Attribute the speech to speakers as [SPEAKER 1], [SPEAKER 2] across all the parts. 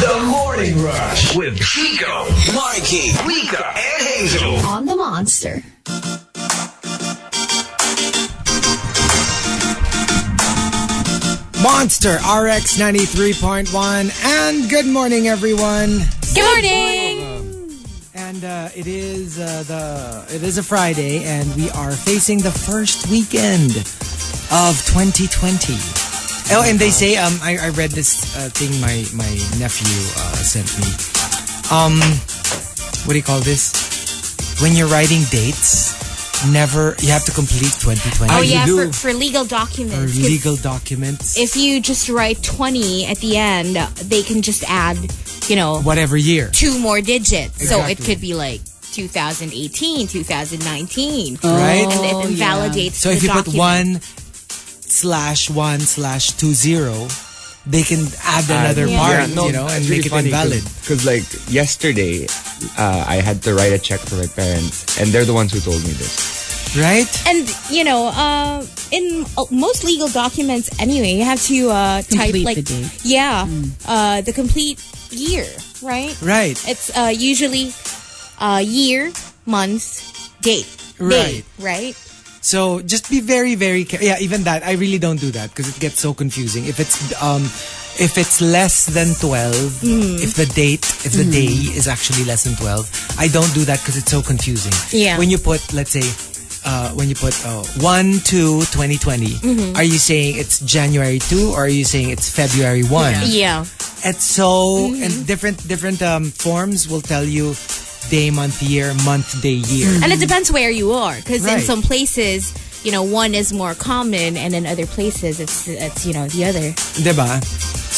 [SPEAKER 1] The Morning Rush with Chico, Marky, Rika, and Hazel.
[SPEAKER 2] on the monster.
[SPEAKER 3] Monster RX 93.1. And good morning, everyone.
[SPEAKER 4] Good morning!
[SPEAKER 3] And uh, it is uh, the it is a Friday, and we are facing the first weekend of 2020. Oh, and they say um, I, I read this uh, thing my my nephew uh, sent me. Um, what do you call this? When you're writing dates, never you have to complete 2020
[SPEAKER 4] Oh,
[SPEAKER 3] You
[SPEAKER 4] yeah,
[SPEAKER 3] do
[SPEAKER 4] for, for legal
[SPEAKER 3] or
[SPEAKER 4] documents. 'Cause
[SPEAKER 3] legal documents,
[SPEAKER 4] If you just write 20 at the end, they can just add, you know,
[SPEAKER 3] whatever year.
[SPEAKER 4] two more digits. So it
[SPEAKER 3] Exactly.
[SPEAKER 4] could be like 2018, 2019.
[SPEAKER 3] Right?
[SPEAKER 4] And it invalidates
[SPEAKER 3] Oh, So
[SPEAKER 4] the
[SPEAKER 3] if you put
[SPEAKER 4] document.
[SPEAKER 3] one slash one slash two zero, they can add another part, you know, and make it invalid.
[SPEAKER 5] Because like yesterday, uh, I had to write a check for my parents, and they're the ones who told me this.
[SPEAKER 3] Right?
[SPEAKER 4] And, you know, uh, in uh, most legal documents anyway, you have to uh, type
[SPEAKER 6] Complete
[SPEAKER 4] like,
[SPEAKER 6] the date.
[SPEAKER 4] yeah,
[SPEAKER 3] Hmm.
[SPEAKER 4] uh, the complete year, right?
[SPEAKER 3] Right.
[SPEAKER 4] It's uh, usually uh, year, month, date. Day,
[SPEAKER 3] Right.
[SPEAKER 4] right?
[SPEAKER 3] So just be very, very careful. Yeah, even that. I really don't do that because it gets so confusing. If it's um if it's less than 12,
[SPEAKER 4] Mm-hmm.
[SPEAKER 3] if the date, if the day is actually less than 12, I don't do that because it's so confusing.
[SPEAKER 4] Yeah.
[SPEAKER 3] When you put, let's say, uh, when you put uh, 1 2 2020,
[SPEAKER 4] Mm-hmm.
[SPEAKER 3] are you saying it's January 2 or are you saying it's February 1?
[SPEAKER 4] Yeah. Mm-hmm.
[SPEAKER 3] It's so and different different um, forms will tell you day, month, year, month, day, year.
[SPEAKER 4] And it depends where you are, because in
[SPEAKER 3] Right.
[SPEAKER 4] some places, you know, one is more common, and in other places, it's it's you know the other.
[SPEAKER 3] Diba?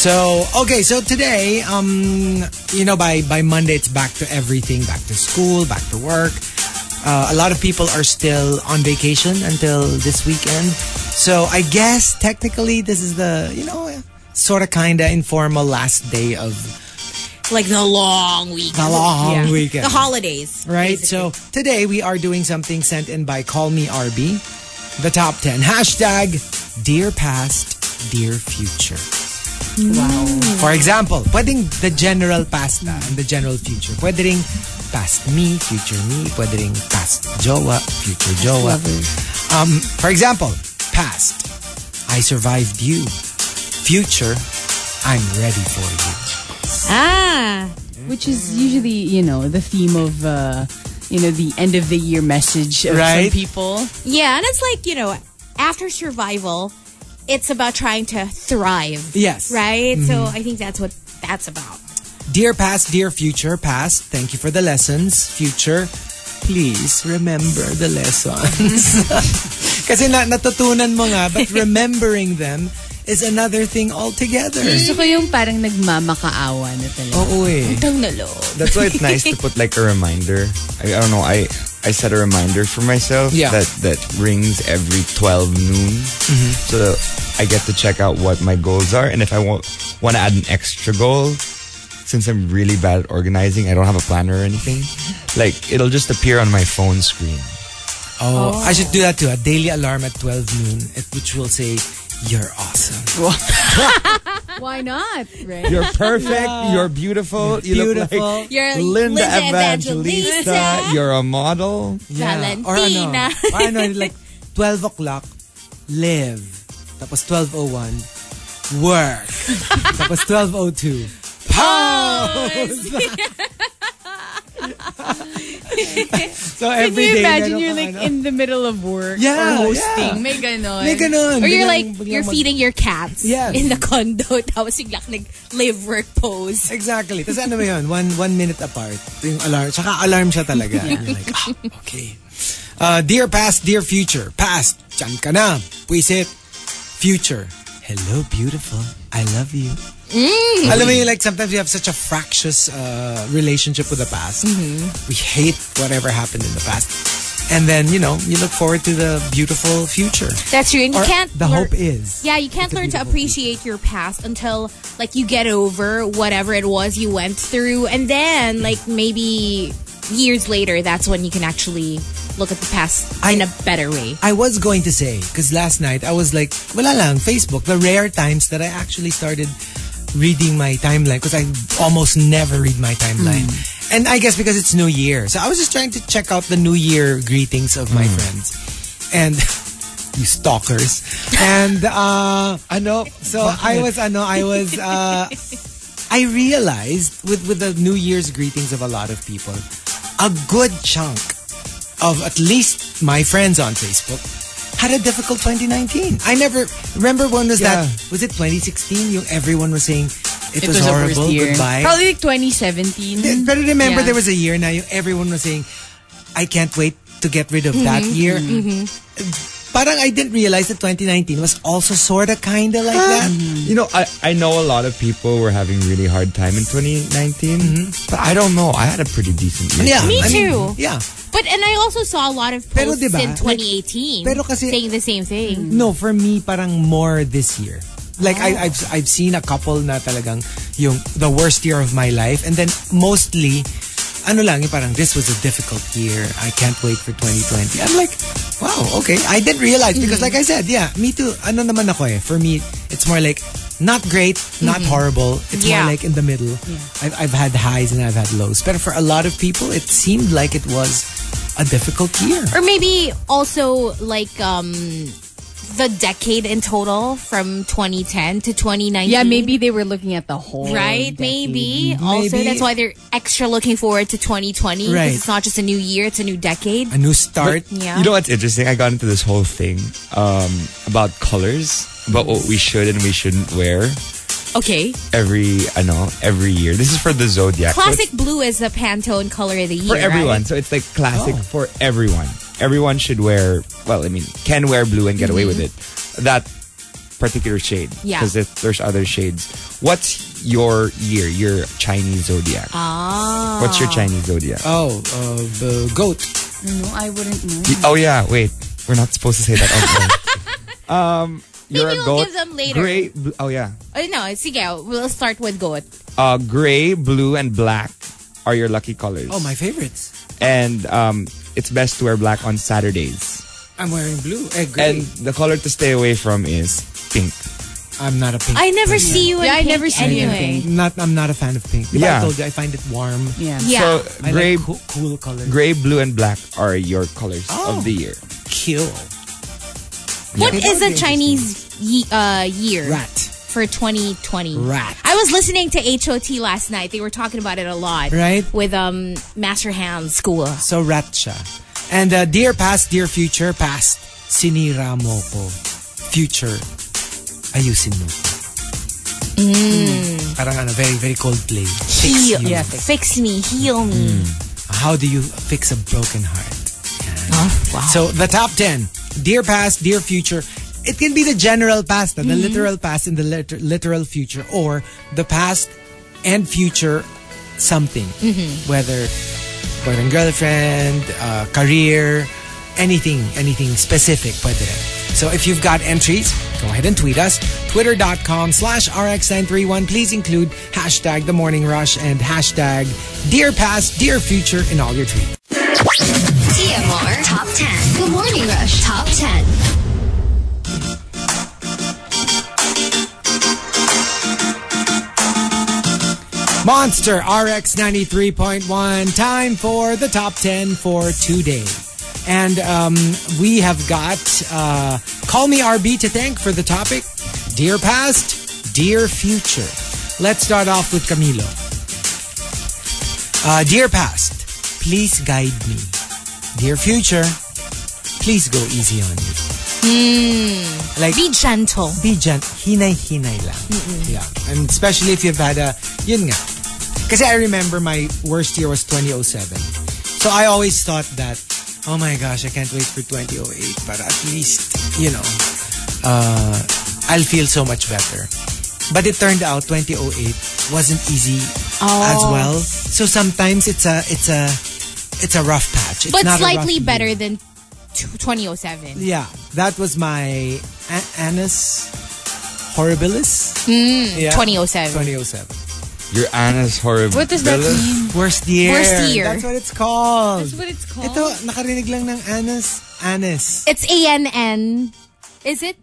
[SPEAKER 3] So, okay, so today, um, you know, by, by Monday, it's back to everything, back to school, back to work. Uh, a lot of people are still on vacation until this weekend. So I guess technically this is the, you know, sort of kind of informal last day of
[SPEAKER 4] Like the long weekend,
[SPEAKER 3] The long Yeah. weekend.
[SPEAKER 4] the holidays,
[SPEAKER 3] Right?
[SPEAKER 4] basically.
[SPEAKER 3] So today we are doing something sent in by Call Me RB. The top 10. Hashtag Dear Past, Dear Future. Wow. For example, pwedeng the general pasta and the general future. Pwede ring past me, future me. Pwede ring past jowa, future jowa. Um, for example, past, I survived you. Future, I'm ready for you.
[SPEAKER 4] ah,
[SPEAKER 6] Which is usually, you know, the theme of, uh, you know, the end of the year message of
[SPEAKER 3] Right.
[SPEAKER 6] some people.
[SPEAKER 4] yeah, and it's like you know, after survival, it's about trying to thrive,
[SPEAKER 3] Yes.
[SPEAKER 4] right? So
[SPEAKER 3] Mm-hmm.
[SPEAKER 4] I think that's what that's about.
[SPEAKER 3] Dear past, dear future, past, thank you for the lessons. Future, please remember the lessons. Kasi na natutunan mo nga, but remembering them is another thing altogether.
[SPEAKER 6] Gusto ko yung parang nagmamakaawa na talaga.
[SPEAKER 3] Oo eh.
[SPEAKER 4] Don't know.
[SPEAKER 5] That's why it's nice to put like a reminder. I, I don't know. I I set a reminder for myself
[SPEAKER 3] Yeah.
[SPEAKER 5] that that rings every 12 noon, so that I get to check out what my goals are, and if I want want to add an extra goal. Since I'm really bad at organizing, I don't have a planner or anything. Like it'll just appear on my phone screen.
[SPEAKER 3] Oh, I should do that too. A daily alarm at 12 noon, at which will say, you're awesome.
[SPEAKER 6] Why not, right?
[SPEAKER 5] You're perfect. You're beautiful. You look
[SPEAKER 3] Beautiful.
[SPEAKER 5] like
[SPEAKER 4] You're Linda
[SPEAKER 5] Linda, Evangelista.
[SPEAKER 4] Evangelista.
[SPEAKER 5] You're a model.
[SPEAKER 3] Yeah. Or
[SPEAKER 4] Valentina.
[SPEAKER 3] ano, or ano, like 12 o'clock, live. Tapos 12.01, work. Tapos 12.02, pause! so
[SPEAKER 6] Can
[SPEAKER 3] every
[SPEAKER 6] you
[SPEAKER 3] day,
[SPEAKER 6] imagine
[SPEAKER 3] meron
[SPEAKER 6] you're
[SPEAKER 3] kang ano.
[SPEAKER 6] like in the middle of work
[SPEAKER 3] Yeah,
[SPEAKER 6] or
[SPEAKER 3] yeah.
[SPEAKER 6] hosting? May ganon.
[SPEAKER 3] May ganun.
[SPEAKER 4] Or
[SPEAKER 3] Biglang-
[SPEAKER 4] you're like
[SPEAKER 3] biglang
[SPEAKER 4] you're
[SPEAKER 3] mag-
[SPEAKER 4] feeding your cats
[SPEAKER 3] Yes.
[SPEAKER 4] in the condo tapos biglang nag live work pose.
[SPEAKER 3] Exactly. Tapos ano ba yun? One, one minute apart. Yung alarm. Tsaka alarm siya talaga. And you're like, ah, okay. Uh, dear past, dear future. Past, dyan ka na. Puisit. Future. Hello, beautiful. I love you.
[SPEAKER 4] Mm.
[SPEAKER 3] Alam mo yun, like sometimes we have such a fractious uh, relationship with the past.
[SPEAKER 4] Mm-hmm.
[SPEAKER 3] We hate whatever happened in the past. And then, you know, you look forward to the beautiful future.
[SPEAKER 4] That's true. And you
[SPEAKER 3] Or
[SPEAKER 4] can't
[SPEAKER 3] the
[SPEAKER 4] learn-
[SPEAKER 3] hope is.
[SPEAKER 4] Yeah, you can't learn to appreciate your past until like you get over whatever it was you went through and then like maybe years later that's when you can actually look at the past
[SPEAKER 3] I-
[SPEAKER 4] in a better way.
[SPEAKER 3] I was going to say, because last night I was like, wala lang, Facebook, the rare times that I actually started reading my timeline because I almost never read my timeline. And I guess because it's New Year. So I was just trying to check out the New Year greetings of my friends. And you stalkers. And uh ano, so I was ano, I was uh I realized with with the New Year's greetings of a lot of people, a good chunk of at least my friends on Facebook had a difficult 2019. I never remember when was that? Was it 2016? You everyone was saying it,
[SPEAKER 6] It
[SPEAKER 3] was,
[SPEAKER 6] was a worst
[SPEAKER 3] horrible.
[SPEAKER 6] year.
[SPEAKER 3] Goodbye.
[SPEAKER 6] Probably like 2017.
[SPEAKER 3] Yeah, But remember,
[SPEAKER 6] Yeah.
[SPEAKER 3] there was a year now. yung Everyone was saying, "I can't wait to get rid of that
[SPEAKER 4] Mm-hmm.
[SPEAKER 3] year." Parang I didn't realize that 2019 was also sort of kind of
[SPEAKER 4] Ah.
[SPEAKER 3] like that.
[SPEAKER 5] You know, I, I know a lot of people were having really hard time in 2019, but I don't know. I had a pretty decent year.
[SPEAKER 3] Yeah,
[SPEAKER 4] Me
[SPEAKER 3] I mean,
[SPEAKER 4] too.
[SPEAKER 3] yeah.
[SPEAKER 4] But and I also saw a lot of
[SPEAKER 3] Pero
[SPEAKER 4] posts
[SPEAKER 3] diba,
[SPEAKER 4] in 2018
[SPEAKER 3] pero kasi- Mm.
[SPEAKER 4] saying the same thing.
[SPEAKER 3] No, for me, parang more this year. Like I, I've I've seen a couple na talagang yung the worst year of my life, and then mostly, ano lang yung parang this was a difficult year. I can't wait for 2020. I'm like, wow, okay. I didn't realize because, like I said, yeah, me too. Ano naman ako eh. For me, it's more like not great, not horrible. It's
[SPEAKER 4] Yeah.
[SPEAKER 3] more like in the middle. I've I've had highs and I've had lows, but for a lot of people, it seemed like it was a difficult year.
[SPEAKER 4] Or maybe also like um the decade in total from 2010 to 2019.
[SPEAKER 6] Yeah, maybe they were looking at the whole.
[SPEAKER 4] Right,
[SPEAKER 6] decade.
[SPEAKER 4] maybe. Also,
[SPEAKER 3] Maybe.
[SPEAKER 4] that's why they're extra looking forward to 2020 because
[SPEAKER 3] Right.
[SPEAKER 4] it's not just a new year; it's a new decade.
[SPEAKER 3] A new start.
[SPEAKER 4] Yeah.
[SPEAKER 5] You know what's interesting? I got into this whole thing um, about colors, about what we should and we shouldn't wear
[SPEAKER 4] okay.
[SPEAKER 5] every, I know, every year. This is for the zodiac. so it's
[SPEAKER 4] Classic blue is the Pantone color of the year.
[SPEAKER 5] for everyone.
[SPEAKER 4] right? Oh.
[SPEAKER 5] So it's like classic for everyone. Everyone should wear, well, I mean, can wear blue and get away with it. That particular shade.
[SPEAKER 4] Mm-hmm. Yeah.
[SPEAKER 5] Because there's other shades. What's your year, your Chinese zodiac?
[SPEAKER 4] Ah.
[SPEAKER 5] What's your Chinese zodiac?
[SPEAKER 3] Oh, uh, the goat.
[SPEAKER 6] No, I wouldn't know.
[SPEAKER 5] Y- Oh yeah, wait. We're not supposed to say that. Okay. um, you're
[SPEAKER 4] Maybe
[SPEAKER 5] a
[SPEAKER 4] we'll
[SPEAKER 5] goat.
[SPEAKER 4] give them later.
[SPEAKER 5] Gray. Bl- oh yeah.
[SPEAKER 4] Oh, no, sige, we'll start with goat.
[SPEAKER 5] Uh, gray, blue, and black are your lucky colors.
[SPEAKER 3] Oh, my favorites.
[SPEAKER 5] And um, it's best to wear black on Saturdays.
[SPEAKER 3] I'm wearing blue. Eh,
[SPEAKER 5] And
[SPEAKER 3] green.
[SPEAKER 5] the color to stay away from is pink.
[SPEAKER 3] I'm not a pink.
[SPEAKER 4] I never see you in
[SPEAKER 6] Yeah, I
[SPEAKER 4] pink
[SPEAKER 6] never see you in
[SPEAKER 4] anyway.
[SPEAKER 6] pink.
[SPEAKER 3] not. I'm not a fan of pink. Diba
[SPEAKER 5] Yeah.
[SPEAKER 3] I told you I find it warm.
[SPEAKER 6] Yeah.
[SPEAKER 4] Yeah.
[SPEAKER 5] So
[SPEAKER 3] I
[SPEAKER 5] gray,
[SPEAKER 3] like cool, cool colors.
[SPEAKER 5] gray, blue, and black are your colors
[SPEAKER 3] Oh.
[SPEAKER 5] of the year.
[SPEAKER 3] Kill
[SPEAKER 4] What
[SPEAKER 3] Yeah.
[SPEAKER 4] is the Chinese ye- uh, year
[SPEAKER 3] rat.
[SPEAKER 4] for 2020?
[SPEAKER 3] Rat.
[SPEAKER 4] I was listening to HOT last night. They were talking about it a lot.
[SPEAKER 3] Right.
[SPEAKER 4] With um Master Hand School.
[SPEAKER 3] So rat siya. And uh, dear past, dear future, past sinira mo ko. Future, ayusin mo. ko. Parang ano, very very cold play.
[SPEAKER 4] Heal.
[SPEAKER 6] Mm. Yeah, fix.
[SPEAKER 4] Fix me. Heal me.
[SPEAKER 3] Hmm. How do you fix a broken heart?
[SPEAKER 4] Oh, wow.
[SPEAKER 3] So the top 10, dear past, dear future. It can be the general past, the literal past and the liter- literal future, or the past and future something. Whether boyfriend, girlfriend, uh, career, anything, anything specific. Pwede rin. So if you've got entries, go ahead and tweet us. Twitter.com slash RX931. Please include hashtag The Morning Rush and hashtag Dear Past, Dear Future in all your tweets.
[SPEAKER 2] TMR Top 10. Good Morning Rush Top 10.
[SPEAKER 3] Monster RX 93.1. Time for the top 10 for today. And um, we have got uh, Call Me RB to thank for the topic Dear Past, Dear Future. Let's start off with Camilo. Uh, dear Past, please guide me. Dear Future, please go easy on me. Like,
[SPEAKER 4] Be gentle.
[SPEAKER 3] be gentle. Hinay-hinay lang. Yeah. And especially if you've had a, yun nga. Kasi I remember my worst year was 2007. So I always thought that, oh my gosh, I can't wait for 2008. But at least, you know, uh, I'll feel so much better. But it turned out 2008 wasn't easy as
[SPEAKER 4] Oh.
[SPEAKER 3] well. So sometimes it's a, it's a, it's a rough patch. It's
[SPEAKER 4] But
[SPEAKER 3] not a rough
[SPEAKER 4] slightly
[SPEAKER 3] year.
[SPEAKER 4] better than oh t- 2007.
[SPEAKER 3] Yeah, that was my a- anus horribilis.
[SPEAKER 6] Mm,
[SPEAKER 3] Yeah.
[SPEAKER 4] 2007.
[SPEAKER 3] 2007.
[SPEAKER 5] Your Anna's horrible.
[SPEAKER 6] What does that mean?
[SPEAKER 3] Worst year.
[SPEAKER 4] Worst year.
[SPEAKER 3] That's what it's called.
[SPEAKER 6] That's what it's called.
[SPEAKER 3] Ito, nakarinig lang ng anus. Anus.
[SPEAKER 4] It's ANN. Is it?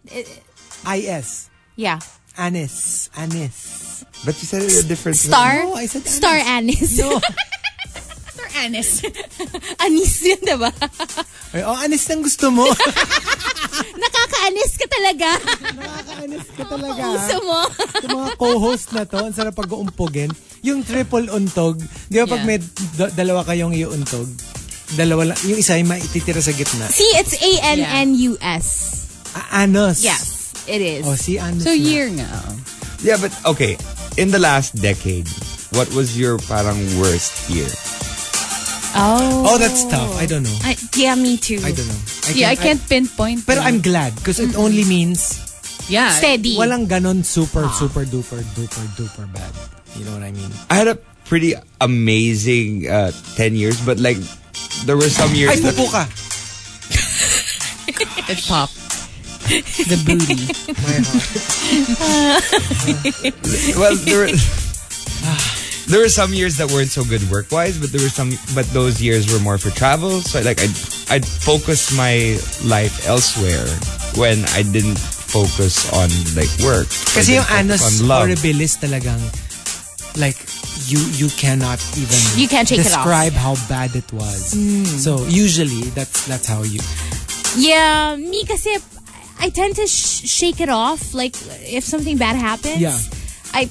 [SPEAKER 4] I-
[SPEAKER 3] I-S.
[SPEAKER 4] yeah.
[SPEAKER 3] Anis. Anis.
[SPEAKER 4] anis.
[SPEAKER 5] But you said it a different way.
[SPEAKER 4] Star?
[SPEAKER 3] No, I said anis.
[SPEAKER 4] Star anis.
[SPEAKER 3] No.
[SPEAKER 6] Sir Anis.
[SPEAKER 4] anis yun, diba?
[SPEAKER 3] Ay, oh, anis ng gusto mo.
[SPEAKER 4] Nakakaanis ka talaga.
[SPEAKER 3] Nakakaanis ka talaga.
[SPEAKER 4] Gusto mo.
[SPEAKER 3] Yung mga co-host na to, ang sarap pag-uumpugin. Yung triple untog, di ba pag
[SPEAKER 6] Yeah.
[SPEAKER 3] may da- dalawa kayong iuntog, dalawa lang, yung isa ay maititira sa gitna.
[SPEAKER 4] See, it's A-N-N-U-S.
[SPEAKER 3] A- anos.
[SPEAKER 4] Yes, it is.
[SPEAKER 3] Oh, si anos
[SPEAKER 6] So
[SPEAKER 3] na.
[SPEAKER 6] year nga.
[SPEAKER 5] Yeah, but okay. In the last decade, what was your parang worst year?
[SPEAKER 6] Oh.
[SPEAKER 3] Oh, that's tough. I don't know.
[SPEAKER 4] I- yeah, me too.
[SPEAKER 3] I don't know. I
[SPEAKER 6] yeah, I can't pinpoint.
[SPEAKER 3] pero
[SPEAKER 6] it.
[SPEAKER 3] I'm glad because it only means
[SPEAKER 6] yeah.
[SPEAKER 4] Steady.
[SPEAKER 3] walang ganon super, super duper, duper, duper bad. You know what I mean?
[SPEAKER 5] I had a pretty amazing uh, 10 years, but like, there were some
[SPEAKER 3] Ay,
[SPEAKER 5] years that...
[SPEAKER 3] pupo ka.
[SPEAKER 6] It popped. The booty.
[SPEAKER 5] well, there were, there were some years that weren't so good work wise, but there were some, but those years were more for travel. So like I'd I'd focus my life elsewhere when I didn't focus on like work. I
[SPEAKER 3] Kasi yung
[SPEAKER 5] didn't
[SPEAKER 3] anus
[SPEAKER 5] focus on love.
[SPEAKER 3] horribilis talagang like you you cannot even
[SPEAKER 4] You can't shake it off.
[SPEAKER 3] describe how bad it was. So usually that's that's how you
[SPEAKER 4] Yeah, me kasi I tend to sh- shake it off. Like if something bad happens,
[SPEAKER 3] Yeah.
[SPEAKER 4] I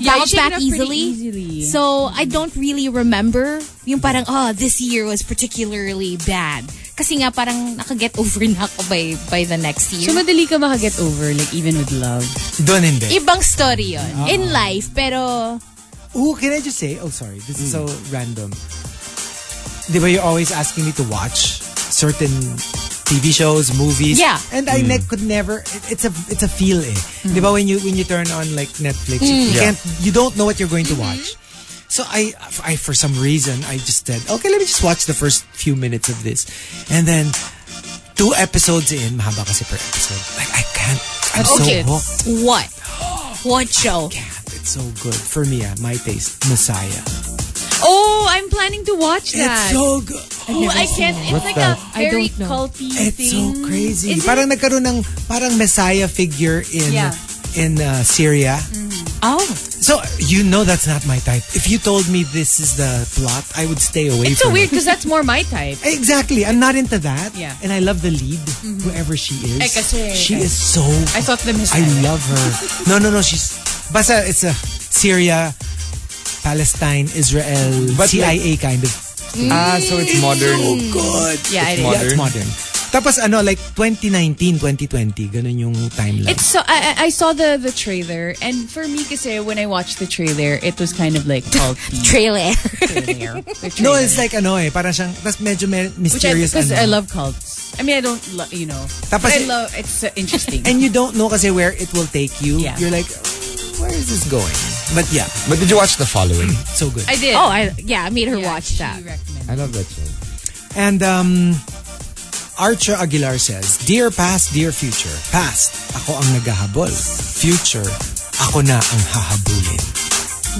[SPEAKER 6] Yeah,
[SPEAKER 4] bounce
[SPEAKER 6] you shake it
[SPEAKER 4] back
[SPEAKER 6] off pretty
[SPEAKER 4] easily.
[SPEAKER 6] easily.
[SPEAKER 4] So I don't really remember yung parang oh this year was particularly bad. Kasi nga parang nakaget over na ako by by the next year.
[SPEAKER 6] So madali ka makaget over, like even with love.
[SPEAKER 3] Doon hindi.
[SPEAKER 4] Ibang story yun.
[SPEAKER 3] Ah.
[SPEAKER 4] In life, pero
[SPEAKER 3] Ooh, can I just say? Oh, sorry. This is so random. Di ba you're always asking me to watch certain TV shows, movies.
[SPEAKER 4] Yeah. Hmm.
[SPEAKER 3] And I ne- could never. it- it's a it's a feel. Eh. Di ba when you when you turn on like Netflix, you
[SPEAKER 5] Yeah.
[SPEAKER 3] can't you don't know what you're going to
[SPEAKER 4] Mm-hmm.
[SPEAKER 3] watch. So I, I for some reason I just said okay let me just watch the first few minutes of this, and then two episodes in, mahaba kasi per episode. Like I can't. I'm
[SPEAKER 4] okay.
[SPEAKER 3] so hooked.
[SPEAKER 4] what? What show?
[SPEAKER 3] Can't. It's so good for me. ah, my taste, Messiah.
[SPEAKER 6] Oh, I'm planning to watch
[SPEAKER 3] It's
[SPEAKER 6] that.
[SPEAKER 3] so good.
[SPEAKER 6] oh, I can't. It's like a
[SPEAKER 4] I
[SPEAKER 6] very
[SPEAKER 4] don't know.
[SPEAKER 6] culty
[SPEAKER 3] It's
[SPEAKER 6] thing.
[SPEAKER 3] so crazy.
[SPEAKER 6] Is it?
[SPEAKER 3] parang nagkaroon ng parang messiah figure in
[SPEAKER 6] Yeah. Mm.
[SPEAKER 3] in uh, Syria.
[SPEAKER 4] Oh,
[SPEAKER 3] So you know that's not my type. If you told me this is the plot, I would stay away
[SPEAKER 6] It's so
[SPEAKER 3] from
[SPEAKER 6] weird
[SPEAKER 3] it.
[SPEAKER 6] because that's more my type.
[SPEAKER 3] Exactly. I'm not into that.
[SPEAKER 6] Yeah.
[SPEAKER 3] And I love the lead, whoever she is.
[SPEAKER 6] Eh, kasi-
[SPEAKER 3] she is so
[SPEAKER 6] I thought the
[SPEAKER 3] I
[SPEAKER 6] Messiah.
[SPEAKER 3] love her. no, no, no. She's basta it's a Syria, Palestine, Israel,
[SPEAKER 5] But
[SPEAKER 3] CIA kind of.
[SPEAKER 6] Mm.
[SPEAKER 5] Ah, so it's
[SPEAKER 3] Oh
[SPEAKER 5] modern.
[SPEAKER 3] god.
[SPEAKER 6] Yeah, it is.
[SPEAKER 5] modern.
[SPEAKER 3] Yeah, it's modern. Tapos ano, like 2019, 2020, ganun yung timeline.
[SPEAKER 6] It's so I, I I saw the the trailer and for me kasi when I watched the trailer it was kind of like culty.
[SPEAKER 4] trailer.
[SPEAKER 6] trailer. The
[SPEAKER 3] no,
[SPEAKER 6] trailer.
[SPEAKER 3] it's like ano eh, parang siyang, tapos medyo may
[SPEAKER 6] which I
[SPEAKER 3] mysterious.
[SPEAKER 6] because
[SPEAKER 3] ano.
[SPEAKER 6] I love cults. I mean I don't lo- you know.
[SPEAKER 3] Tapos
[SPEAKER 6] but I
[SPEAKER 3] it-
[SPEAKER 6] love it's uh, interesting.
[SPEAKER 3] And you don't know kasi where it will take you.
[SPEAKER 6] Yeah.
[SPEAKER 3] You're like, "Oh, where is this going? But yeah,
[SPEAKER 5] But did you watch the following?
[SPEAKER 3] so good.
[SPEAKER 6] I did.
[SPEAKER 4] oh, I, yeah, I made her
[SPEAKER 6] Yeah,
[SPEAKER 4] watch
[SPEAKER 6] she
[SPEAKER 4] that.
[SPEAKER 6] recommended.
[SPEAKER 5] I love that show.
[SPEAKER 3] And um, Archer Aguilar says, Dear past, dear future. Past, ako ang naghahabol. Future, ako na ang hahabulin.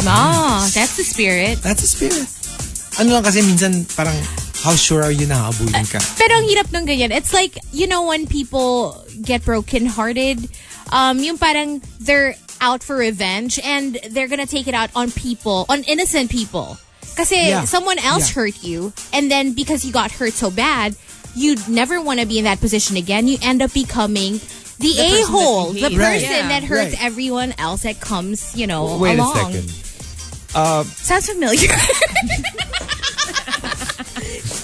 [SPEAKER 4] Ah, that's the spirit.
[SPEAKER 3] That's a spirit. Ano lang kasi minsan parang, how sure are you na hahabulin ka?
[SPEAKER 4] Pero ang hirap ng ganyan. It's like, you know when people get brokenhearted, um, yung parang they're out for revenge and they're gonna take it out on people, on innocent people. Kasi
[SPEAKER 3] Yeah.
[SPEAKER 4] someone else
[SPEAKER 3] Yeah.
[SPEAKER 4] hurt you and then because you got hurt so bad, you'd never want to be in that position again. You end up becoming the,
[SPEAKER 6] person that you
[SPEAKER 4] a-hole, the
[SPEAKER 6] hate.
[SPEAKER 4] person
[SPEAKER 3] Right.
[SPEAKER 6] Yeah.
[SPEAKER 4] that hurts
[SPEAKER 3] Right.
[SPEAKER 4] everyone else that comes, you
[SPEAKER 6] Oh,
[SPEAKER 4] know,
[SPEAKER 5] Wait
[SPEAKER 4] along.
[SPEAKER 5] a second.
[SPEAKER 4] Sounds familiar.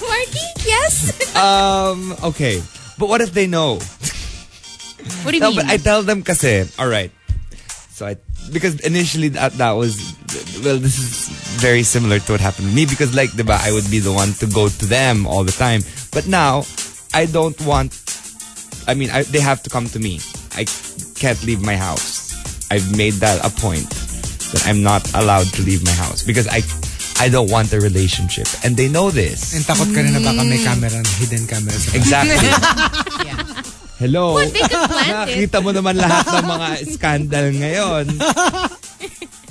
[SPEAKER 4] Marky, yes.
[SPEAKER 5] Um, okay. But what if they know?
[SPEAKER 6] What do you
[SPEAKER 5] No,
[SPEAKER 6] mean?
[SPEAKER 5] but I tell them kasi, all right. So I because initially that that was well, this is very similar to what happened to me because like diba, I would be the one to go to them all the time. But now I don't want. I mean, I, they have to come to me. I can't leave my house. I've made that a point that I'm not allowed to leave my house because I I don't want a relationship, and they know this
[SPEAKER 3] And takot ka rin na baka
[SPEAKER 6] Mm.
[SPEAKER 3] may camera, hidden camera sa
[SPEAKER 5] exactly. Hello.
[SPEAKER 6] they could plant it.
[SPEAKER 5] Nakita mo naman lahat ng mga scandal ngayon.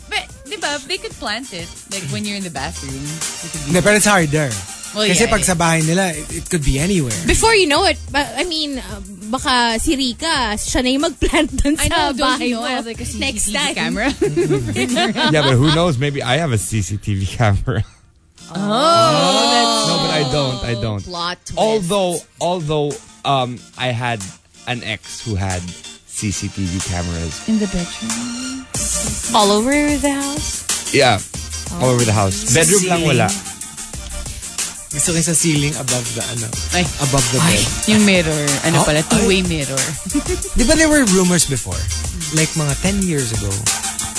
[SPEAKER 6] But diba, they could plant it. Like when you're in the bathroom. they could be-
[SPEAKER 3] Hindi, pero it's harder.
[SPEAKER 6] Well,
[SPEAKER 3] Kasi
[SPEAKER 6] Oh, yeah,
[SPEAKER 3] pag
[SPEAKER 6] yeah.
[SPEAKER 3] sa bahay nila, it, it could be anywhere.
[SPEAKER 4] Before you know it, ba- I mean, uh, baka si Rika, siya na yung mag-plant dun
[SPEAKER 6] I know,
[SPEAKER 4] sa
[SPEAKER 6] don't
[SPEAKER 4] bahay
[SPEAKER 6] you know?
[SPEAKER 4] mo.
[SPEAKER 6] I have like a CCTV
[SPEAKER 4] Next time.
[SPEAKER 6] camera.
[SPEAKER 5] yeah, but who knows? Maybe I have a CCTV camera. Oh, no, but I don't. I don't.
[SPEAKER 4] Plot twist.
[SPEAKER 5] Although, although, um, I had an ex who had CCTV cameras.
[SPEAKER 6] In the bedroom.
[SPEAKER 4] All over the house.
[SPEAKER 5] Yeah, all over the house.
[SPEAKER 6] Oh.
[SPEAKER 5] Bedroom lang wala.
[SPEAKER 3] Gusto ko yung sa ceiling above the, ano,
[SPEAKER 6] Ay.
[SPEAKER 3] above the
[SPEAKER 6] Ay,
[SPEAKER 3] bed.
[SPEAKER 6] yung mirror. Ano
[SPEAKER 3] Oh,
[SPEAKER 6] pala?
[SPEAKER 3] ay.
[SPEAKER 6] Two-way mirror.
[SPEAKER 3] Di ba there were rumors before? Like mga 10 years ago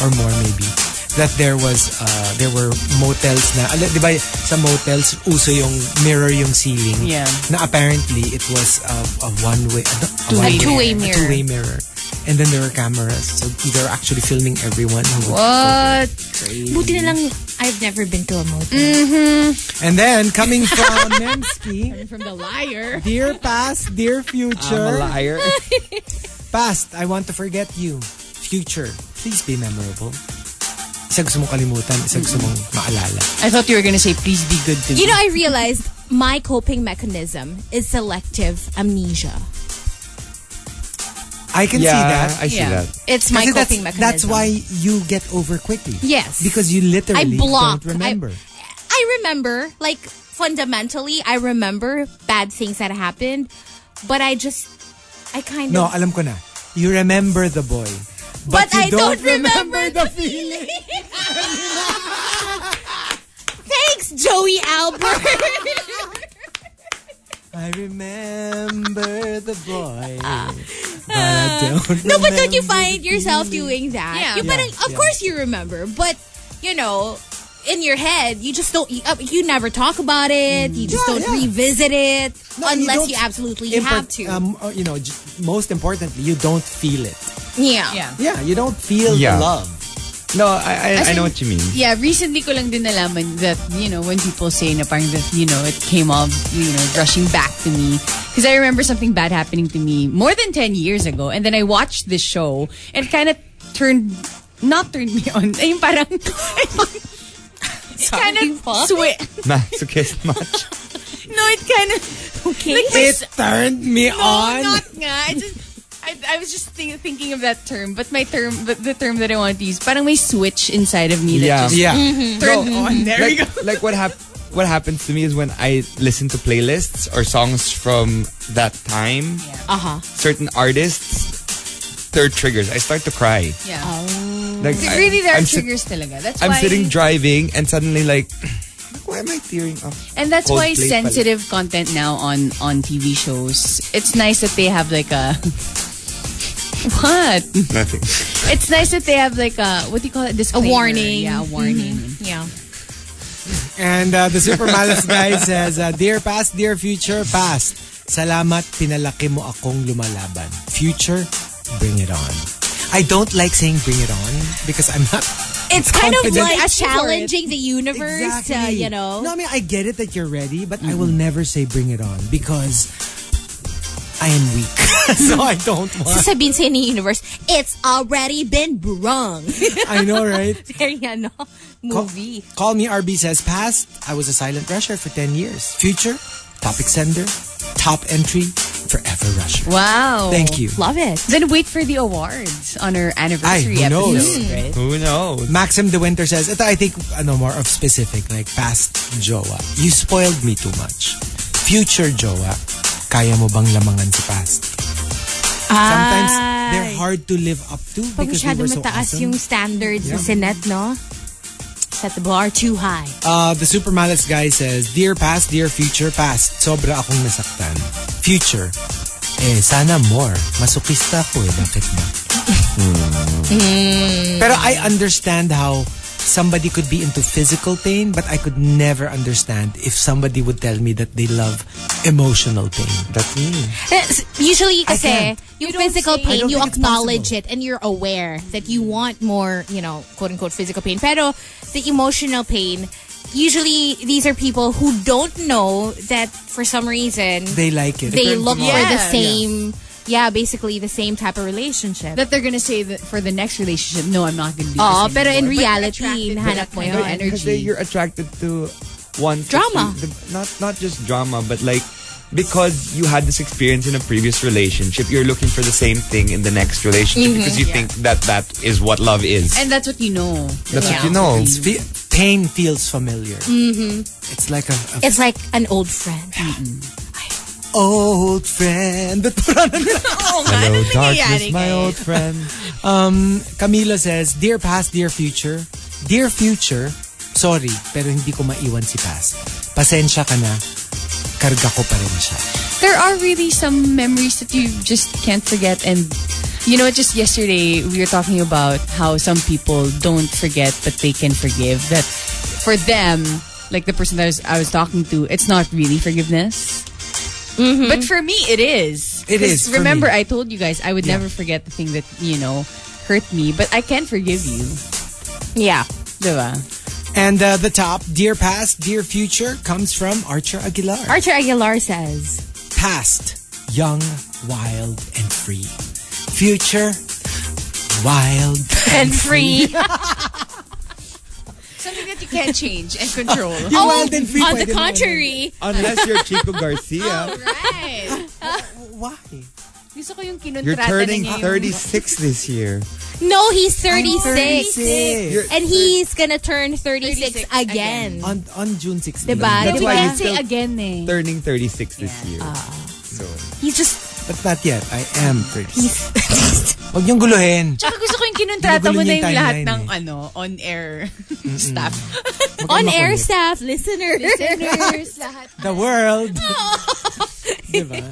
[SPEAKER 3] or more maybe that there was uh, there were motels na ala- di ba sa motels uso yung mirror yung ceiling
[SPEAKER 6] Yeah.
[SPEAKER 3] na apparently it was a, a one way a, a
[SPEAKER 6] Two-way
[SPEAKER 3] one-way-
[SPEAKER 4] two-way
[SPEAKER 3] a
[SPEAKER 4] mirror.
[SPEAKER 3] two-way mirror and then there were cameras so they were actually filming everyone who would
[SPEAKER 4] But, buti na lang, I've never been to a motel.
[SPEAKER 3] Mm-hmm. and then coming from Nemsky
[SPEAKER 6] From the liar.
[SPEAKER 3] dear past dear
[SPEAKER 6] Ah,
[SPEAKER 3] future
[SPEAKER 5] liar.
[SPEAKER 3] Past, I want to forget you. Future, please be memorable. Isa gusto mong kalimutan, isa gusto mong maalala.
[SPEAKER 6] I thought you were gonna say, please be good to me.
[SPEAKER 4] Mm-hmm. You know, I realized my coping mechanism is selective amnesia.
[SPEAKER 3] I can
[SPEAKER 5] yeah,
[SPEAKER 3] see that.
[SPEAKER 5] I see
[SPEAKER 6] Yeah.
[SPEAKER 5] that.
[SPEAKER 4] It's my
[SPEAKER 3] Kasi that's,
[SPEAKER 4] coping mechanism.
[SPEAKER 3] that's why you get over quickly.
[SPEAKER 4] Yes.
[SPEAKER 3] Because you
[SPEAKER 4] I
[SPEAKER 3] literally
[SPEAKER 4] block.
[SPEAKER 3] don't remember.
[SPEAKER 4] I, I remember, like fundamentally, I remember bad things that happened, but I just, I kind
[SPEAKER 3] no,
[SPEAKER 4] of.
[SPEAKER 3] alam ko na. You remember the boy. But,
[SPEAKER 4] But
[SPEAKER 3] you
[SPEAKER 4] I don't remember
[SPEAKER 3] the feeling.
[SPEAKER 4] Thanks, Joey Albert.
[SPEAKER 3] I remember the boy. but I don't
[SPEAKER 4] Uh, no, but don't you
[SPEAKER 3] remember
[SPEAKER 4] find
[SPEAKER 3] the
[SPEAKER 4] yourself
[SPEAKER 3] feeling.
[SPEAKER 4] doing that?
[SPEAKER 6] Yeah.
[SPEAKER 4] You
[SPEAKER 3] Yeah,
[SPEAKER 4] parang, of
[SPEAKER 3] yeah.
[SPEAKER 4] course you remember, but you know, in your head, you just don't. You, uh, you never talk about it. You just
[SPEAKER 3] Yeah,
[SPEAKER 4] don't
[SPEAKER 3] yeah.
[SPEAKER 4] revisit it
[SPEAKER 3] No, you
[SPEAKER 4] unless
[SPEAKER 3] don't-
[SPEAKER 4] you, absolutely
[SPEAKER 3] Impor-
[SPEAKER 4] have to.
[SPEAKER 3] Um, uh, you know, j- most importantly, you don't feel it.
[SPEAKER 4] yeah.
[SPEAKER 6] Yeah.
[SPEAKER 3] Yeah, you don't feel
[SPEAKER 5] Yeah.
[SPEAKER 3] the love.
[SPEAKER 5] No, I, I,
[SPEAKER 6] As
[SPEAKER 5] I know
[SPEAKER 6] in-
[SPEAKER 5] what you mean.
[SPEAKER 6] Yeah, recently ko lang din nalaman that, you know, when people say na parang that, you know, it came off, you know, rushing back to me. Because I remember something bad happening to me more than 10 years ago. And then I watched this show and kind of turned, not turned me on. Ay, yung parang, kind of swi-
[SPEAKER 5] Masochist much.
[SPEAKER 6] No, it kind of,
[SPEAKER 4] Okay.
[SPEAKER 6] like my
[SPEAKER 3] turned me
[SPEAKER 6] No, not nga. I just, I, I was just thi- thinking of that term, but my term, but the term that I want to use, parang may switch inside of me
[SPEAKER 5] Yeah.
[SPEAKER 6] that just
[SPEAKER 3] Yeah.
[SPEAKER 6] turned
[SPEAKER 4] Mm-hmm.
[SPEAKER 6] on. There we go.
[SPEAKER 5] like, like what hap- what happens to me is when I listen to playlists or songs from that time,
[SPEAKER 4] uh
[SPEAKER 5] Uh-huh.
[SPEAKER 4] huh.
[SPEAKER 5] certain artists, they're triggers. I start to cry.
[SPEAKER 6] Yeah.
[SPEAKER 5] Like
[SPEAKER 6] So really, there are
[SPEAKER 5] I'm sit-
[SPEAKER 6] triggers talaga. That's
[SPEAKER 5] I'm
[SPEAKER 6] why,
[SPEAKER 5] sitting driving and suddenly like, why am I tearing up?
[SPEAKER 6] and that's why
[SPEAKER 5] Coldplay pala.
[SPEAKER 6] sensitive content now on on TV shows. It's nice that they have like a what?
[SPEAKER 5] Nothing.
[SPEAKER 6] It's nice that they have like a what do you call it? Disclaimer.
[SPEAKER 4] warning. Mm-hmm.
[SPEAKER 6] Yeah, a warning.
[SPEAKER 4] Yeah.
[SPEAKER 3] And uh, the Super Malas guy says, uh, Dear past, dear future, past. Salamat, pinalaki mo akong lumalaban. Future, bring it on. I don't like saying bring it on because I'm not...
[SPEAKER 4] It's kind of
[SPEAKER 3] Confident.
[SPEAKER 4] like
[SPEAKER 3] Ask you for
[SPEAKER 4] challenging the universe, uh, you know. Mm-hmm.
[SPEAKER 3] No, I mean, I get it that you're ready, but I will never say bring it on because I am weak. so I don't want...
[SPEAKER 4] Sasabihin sa'yo ni universe, it's already been brung.
[SPEAKER 3] I know, right?
[SPEAKER 4] Very ano, movie.
[SPEAKER 3] Call Me RB says, past, I was a silent rusher for 10 years. Future, topic sender, top entry, forever rusher.
[SPEAKER 6] Wow.
[SPEAKER 3] Thank you.
[SPEAKER 4] Love it.
[SPEAKER 6] Then wait for the awards on our anniversary
[SPEAKER 3] Ay, who
[SPEAKER 6] episode,
[SPEAKER 3] knows?
[SPEAKER 4] Mm.
[SPEAKER 6] right?
[SPEAKER 5] Who knows?
[SPEAKER 3] Maxim De Winter says, ito I think ano, more of specific, like past jowa. You spoiled me too much. Future jowa, kaya mo bang lamangan si past? Sometimes they're hard to live up to
[SPEAKER 4] Pag
[SPEAKER 3] because they
[SPEAKER 4] masyado
[SPEAKER 3] were so
[SPEAKER 4] mataas
[SPEAKER 3] awesome.
[SPEAKER 4] yung standards
[SPEAKER 3] Yeah.
[SPEAKER 4] na sinet, no? Set the bar too high.
[SPEAKER 3] Uh, the Super Malice guy says, Dear past, dear future, past, sobra akong nasaktan. Future, eh, sana more. Masukista ako eh, bakit ba? Hmm. Pero I understand how somebody could be into physical pain, but I could never understand if somebody would tell me that they love emotional pain.
[SPEAKER 5] That's me.
[SPEAKER 4] That's- Eh, Usually kasi,
[SPEAKER 3] can't.
[SPEAKER 4] yung physical
[SPEAKER 3] I
[SPEAKER 4] pain,
[SPEAKER 3] don't
[SPEAKER 4] you
[SPEAKER 3] think it's
[SPEAKER 4] acknowledge it
[SPEAKER 3] possible.
[SPEAKER 4] and you're aware that you want more, you know, quote-unquote physical pain. Pero the emotional pain, usually these are people who don't know that for some reason,
[SPEAKER 3] They like it.
[SPEAKER 4] they look
[SPEAKER 6] tomorrow.
[SPEAKER 4] for the
[SPEAKER 6] Yeah.
[SPEAKER 4] same, yeah. basically the same type of relationship.
[SPEAKER 6] That they're gonna say that for the next relationship, no, I'm not gonna do
[SPEAKER 4] Oo,
[SPEAKER 6] this
[SPEAKER 4] pero in
[SPEAKER 6] anymore. But
[SPEAKER 4] reality,
[SPEAKER 6] attracted to
[SPEAKER 4] hinahanap
[SPEAKER 6] that
[SPEAKER 4] mo
[SPEAKER 6] kind
[SPEAKER 4] yun.
[SPEAKER 6] of
[SPEAKER 5] Because they-
[SPEAKER 6] energy.
[SPEAKER 5] you're attracted to once the
[SPEAKER 4] Drama.
[SPEAKER 5] pre- the- not not just drama, but like because you had this experience in a previous relationship, you're looking for the same thing in the next relationship
[SPEAKER 6] Mm-hmm.
[SPEAKER 5] because you think that that is what love is.
[SPEAKER 6] And that's what you know.
[SPEAKER 5] That's
[SPEAKER 4] Yeah.
[SPEAKER 5] what you know.
[SPEAKER 3] It's fe- pain feels familiar. Mm-hmm. It's like a, a
[SPEAKER 4] It's like an old friend.
[SPEAKER 3] old friend. But parang Oh,
[SPEAKER 4] Oo nga,
[SPEAKER 5] Hello,
[SPEAKER 4] anong nangyayari
[SPEAKER 5] darkness, my
[SPEAKER 4] ngayon?
[SPEAKER 5] old friend.
[SPEAKER 3] Um, Camila says, Dear past, dear future. Dear future, sorry, pero hindi ko maiwan si past. Pasensya ka na. Karga ko pa rin siya.
[SPEAKER 6] there are really some memories that you just can't forget and you know just yesterday we were talking about how some people don't forget but they can forgive that for them like the person that I was, I was talking to it's not really forgiveness but for me it is
[SPEAKER 3] Mm-hmm. It
[SPEAKER 6] 'Cause
[SPEAKER 3] is for
[SPEAKER 6] remember
[SPEAKER 3] me.
[SPEAKER 6] I told you guys I would never forget the thing that you know hurt me but I can forgive you
[SPEAKER 4] Yeah.
[SPEAKER 6] diba?
[SPEAKER 3] And uh, the top, Dear Past, Dear Future, comes from Archer Aguilar.
[SPEAKER 4] Archer Aguilar says,
[SPEAKER 3] past, young, wild, and free. Future, wild,
[SPEAKER 4] and free.
[SPEAKER 6] something that you can't change and control
[SPEAKER 3] Yung wild and free
[SPEAKER 4] Oh, On
[SPEAKER 3] pwede
[SPEAKER 4] the
[SPEAKER 3] naman.
[SPEAKER 4] contrary,
[SPEAKER 5] Unless you're Chico Garcia,
[SPEAKER 6] right
[SPEAKER 3] Why?
[SPEAKER 6] gusto ko yung
[SPEAKER 5] you're
[SPEAKER 6] kinontrata na
[SPEAKER 5] turning
[SPEAKER 6] niya yung-
[SPEAKER 5] 36 this year.
[SPEAKER 4] no, he's 36.
[SPEAKER 3] 36. You're-
[SPEAKER 4] And he's gonna turn 36,
[SPEAKER 6] 36
[SPEAKER 4] again.
[SPEAKER 3] On, on June 16.
[SPEAKER 4] Diba?
[SPEAKER 5] That's
[SPEAKER 6] We
[SPEAKER 5] why
[SPEAKER 6] can't
[SPEAKER 5] he's
[SPEAKER 6] say
[SPEAKER 5] still
[SPEAKER 6] again eh
[SPEAKER 5] turning 36 this year.
[SPEAKER 4] Uh,
[SPEAKER 5] so
[SPEAKER 4] He's just,
[SPEAKER 3] But not yet. I am 36. Huwag niyong guluhin.
[SPEAKER 6] Tsaka gusto ko yung kinontrata
[SPEAKER 3] Nagulo
[SPEAKER 6] mo na
[SPEAKER 3] niya
[SPEAKER 6] yung
[SPEAKER 3] yung
[SPEAKER 6] lahat
[SPEAKER 3] timeline
[SPEAKER 6] ng
[SPEAKER 3] eh.
[SPEAKER 6] ano, on-air staff.
[SPEAKER 3] kang
[SPEAKER 4] on air
[SPEAKER 3] makulit.
[SPEAKER 4] staff, listeners.
[SPEAKER 3] The world. diba?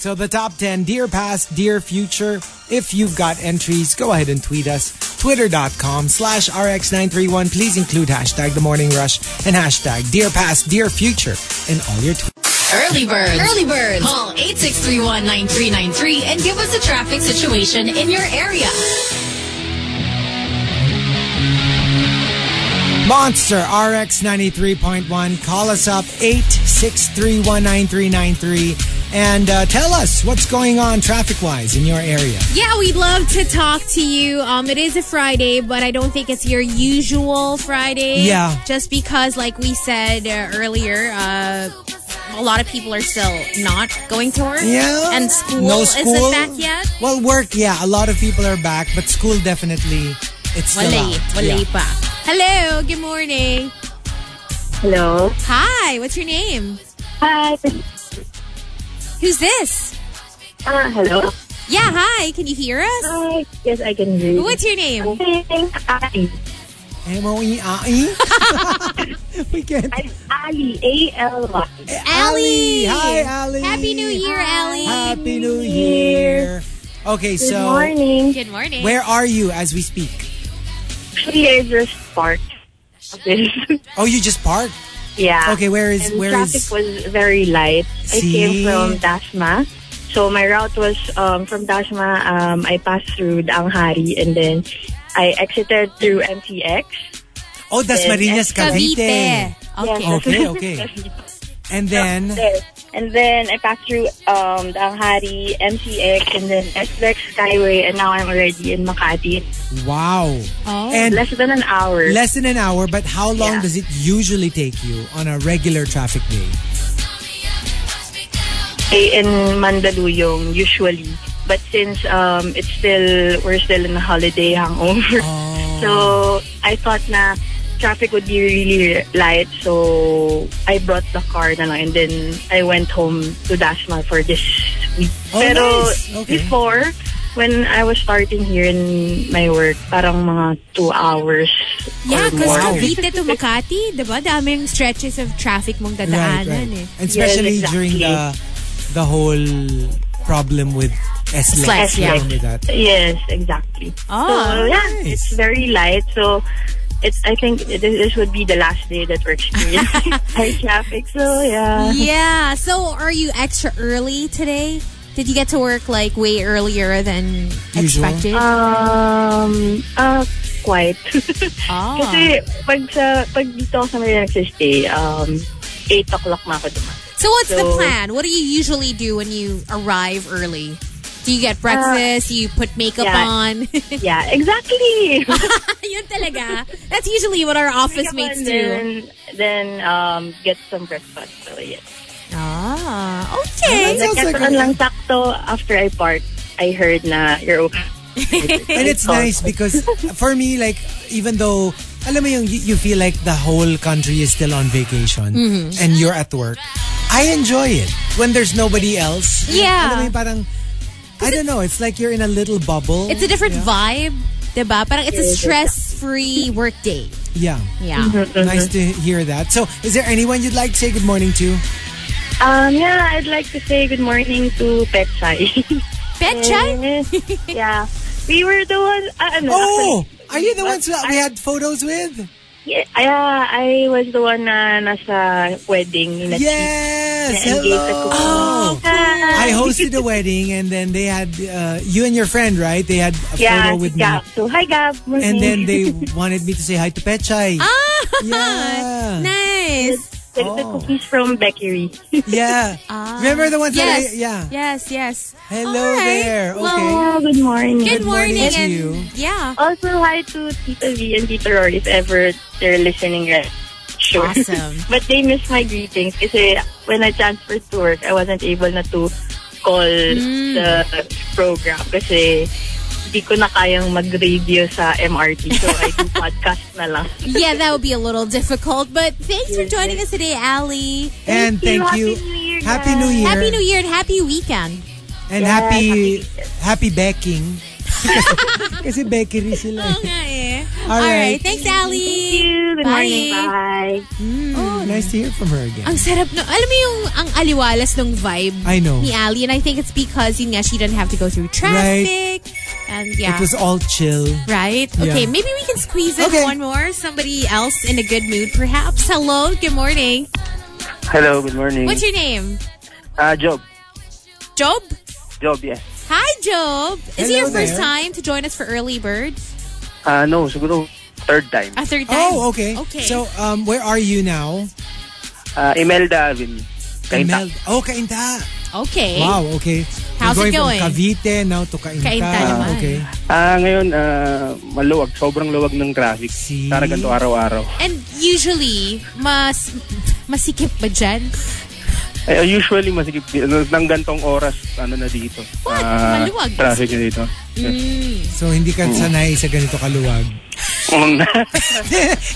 [SPEAKER 3] So the top 10, Dear Past, Dear Future. If you've got entries, go ahead and tweet us. Twitter.com slash RX931. Please include hashtag The Morning Rush and hashtag Dear Past, Dear Future in all your tweets.
[SPEAKER 7] Early birds.
[SPEAKER 2] Early birds.
[SPEAKER 7] Call 8631-9393 and give us a traffic situation in your area.
[SPEAKER 3] Monster RX 93.1. Call us up 86319393 and uh, tell us what's going on traffic wise in your area.
[SPEAKER 4] Yeah, we'd love to talk to you. Um, it is a Friday, but I don't think it's your usual Friday.
[SPEAKER 3] Yeah.
[SPEAKER 4] Just because, like we said uh, earlier, uh, a lot of people are still not going to work.
[SPEAKER 3] Yeah.
[SPEAKER 4] And school,
[SPEAKER 3] no school
[SPEAKER 4] isn't back yet.
[SPEAKER 3] Well, work, yeah. A lot of people are back, but school definitely it's still
[SPEAKER 4] Wala,
[SPEAKER 3] out.
[SPEAKER 4] wala
[SPEAKER 3] Yeah.
[SPEAKER 4] pa. Hello, good morning.
[SPEAKER 8] Hello.
[SPEAKER 4] Hi, what's your name?
[SPEAKER 8] Hi.
[SPEAKER 4] Who's this?
[SPEAKER 8] Ah, hello.
[SPEAKER 4] Yeah, hi, can you hear us?
[SPEAKER 8] Hi. Yes, I can hear you.
[SPEAKER 4] What's your name?
[SPEAKER 8] Hi.
[SPEAKER 3] M-O-E-I-E? we can't.
[SPEAKER 8] I'm Ali. A L Y.
[SPEAKER 4] Allie.
[SPEAKER 3] Hi, Allie.
[SPEAKER 4] Happy New Year, Allie.
[SPEAKER 3] Happy New Year. Okay,
[SPEAKER 8] Good
[SPEAKER 3] so
[SPEAKER 8] morning.
[SPEAKER 4] Good morning.
[SPEAKER 3] where are you as we speak?
[SPEAKER 8] Actually, I just parked. This.
[SPEAKER 3] Oh, you just parked?
[SPEAKER 8] yeah.
[SPEAKER 3] Okay, where is
[SPEAKER 8] And
[SPEAKER 3] where
[SPEAKER 8] traffic
[SPEAKER 3] is
[SPEAKER 8] was very light. I
[SPEAKER 3] See?
[SPEAKER 8] came from Dasma. So my route was um, from Dasma. Um, I passed through Danghari and then I exited through MTX.
[SPEAKER 3] Oh, that's
[SPEAKER 8] Then
[SPEAKER 3] Marinas Cavite.
[SPEAKER 4] Cavite. Okay.
[SPEAKER 3] Okay,
[SPEAKER 8] Yes.
[SPEAKER 3] okay. And then
[SPEAKER 8] There. And then I passed through um, Danghari, MCX, and then SLEX Skyway, and now I'm already in Makati.
[SPEAKER 3] wow.
[SPEAKER 4] Oh.
[SPEAKER 3] And
[SPEAKER 8] Less than an hour.
[SPEAKER 3] less than an hour, but how long
[SPEAKER 8] Yeah.
[SPEAKER 3] does it usually take you on a regular traffic day?
[SPEAKER 8] Stay in Mandaluyong usually. But since um, it's still, we're still in a holiday hangover.
[SPEAKER 3] Oh.
[SPEAKER 8] So I thought na traffic would be really light. So I brought the car na lang and then I went home to Dasma for this week.
[SPEAKER 3] Oh,
[SPEAKER 8] Pero
[SPEAKER 3] nice. Okay.
[SPEAKER 8] before, when I was starting here in my work, parang mga two hours
[SPEAKER 4] Yeah,
[SPEAKER 8] or
[SPEAKER 4] because
[SPEAKER 8] more.
[SPEAKER 3] Wow.
[SPEAKER 4] Cavite to Makati, di ba? Daming stretches of traffic mong
[SPEAKER 3] Right, right.
[SPEAKER 4] dadaanan eh.
[SPEAKER 3] And especially
[SPEAKER 8] Yes,
[SPEAKER 3] during the the whole problem with E SLEX.
[SPEAKER 4] Slex, yeah.
[SPEAKER 3] Remember that?
[SPEAKER 8] Yes, exactly.
[SPEAKER 4] Oh,
[SPEAKER 8] so, Um, yeah,
[SPEAKER 3] nice.
[SPEAKER 8] it's very light. So, it's. I think this, this would be the last day that we're experiencing high traffic. So, yeah.
[SPEAKER 4] Yeah. So are you extra early today? Did you get to work like way earlier than
[SPEAKER 3] Usual.
[SPEAKER 4] expected?
[SPEAKER 8] Uh, Um, uh, quite.
[SPEAKER 4] Oh.
[SPEAKER 3] Ah.
[SPEAKER 8] Kasi pag sa pag dito ako sa Marina nagsistay, um, 8 o'clock na ako dumating.
[SPEAKER 4] so what's the
[SPEAKER 8] so-
[SPEAKER 4] plan? What do you usually do when you arrive early? Do you get breakfast? you put makeup
[SPEAKER 8] Uh, yeah.
[SPEAKER 4] on?
[SPEAKER 8] Yeah, exactly.
[SPEAKER 4] Yun talaga. That's usually what our office mates
[SPEAKER 8] Makeup and
[SPEAKER 4] do.
[SPEAKER 8] Then, then um, get some breakfast. So, yes.
[SPEAKER 4] Ah, okay.
[SPEAKER 3] Sounds like
[SPEAKER 8] Nagkataon
[SPEAKER 3] a-
[SPEAKER 8] lang takto after I part, I heard na you're okay.
[SPEAKER 3] And it's nice because for me, like, even though, alam mo yung, you, you feel like the whole country is still on vacation
[SPEAKER 4] Mm-hmm.
[SPEAKER 3] and you're at work, I enjoy it when there's nobody else.
[SPEAKER 4] Yeah.
[SPEAKER 3] Alam mo yung parang, I don't know, it's like you're in a little bubble.
[SPEAKER 4] It's a different vibe, diba? Parang it's a stress-free work day.
[SPEAKER 3] yeah.
[SPEAKER 4] Yeah.
[SPEAKER 8] Mm-hmm.
[SPEAKER 3] Nice to hear that. So, is there anyone you'd like to say good morning to?
[SPEAKER 8] Um, yeah, I'd like to say good morning to Petsai.
[SPEAKER 4] Bed check?
[SPEAKER 8] Mm-hmm. yeah. We were the one, uh, ano,
[SPEAKER 3] Oh!
[SPEAKER 8] actually,
[SPEAKER 3] Are you the ones that we
[SPEAKER 8] I-
[SPEAKER 3] had photos with?
[SPEAKER 8] Yeah, I, I was the one na nasa wedding. Na
[SPEAKER 3] Yes!
[SPEAKER 8] And gave the
[SPEAKER 3] Hello! Oh,
[SPEAKER 8] cookies. Ah,
[SPEAKER 3] I hosted a wedding and then they had uh, you and your friend, right? They had a
[SPEAKER 8] Yeah,
[SPEAKER 3] photo with
[SPEAKER 8] si
[SPEAKER 3] me.
[SPEAKER 8] Gab. So, hi, Gab. Morning.
[SPEAKER 3] And then they wanted me to say hi to Pechay.
[SPEAKER 4] Ah,
[SPEAKER 3] Yeah.
[SPEAKER 4] nice.
[SPEAKER 8] Like the
[SPEAKER 3] Oh.
[SPEAKER 8] cookies from bakery.
[SPEAKER 3] Yeah. Remember the ones
[SPEAKER 4] Ah. Yes.
[SPEAKER 3] that I, yeah.
[SPEAKER 4] Yes, yes.
[SPEAKER 3] Hello
[SPEAKER 4] All right.
[SPEAKER 3] there. Okay.
[SPEAKER 4] Well,
[SPEAKER 8] Oh, good morning.
[SPEAKER 4] good morning.
[SPEAKER 3] morning to
[SPEAKER 4] and
[SPEAKER 3] you.
[SPEAKER 4] Yeah.
[SPEAKER 8] Also, hi to Tita V and Tita Rory if ever they're listening right. Sure.
[SPEAKER 4] Awesome.
[SPEAKER 8] but they missed my greetings kasi when I transferred to work, I wasn't able na to call the program kasi hindi ko na kayang mag-radio sa MRT. So, I do podcast na lang.
[SPEAKER 4] Yeah, that would be a little difficult, but thanks for joining us today, Allie.
[SPEAKER 3] And
[SPEAKER 8] Thank
[SPEAKER 3] thank you.
[SPEAKER 8] you.
[SPEAKER 3] Happy
[SPEAKER 8] Happy
[SPEAKER 3] New
[SPEAKER 8] New
[SPEAKER 3] Year.
[SPEAKER 4] Happy New Year and happy weekend.
[SPEAKER 3] And
[SPEAKER 8] Yes,
[SPEAKER 3] happy happy
[SPEAKER 8] happy
[SPEAKER 3] baking. Kasi bakery sila. eh. All
[SPEAKER 4] All right.
[SPEAKER 3] right.
[SPEAKER 4] Thanks, Allie.
[SPEAKER 8] Thank you. Good morning. Bye.
[SPEAKER 3] Oh, nice to hear from her again.
[SPEAKER 4] Ang sarap no. Alam mo yung ang aliwalas ng vibe
[SPEAKER 3] I know.
[SPEAKER 4] ni Allie and I think it's because yun nga she didn't have to go through traffic. And yeah.
[SPEAKER 3] It was all chill.
[SPEAKER 4] right?
[SPEAKER 3] Yeah.
[SPEAKER 4] Okay, maybe we can squeeze in
[SPEAKER 3] Okay.
[SPEAKER 4] one more. Somebody else in a good mood perhaps. Hello, good morning.
[SPEAKER 9] Hello, good morning.
[SPEAKER 4] What's your name?
[SPEAKER 9] Uh, Job.
[SPEAKER 4] Job?
[SPEAKER 9] Job, yes.
[SPEAKER 4] Hi, Job. Is it
[SPEAKER 3] Hello
[SPEAKER 4] your first
[SPEAKER 3] there.
[SPEAKER 4] time to join us for early bird?
[SPEAKER 9] Uh, no, siguro third time.
[SPEAKER 4] A third time?
[SPEAKER 3] Oh, okay.
[SPEAKER 4] Okay.
[SPEAKER 3] So, um, where are you now?
[SPEAKER 9] Uh, Imelda Avenue. Kainta.
[SPEAKER 3] Imelda. Oh, Kainta.
[SPEAKER 4] okay.
[SPEAKER 3] Wow, okay.
[SPEAKER 4] How's
[SPEAKER 3] You're
[SPEAKER 4] it
[SPEAKER 3] going?
[SPEAKER 4] going?
[SPEAKER 3] From Cavite now to Kainta.
[SPEAKER 4] Kainta naman.
[SPEAKER 3] Okay.
[SPEAKER 9] Ah, ngayon, ah, maluwag. Sobrang luwag ng traffic.
[SPEAKER 3] See?
[SPEAKER 9] Para ganito araw-araw.
[SPEAKER 4] And usually, mas masikip ba dyan?
[SPEAKER 9] Eh, usually, masigip di- ano, ng gantong oras, ano na dito.
[SPEAKER 4] What?
[SPEAKER 9] Ah,
[SPEAKER 4] Maluwag.
[SPEAKER 9] Traffic na dito. Yes.
[SPEAKER 3] So, hindi
[SPEAKER 9] Mm.
[SPEAKER 3] ka sanay sa ganito kaluwag.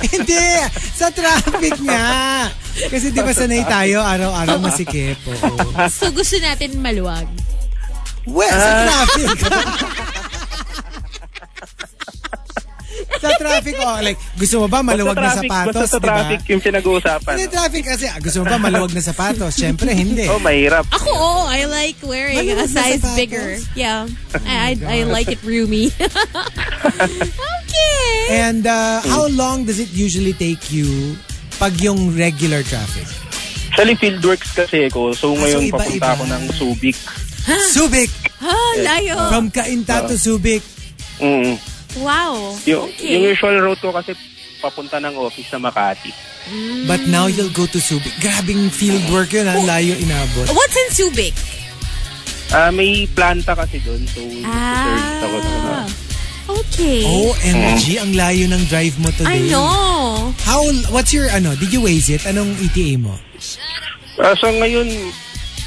[SPEAKER 3] Hindi! Sa traffic nga! Kasi di ba sanay tayo, araw-araw masikip. Oo.
[SPEAKER 4] So gusto natin maluwag.
[SPEAKER 3] Well, sa
[SPEAKER 9] Ah.
[SPEAKER 3] traffic! sa traffic, oh, like, gusto mo ba maluwag na
[SPEAKER 9] traffic,
[SPEAKER 3] sapatos, diba?
[SPEAKER 9] Basta
[SPEAKER 3] di
[SPEAKER 9] sa
[SPEAKER 3] ba?
[SPEAKER 9] traffic yung pinag-uusapan.
[SPEAKER 3] Hindi, traffic kasi, ah, gusto mo ba maluwag na sapatos? Siyempre, hindi.
[SPEAKER 9] Oh, mahirap.
[SPEAKER 4] Ako, oo. I like wearing
[SPEAKER 3] Maluwag na
[SPEAKER 4] a size
[SPEAKER 3] sapatos. Oh
[SPEAKER 4] bigger. Yeah. I, I, I like it roomy. okay.
[SPEAKER 3] And uh, how long does it usually take you pag yung regular traffic?
[SPEAKER 9] Actually, fieldworks kasi ako. So, ngayon,
[SPEAKER 3] Ah, iba-iba.
[SPEAKER 9] papunta ako ng Subic.
[SPEAKER 3] Subic!
[SPEAKER 4] Ah, layo.
[SPEAKER 3] From Kainta to Subic.
[SPEAKER 9] Mm.
[SPEAKER 4] Wow.
[SPEAKER 9] Yung,
[SPEAKER 4] Okay.
[SPEAKER 9] yung usual route ko kasi papunta ng office sa Makati.
[SPEAKER 3] But now you'll go to Subic. Grabing field work yun, ang layo inabot.
[SPEAKER 4] What's in Subic?
[SPEAKER 9] Ah, may planta kasi doon, so service ako doon.
[SPEAKER 4] Ah. Okay.
[SPEAKER 3] Oh, OMG, ang layo ng drive mo
[SPEAKER 4] Mm-hmm. I
[SPEAKER 3] today.
[SPEAKER 4] know.
[SPEAKER 3] How, what's your, ano, did you waze it? Anong ETA mo?
[SPEAKER 9] Ah, so ngayon,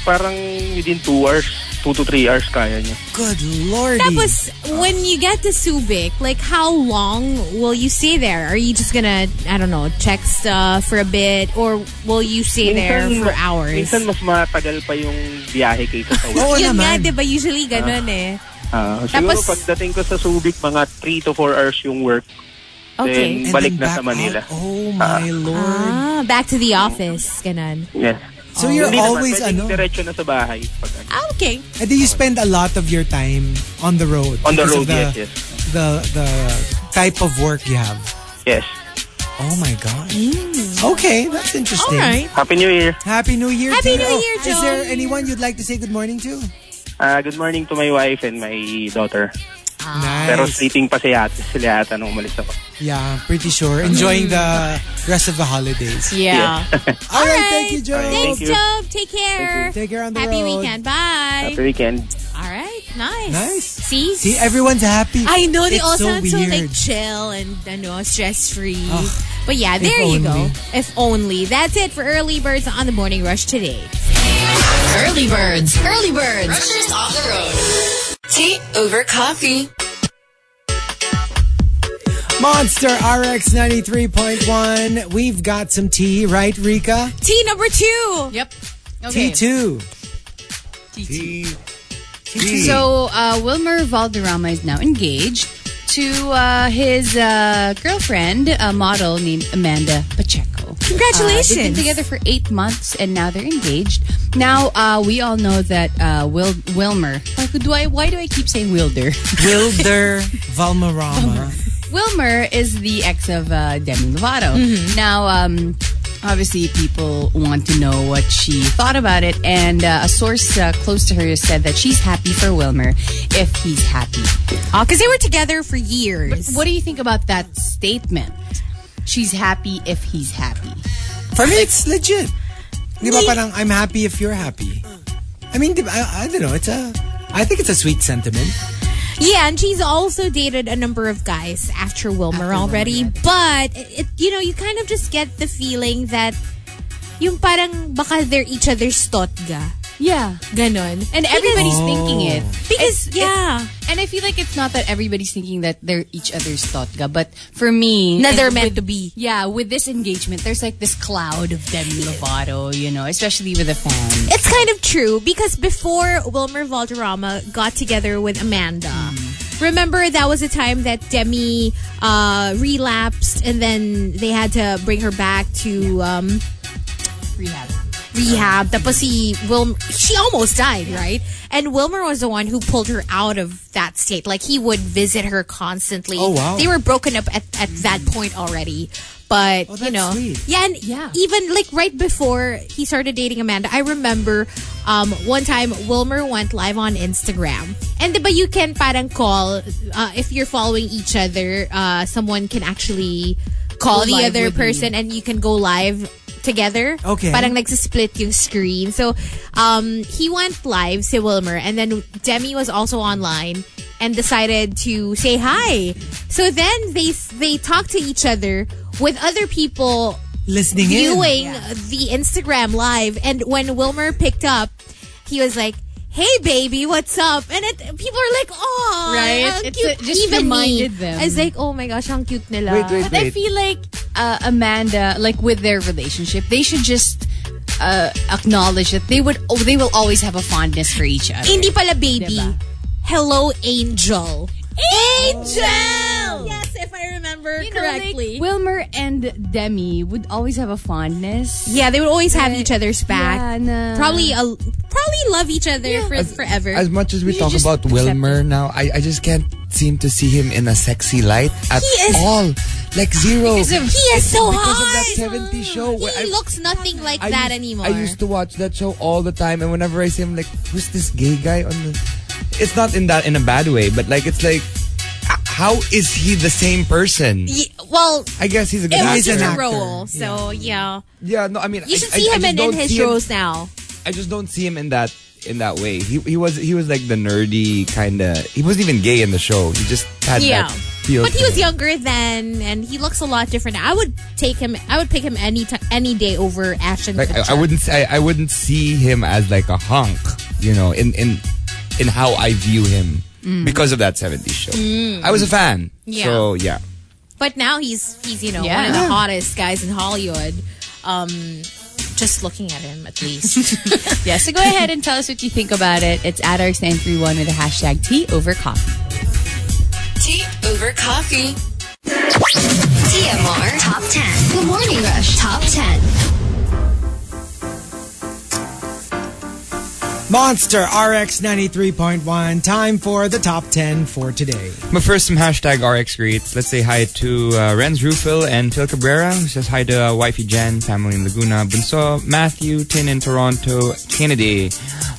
[SPEAKER 9] parang within 2 hours, 2 to 3 hours kaya niya.
[SPEAKER 3] Good lordy.
[SPEAKER 4] Tapos, when you get to Subic, like, how long will you stay there? Are you just gonna, I don't know, check stuff for a bit? Or will you stay there for hours?
[SPEAKER 9] Minsan mas matagal pa yung biyahe kaysa sa work.
[SPEAKER 3] Oo
[SPEAKER 4] Yun nga,
[SPEAKER 3] naman.
[SPEAKER 4] di ba? Usually, ganun eh.
[SPEAKER 9] Ah, siguro
[SPEAKER 4] Tapos-
[SPEAKER 9] pagdating ko sa Subic, mga 3 to 4 hours yung work.
[SPEAKER 4] Okay.
[SPEAKER 9] Then,
[SPEAKER 3] And
[SPEAKER 9] balik
[SPEAKER 3] then
[SPEAKER 9] na sa
[SPEAKER 3] back
[SPEAKER 9] Manila.
[SPEAKER 3] out. Oh my lord.
[SPEAKER 4] Ah, back to the office. Ganun.
[SPEAKER 9] Yes.
[SPEAKER 3] So you're
[SPEAKER 9] Hindi
[SPEAKER 3] always, ano,
[SPEAKER 9] naman, pwedeng diretso na sa bahay. Pag, ano.
[SPEAKER 4] Ah, okay.
[SPEAKER 3] and then you spend a lot of your time on the road.
[SPEAKER 9] On the
[SPEAKER 3] because
[SPEAKER 9] road,
[SPEAKER 3] of
[SPEAKER 9] yes, yes.
[SPEAKER 3] The, the type of work you have.
[SPEAKER 9] Yes.
[SPEAKER 3] Oh my gosh. Okay, that's
[SPEAKER 4] Mm. All
[SPEAKER 3] interesting.
[SPEAKER 4] right.
[SPEAKER 9] Happy New Year.
[SPEAKER 3] Happy New Year
[SPEAKER 4] Happy
[SPEAKER 3] to you.
[SPEAKER 4] New Year,
[SPEAKER 3] Oh, Is there
[SPEAKER 4] Joey.
[SPEAKER 3] anyone you'd like to say good morning to?
[SPEAKER 9] Ah, good morning to my wife and my daughter.
[SPEAKER 4] Ah.
[SPEAKER 9] Pero
[SPEAKER 3] Nice.
[SPEAKER 9] sleeping pa siya ate, sila ata nung umalis ako.
[SPEAKER 3] Yeah, pretty sure. Enjoying the rest of the holidays.
[SPEAKER 4] Yeah.
[SPEAKER 3] All right,
[SPEAKER 4] right.
[SPEAKER 3] thank you, Joe.
[SPEAKER 9] Thank
[SPEAKER 4] Thanks,
[SPEAKER 9] you.
[SPEAKER 4] Job. Take care.
[SPEAKER 3] Take care on the
[SPEAKER 4] Happy
[SPEAKER 3] road.
[SPEAKER 4] weekend. Bye.
[SPEAKER 9] Happy weekend.
[SPEAKER 4] All right. Nice.
[SPEAKER 3] Nice.
[SPEAKER 4] See?
[SPEAKER 3] See, everyone's happy.
[SPEAKER 4] I know they
[SPEAKER 3] It's
[SPEAKER 4] all
[SPEAKER 3] so
[SPEAKER 4] sound so
[SPEAKER 3] weird.
[SPEAKER 4] like chill and ano, stress free.
[SPEAKER 3] Ugh,
[SPEAKER 4] But yeah,
[SPEAKER 3] if
[SPEAKER 4] there you go.
[SPEAKER 3] only.
[SPEAKER 4] If only. That's it for early birds on the morning rush today.
[SPEAKER 7] Early birds. Early birds. Rushers off the road. Tea over coffee.
[SPEAKER 3] Monster RX 93.1. We've got some tea, right, Rika?
[SPEAKER 4] Tea number two.
[SPEAKER 6] Yep. Okay.
[SPEAKER 3] T2.
[SPEAKER 6] So uh, Wilmer Valderrama is now engaged to uh, his uh, girlfriend, a model named Amanda Pacheco.
[SPEAKER 4] Congratulations.
[SPEAKER 6] Uh, they've been together for eight months and now they're engaged. Now uh, we all know that uh, Wil- Wilmer. Why, do I, why do I keep saying Wilder?
[SPEAKER 3] Wilder Valmarama.
[SPEAKER 6] Wilmer is the ex of uh, Demi Lovato. Now, um, obviously, people want to know what she thought about it, and uh, a source uh, close to her said that she's happy for Wilmer if he's happy. Uh,
[SPEAKER 4] Because they were together for years.
[SPEAKER 6] What do you think about that statement? She's happy if he's happy.
[SPEAKER 3] For me, it's legit. Di ba parang, I'm happy if you're happy. I mean, di ba, I, I don't know. It's a, I think it's a sweet sentiment.
[SPEAKER 4] Yeah, and she's also dated a number of guys after Wilmer already. But it, you know, you kind of just get the feeling that yung parang baka they're each other's totga.
[SPEAKER 6] Yeah. Oh.
[SPEAKER 4] Ganon.
[SPEAKER 6] And everybody's thinking it.
[SPEAKER 4] Because
[SPEAKER 6] It's-
[SPEAKER 4] yeah,
[SPEAKER 6] it's- and I feel like it's not that everybody's thinking that they're each other's totga, but for me,
[SPEAKER 4] na they're
[SPEAKER 6] and
[SPEAKER 4] meant to be.
[SPEAKER 6] Yeah, with this engagement, there's like this cloud of Demi Lovato, you know, especially with the fans.
[SPEAKER 4] It's kind of true because before Wilmer Valderrama got together with Amanda, remember that was a time that Demi uh, relapsed and then they had to bring her back to um,
[SPEAKER 6] Rehab.
[SPEAKER 4] rehab. Tapos si Wilmer, she almost died, right? And Wilmer was the one who pulled her out of that state. Like he would visit her constantly.
[SPEAKER 3] Oh, wow.
[SPEAKER 4] They were broken up at, at that point already. But
[SPEAKER 3] Oh,
[SPEAKER 4] you
[SPEAKER 3] that's
[SPEAKER 4] know,
[SPEAKER 3] sweet.
[SPEAKER 4] yeah, and
[SPEAKER 6] Yeah.
[SPEAKER 4] even like right before he started dating Amanda, I remember um, one time Wilmer went live on Instagram, and but you can parang call uh, if you're following each other. Uh, someone can actually call
[SPEAKER 6] Go
[SPEAKER 4] the
[SPEAKER 6] live
[SPEAKER 4] other
[SPEAKER 6] with me.
[SPEAKER 4] person, and you can go live together.
[SPEAKER 3] Okay.
[SPEAKER 4] Parang nagsisplit yung screen. So, um, he went live, si Wilmer, and then Demi was also online and decided to say hi. So then they they talked to each other with other people
[SPEAKER 3] Listening in.
[SPEAKER 4] viewing the Instagram live. And when Wilmer picked up, he was like, Hey baby, what's up? And it, people are like, "Oh,
[SPEAKER 6] Right?
[SPEAKER 4] How
[SPEAKER 6] It's
[SPEAKER 4] cute.
[SPEAKER 6] a- just
[SPEAKER 4] Even
[SPEAKER 6] reminded
[SPEAKER 4] me.
[SPEAKER 6] them.
[SPEAKER 4] I was like, "Oh my gosh, how cute nila."
[SPEAKER 5] Wait, wait,
[SPEAKER 6] But I feel like uh, Amanda, like with their relationship, they should just uh, acknowledge that they would, oh, they will always have a fondness for each other.
[SPEAKER 4] Hindi pala baby.
[SPEAKER 6] Diba?
[SPEAKER 4] Hello, angel. Angel! Yes, if I remember
[SPEAKER 6] You know, like,
[SPEAKER 4] correctly.
[SPEAKER 6] Wilmer and Demi would always have a fondness.
[SPEAKER 4] yeah, they would always have each other's back.
[SPEAKER 6] Yeah, na-
[SPEAKER 4] Probably a, probably love each other for, forever.
[SPEAKER 5] As much as we
[SPEAKER 6] You
[SPEAKER 5] talk
[SPEAKER 6] just
[SPEAKER 5] about
[SPEAKER 6] accept
[SPEAKER 5] Wilmer now, I, I just can't seem to see him in a sexy light at
[SPEAKER 4] He is-
[SPEAKER 5] all. Like zero.
[SPEAKER 6] Because of-
[SPEAKER 4] he is so hot.
[SPEAKER 5] because of that 70 show
[SPEAKER 4] He
[SPEAKER 5] where I-
[SPEAKER 4] looks nothing like
[SPEAKER 5] I
[SPEAKER 4] that
[SPEAKER 5] used,
[SPEAKER 4] anymore.
[SPEAKER 5] I used to watch that show all the time, and whenever I see him, like, who's this gay guy on the? It's not in that in a bad way, but like, it's like, h- how is he the same person?
[SPEAKER 4] Ye- well,
[SPEAKER 5] I guess he's a good
[SPEAKER 4] it was
[SPEAKER 5] actor.
[SPEAKER 4] just a
[SPEAKER 3] actor.
[SPEAKER 4] role, so yeah.
[SPEAKER 5] Yeah, no, I mean,
[SPEAKER 4] You
[SPEAKER 5] I-
[SPEAKER 4] should
[SPEAKER 5] I-
[SPEAKER 4] see
[SPEAKER 5] I
[SPEAKER 4] him
[SPEAKER 5] just
[SPEAKER 4] in, in
[SPEAKER 5] don't
[SPEAKER 4] his
[SPEAKER 5] see him-
[SPEAKER 4] roles now.
[SPEAKER 5] I just don't see him in that in that way. He he was he was like the nerdy kind of. He wasn't even gay in the show. He just had
[SPEAKER 4] Yeah.
[SPEAKER 5] that feel.
[SPEAKER 4] But
[SPEAKER 5] to
[SPEAKER 4] he was
[SPEAKER 5] him.
[SPEAKER 4] younger then, and he looks a lot different. I would take him. I would pick him any ti any day over Ashton.
[SPEAKER 5] Like
[SPEAKER 4] Kutcher.
[SPEAKER 5] I, I wouldn't say I, I wouldn't see him as like a honk, you know, in in in how I view him because of that 70s show. I was a
[SPEAKER 4] Mm.
[SPEAKER 5] fan.
[SPEAKER 4] Yeah.
[SPEAKER 5] So yeah.
[SPEAKER 4] But now he's he's you know
[SPEAKER 6] Yeah.
[SPEAKER 4] one of the
[SPEAKER 6] Yeah.
[SPEAKER 4] hottest guys in Hollywood. Um, just looking at him at least.
[SPEAKER 6] Yes, so go ahead and tell us what you think about it. It's at RX931 with the hashtag tea over coffee.
[SPEAKER 7] Tea over coffee.
[SPEAKER 2] Uh, TMR Top 10. Good Morning Rush Top 10.
[SPEAKER 3] Monster RX 93.1. Time for the top 10 for today.
[SPEAKER 5] But first, some hashtag RX greets. Let's say hi to uh, Renz Rufil and Phil Cabrera, who says hi to uh, Wifey Jen, family in Laguna, Bunso, Matthew, Tin in Toronto, Kennedy.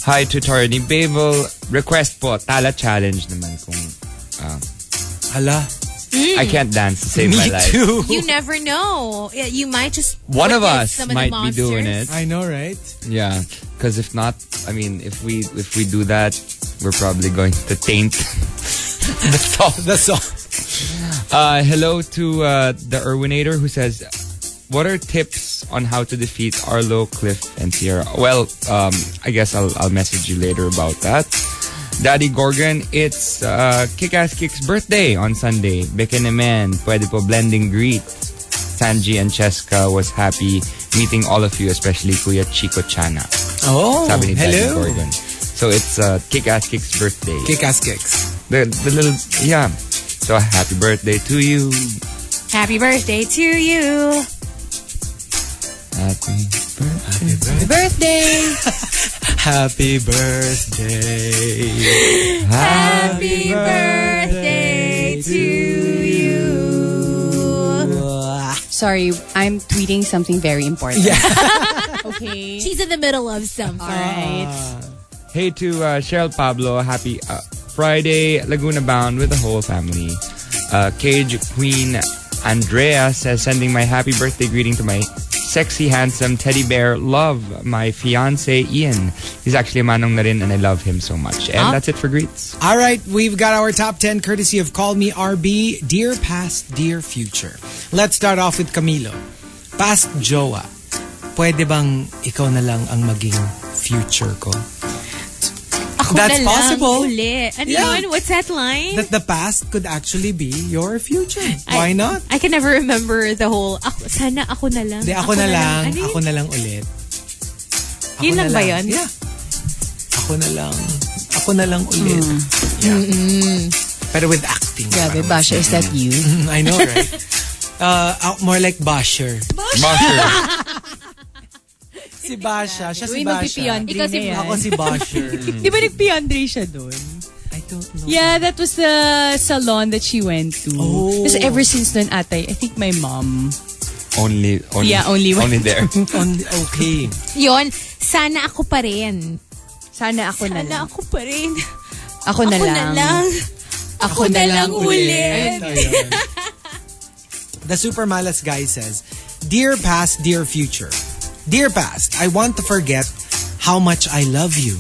[SPEAKER 5] Hi to Tarani Babel. Request po, tala challenge naman kung
[SPEAKER 3] Hala.
[SPEAKER 5] I can't dance to save my
[SPEAKER 3] Me
[SPEAKER 5] life.
[SPEAKER 3] too.
[SPEAKER 4] you never know. Yeah, You might just
[SPEAKER 5] One of
[SPEAKER 4] witness
[SPEAKER 5] us
[SPEAKER 4] some
[SPEAKER 5] might
[SPEAKER 4] the
[SPEAKER 5] be doing
[SPEAKER 4] monsters.
[SPEAKER 5] it.
[SPEAKER 3] I know, right?
[SPEAKER 5] Yeah, because if not, I mean, if we if we do that, we're probably going to taint the song.
[SPEAKER 3] The song.
[SPEAKER 5] Uh, hello to uh, the Irwinator who says, "What are tips on how to defeat Arlo, Cliff, and Sierra?" Well, um, I guess I'll, I'll message you later about that. Daddy Gorgon, it's uh, Kick-Ass Kick's birthday on Sunday. Bekenemen, pwede po blending greet. Sanji and Cheska was happy meeting all of you, especially Kuya Chico Chana.
[SPEAKER 3] Oh,
[SPEAKER 5] Sabi ni Daddy
[SPEAKER 3] hello.
[SPEAKER 5] Gorgon. So it's uh, Kick-Ass Kick's birthday.
[SPEAKER 3] Kick-ass kicks.
[SPEAKER 5] The, the little, yeah. So happy birthday to you.
[SPEAKER 4] Happy birthday to you.
[SPEAKER 5] Happy birthday.
[SPEAKER 4] Birthday.
[SPEAKER 3] Happy birthday.
[SPEAKER 4] Happy birthday to you.
[SPEAKER 6] Sorry, I'm tweeting something very important.
[SPEAKER 3] Yeah.
[SPEAKER 6] okay.
[SPEAKER 4] She's in the middle of something.
[SPEAKER 6] All right.
[SPEAKER 5] Hey to uh, Cheryl Pablo. Happy uh, Friday, Laguna Bound with the whole family. Uh, Cage Queen Andrea says, sending my happy birthday greeting to my sexy, handsome teddy bear love, my fiance Ian. He's actually a manong na rin and I love him so much.
[SPEAKER 6] Ah.
[SPEAKER 5] And that's it for greets.
[SPEAKER 3] All right, we've got our top 10 courtesy of Call Me RB, Dear Past, Dear Future. Let's start off with Camilo. Past jowa, pwede bang ikaw na lang ang maging future ko?
[SPEAKER 4] Ako
[SPEAKER 3] That's
[SPEAKER 4] na lang
[SPEAKER 3] possible.
[SPEAKER 4] Uli. Ano
[SPEAKER 3] Yeah.
[SPEAKER 4] yun? What's that line?
[SPEAKER 3] That the past could actually be your future. Why
[SPEAKER 4] I-
[SPEAKER 3] not?
[SPEAKER 4] I can never remember the whole, ako, sana ako na lang.
[SPEAKER 3] Di ako, na lang,
[SPEAKER 4] Ano
[SPEAKER 3] ako
[SPEAKER 4] yun?
[SPEAKER 3] na lang ulit. Ako
[SPEAKER 4] Yun lang ba yun?
[SPEAKER 3] Yeah. Ako na lang. Ako na lang ulit. Yeah. Pero with acting.
[SPEAKER 6] Grabe,
[SPEAKER 3] parang- Mm-hmm,
[SPEAKER 6] Basha, is that you?
[SPEAKER 3] I know, right? uh, uh, more like basher.
[SPEAKER 5] Marshall.
[SPEAKER 3] Si Basha. Siya si
[SPEAKER 6] Uy,
[SPEAKER 3] Basha.
[SPEAKER 6] magpipiandre
[SPEAKER 4] Ikaw si
[SPEAKER 6] na yan.
[SPEAKER 3] Ako si Basher.
[SPEAKER 6] Di ba nagpiandre siya doon?
[SPEAKER 3] I don't know.
[SPEAKER 6] Yeah, that was the salon that she went to.
[SPEAKER 3] Oh.
[SPEAKER 6] Kasi ever since then, atay, I think my mom.
[SPEAKER 5] only, only,
[SPEAKER 6] Yeah, only one.
[SPEAKER 5] only there.
[SPEAKER 3] On the- okay.
[SPEAKER 4] Yun, sana ako pa rin.
[SPEAKER 6] Sana ako na
[SPEAKER 4] Sana
[SPEAKER 6] lang.
[SPEAKER 4] ako pa rin.
[SPEAKER 6] Ako na
[SPEAKER 4] Ako
[SPEAKER 6] lang.
[SPEAKER 4] na lang. Ako na lang ulit.
[SPEAKER 3] Ayun, ayun. the Super Malas guy says, Dear past, dear future. Dear past, I want to forget how much I love you.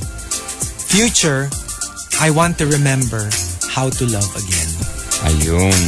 [SPEAKER 3] Future, I want to remember how to love again.
[SPEAKER 5] Ayun.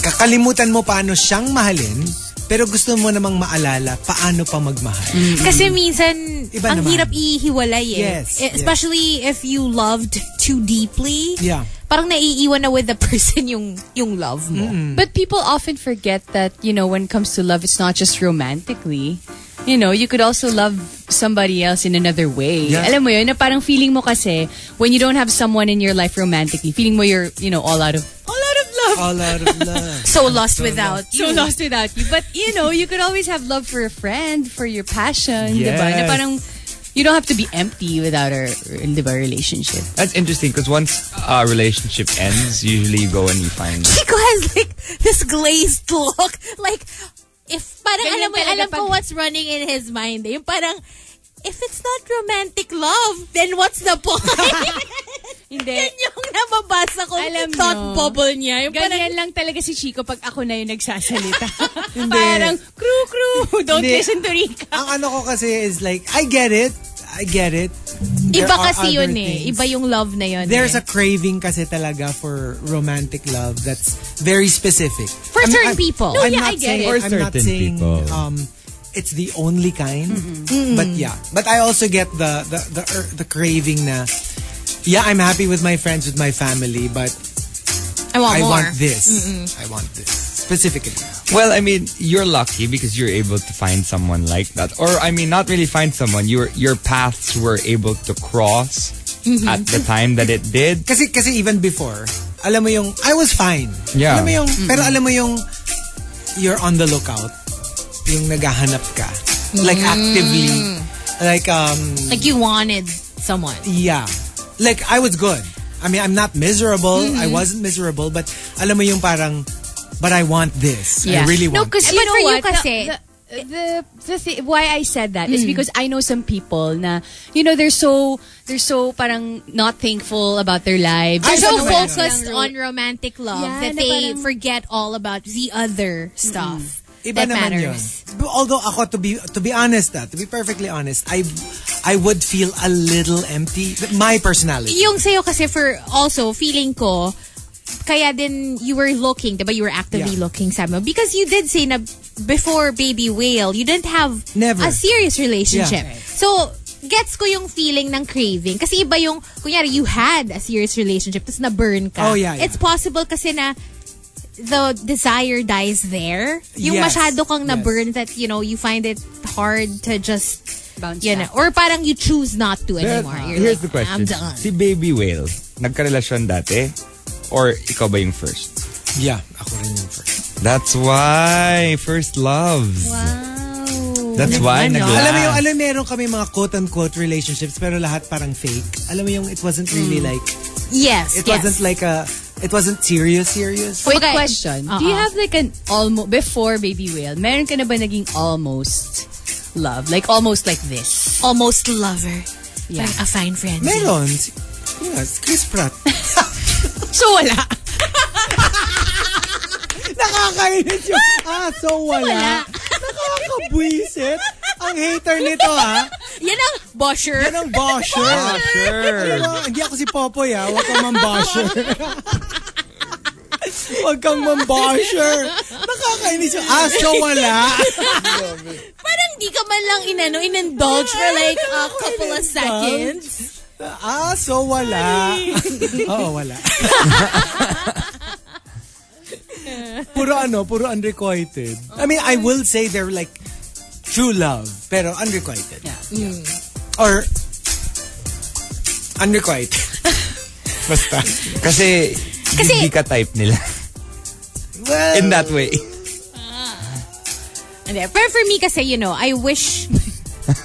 [SPEAKER 3] Kakalimutan mo paano siyang mahalin, pero gusto mo namang maalala paano pa magmahal.
[SPEAKER 4] Kasi minsan,
[SPEAKER 3] Iba
[SPEAKER 4] ang
[SPEAKER 3] naman.
[SPEAKER 4] hirap ihiwalay eh.
[SPEAKER 3] Yes,
[SPEAKER 4] Eh,
[SPEAKER 3] yes.
[SPEAKER 4] Especially if you loved too deeply.
[SPEAKER 3] Yeah.
[SPEAKER 4] Parang naiiwan na with the person yung yung love mo.
[SPEAKER 6] But people often forget that, you know, when it comes to love, it's not just romantically. You know, you could also love somebody else in another way.
[SPEAKER 3] Yeah.
[SPEAKER 6] Alam mo yun, na parang feeling mo kasi, when you don't have someone in your life romantically, feeling mo you're, you know, all out of, all out of love.
[SPEAKER 3] All out of love.
[SPEAKER 4] So lost without
[SPEAKER 6] so
[SPEAKER 3] Hmm.
[SPEAKER 4] you.
[SPEAKER 6] lost without you. But, you know, you could always have love for a friend, for your passion,
[SPEAKER 5] Yes.
[SPEAKER 6] diba? Na parang, you don't have to be empty without a, diba, relationship.
[SPEAKER 5] That's interesting because once a relationship ends, usually you go and you find
[SPEAKER 4] Chico has like this glazed look. Like, if parang
[SPEAKER 6] Ganyan
[SPEAKER 4] alam mo,
[SPEAKER 6] talaga
[SPEAKER 4] alam ko
[SPEAKER 6] pag-
[SPEAKER 4] what's running in his mind. eh. Yung parang, if it's not romantic love, then what's the point?
[SPEAKER 6] Hindi.
[SPEAKER 4] Yan yung nababasa ko
[SPEAKER 6] Alam
[SPEAKER 4] thought
[SPEAKER 6] nyo.
[SPEAKER 4] bubble niya. Yung parang,
[SPEAKER 6] Ganyan lang talaga si Chico pag ako na yung nagsasalita. Parang, crew, crew, don't
[SPEAKER 3] Hindi.
[SPEAKER 6] listen to Rika.
[SPEAKER 3] Ang ano ko kasi is like, I get it. I get it. There
[SPEAKER 4] iba
[SPEAKER 3] are
[SPEAKER 4] kasi
[SPEAKER 3] other
[SPEAKER 4] yun eh.
[SPEAKER 3] things.
[SPEAKER 4] Iba yung love na yun.
[SPEAKER 3] There's
[SPEAKER 4] eh.
[SPEAKER 3] a craving kasi talaga for romantic love that's very specific.
[SPEAKER 4] For certain people. No,
[SPEAKER 3] I'm
[SPEAKER 4] yeah,
[SPEAKER 3] not
[SPEAKER 4] I get
[SPEAKER 3] saying,
[SPEAKER 4] it.
[SPEAKER 5] For
[SPEAKER 3] I'm not
[SPEAKER 5] certain
[SPEAKER 3] saying,
[SPEAKER 5] people.
[SPEAKER 3] Um, it's the only kind. But yeah. But I also get the, the, the, er, the craving na, yeah, I'm happy with my friends, with my family, but
[SPEAKER 4] I want
[SPEAKER 3] I
[SPEAKER 4] more.
[SPEAKER 3] want this. I want this. Specifically.
[SPEAKER 5] Well, I mean, you're lucky because you're able to find someone like that, or I mean, not really find someone. Your your paths were able to cross
[SPEAKER 4] Mm-hmm.
[SPEAKER 5] at the time that it did.
[SPEAKER 3] Kasi, kasi even before, alam mo yung, I was fine.
[SPEAKER 5] Yeah.
[SPEAKER 3] Alam mo yung, pero alam mo yung, you're on the lookout. Yung naghahanap ka. Like
[SPEAKER 4] Mm.
[SPEAKER 3] actively. Like, um,
[SPEAKER 4] Like you wanted someone.
[SPEAKER 3] Yeah. Like, I was good. I mean, I'm not miserable. I wasn't miserable. But alam mo yung parang, but I want this. I
[SPEAKER 6] Yeah.
[SPEAKER 3] really want
[SPEAKER 4] because
[SPEAKER 6] But for you kasi,
[SPEAKER 4] The,
[SPEAKER 6] the, Hmm. the, the thi- why I said that is because I know some people na, you know, they're so, they're so parang not thankful about their lives.
[SPEAKER 3] Ay,
[SPEAKER 4] they're so
[SPEAKER 3] ano ba yun?
[SPEAKER 4] focused on romantic love
[SPEAKER 6] Yeah,
[SPEAKER 4] that
[SPEAKER 6] na
[SPEAKER 4] they
[SPEAKER 6] parang-
[SPEAKER 4] forget all about the other stuff.
[SPEAKER 3] Iba
[SPEAKER 4] That
[SPEAKER 3] naman
[SPEAKER 4] matters.
[SPEAKER 3] yun. Although ako, to be, to be honest, ah, to be perfectly honest, I, I would feel a little empty. My personality.
[SPEAKER 4] Yung sa'yo kasi for also, feeling ko, kaya din you were looking, diba? You were actively
[SPEAKER 3] Yeah.
[SPEAKER 4] looking, sabi mo. Because you did say na before Baby Whale, you didn't have
[SPEAKER 3] Never.
[SPEAKER 4] a serious relationship.
[SPEAKER 3] Yeah. Right.
[SPEAKER 4] So, gets ko yung feeling ng craving. Kasi iba yung, kunyari, you had a serious relationship, tapos na-burn ka.
[SPEAKER 3] Oh, yeah, yeah.
[SPEAKER 4] It's possible kasi na the desire dies there. Yung
[SPEAKER 3] Yes.
[SPEAKER 4] masyado kang
[SPEAKER 3] Yes.
[SPEAKER 4] na-burn that, you know, you find it hard to just,
[SPEAKER 6] Bounce
[SPEAKER 4] you know,
[SPEAKER 6] back.
[SPEAKER 4] or parang you choose not to
[SPEAKER 5] Pero,
[SPEAKER 4] anymore. You're
[SPEAKER 5] here's the
[SPEAKER 4] like,
[SPEAKER 5] question.
[SPEAKER 4] I'm done.
[SPEAKER 5] Si Baby Whale, nagkarelasyon dati? Or ikaw ba yung first?
[SPEAKER 3] Yeah, ako rin yung first.
[SPEAKER 5] That's why. First loves.
[SPEAKER 4] Wow.
[SPEAKER 5] That's why.
[SPEAKER 4] Ano?
[SPEAKER 5] nag-last.
[SPEAKER 3] Alam mo yung, alam meron kami mga quote-unquote relationships pero lahat parang fake. Alam mo yung it wasn't really like,
[SPEAKER 4] Yes.
[SPEAKER 3] it
[SPEAKER 4] yes.
[SPEAKER 3] wasn't like a, it wasn't serious, serious.
[SPEAKER 6] Quick
[SPEAKER 4] Okay.
[SPEAKER 6] question. Do you
[SPEAKER 4] Uh-uh.
[SPEAKER 6] have like an almost, before Baby Whale, meron ka na ba naging almost love? Like almost like this?
[SPEAKER 4] almost lover.
[SPEAKER 6] Yeah.
[SPEAKER 4] Like a fine friend.
[SPEAKER 3] Meron. Si- Yes, Chris Pratt.
[SPEAKER 6] So wala.
[SPEAKER 3] Nakakainis yun. Ah, so wala. Nakakabwisit. Ang hater nito, ha?
[SPEAKER 4] Yan ang bosher.
[SPEAKER 3] Yan ang basher.
[SPEAKER 5] Ah, sure.
[SPEAKER 3] Ano, Hindi ako si Popoy, ha? Huwag kang mambasher. Huwag kang mambasher. Nakakainis yun. Ah, so wala.
[SPEAKER 4] Parang di ka man lang inano, inindulge for like a couple of seconds.
[SPEAKER 3] Ah, so wala. Oo, wala. puro ano, puro unrequited. I mean, I will say they're like true love, pero unrequited. Or unrequited.
[SPEAKER 5] Basta. Kasi, hindi ka type nila.
[SPEAKER 3] Well,
[SPEAKER 5] In that way.
[SPEAKER 4] Hindi. Pero for me kasi, you know, I wish...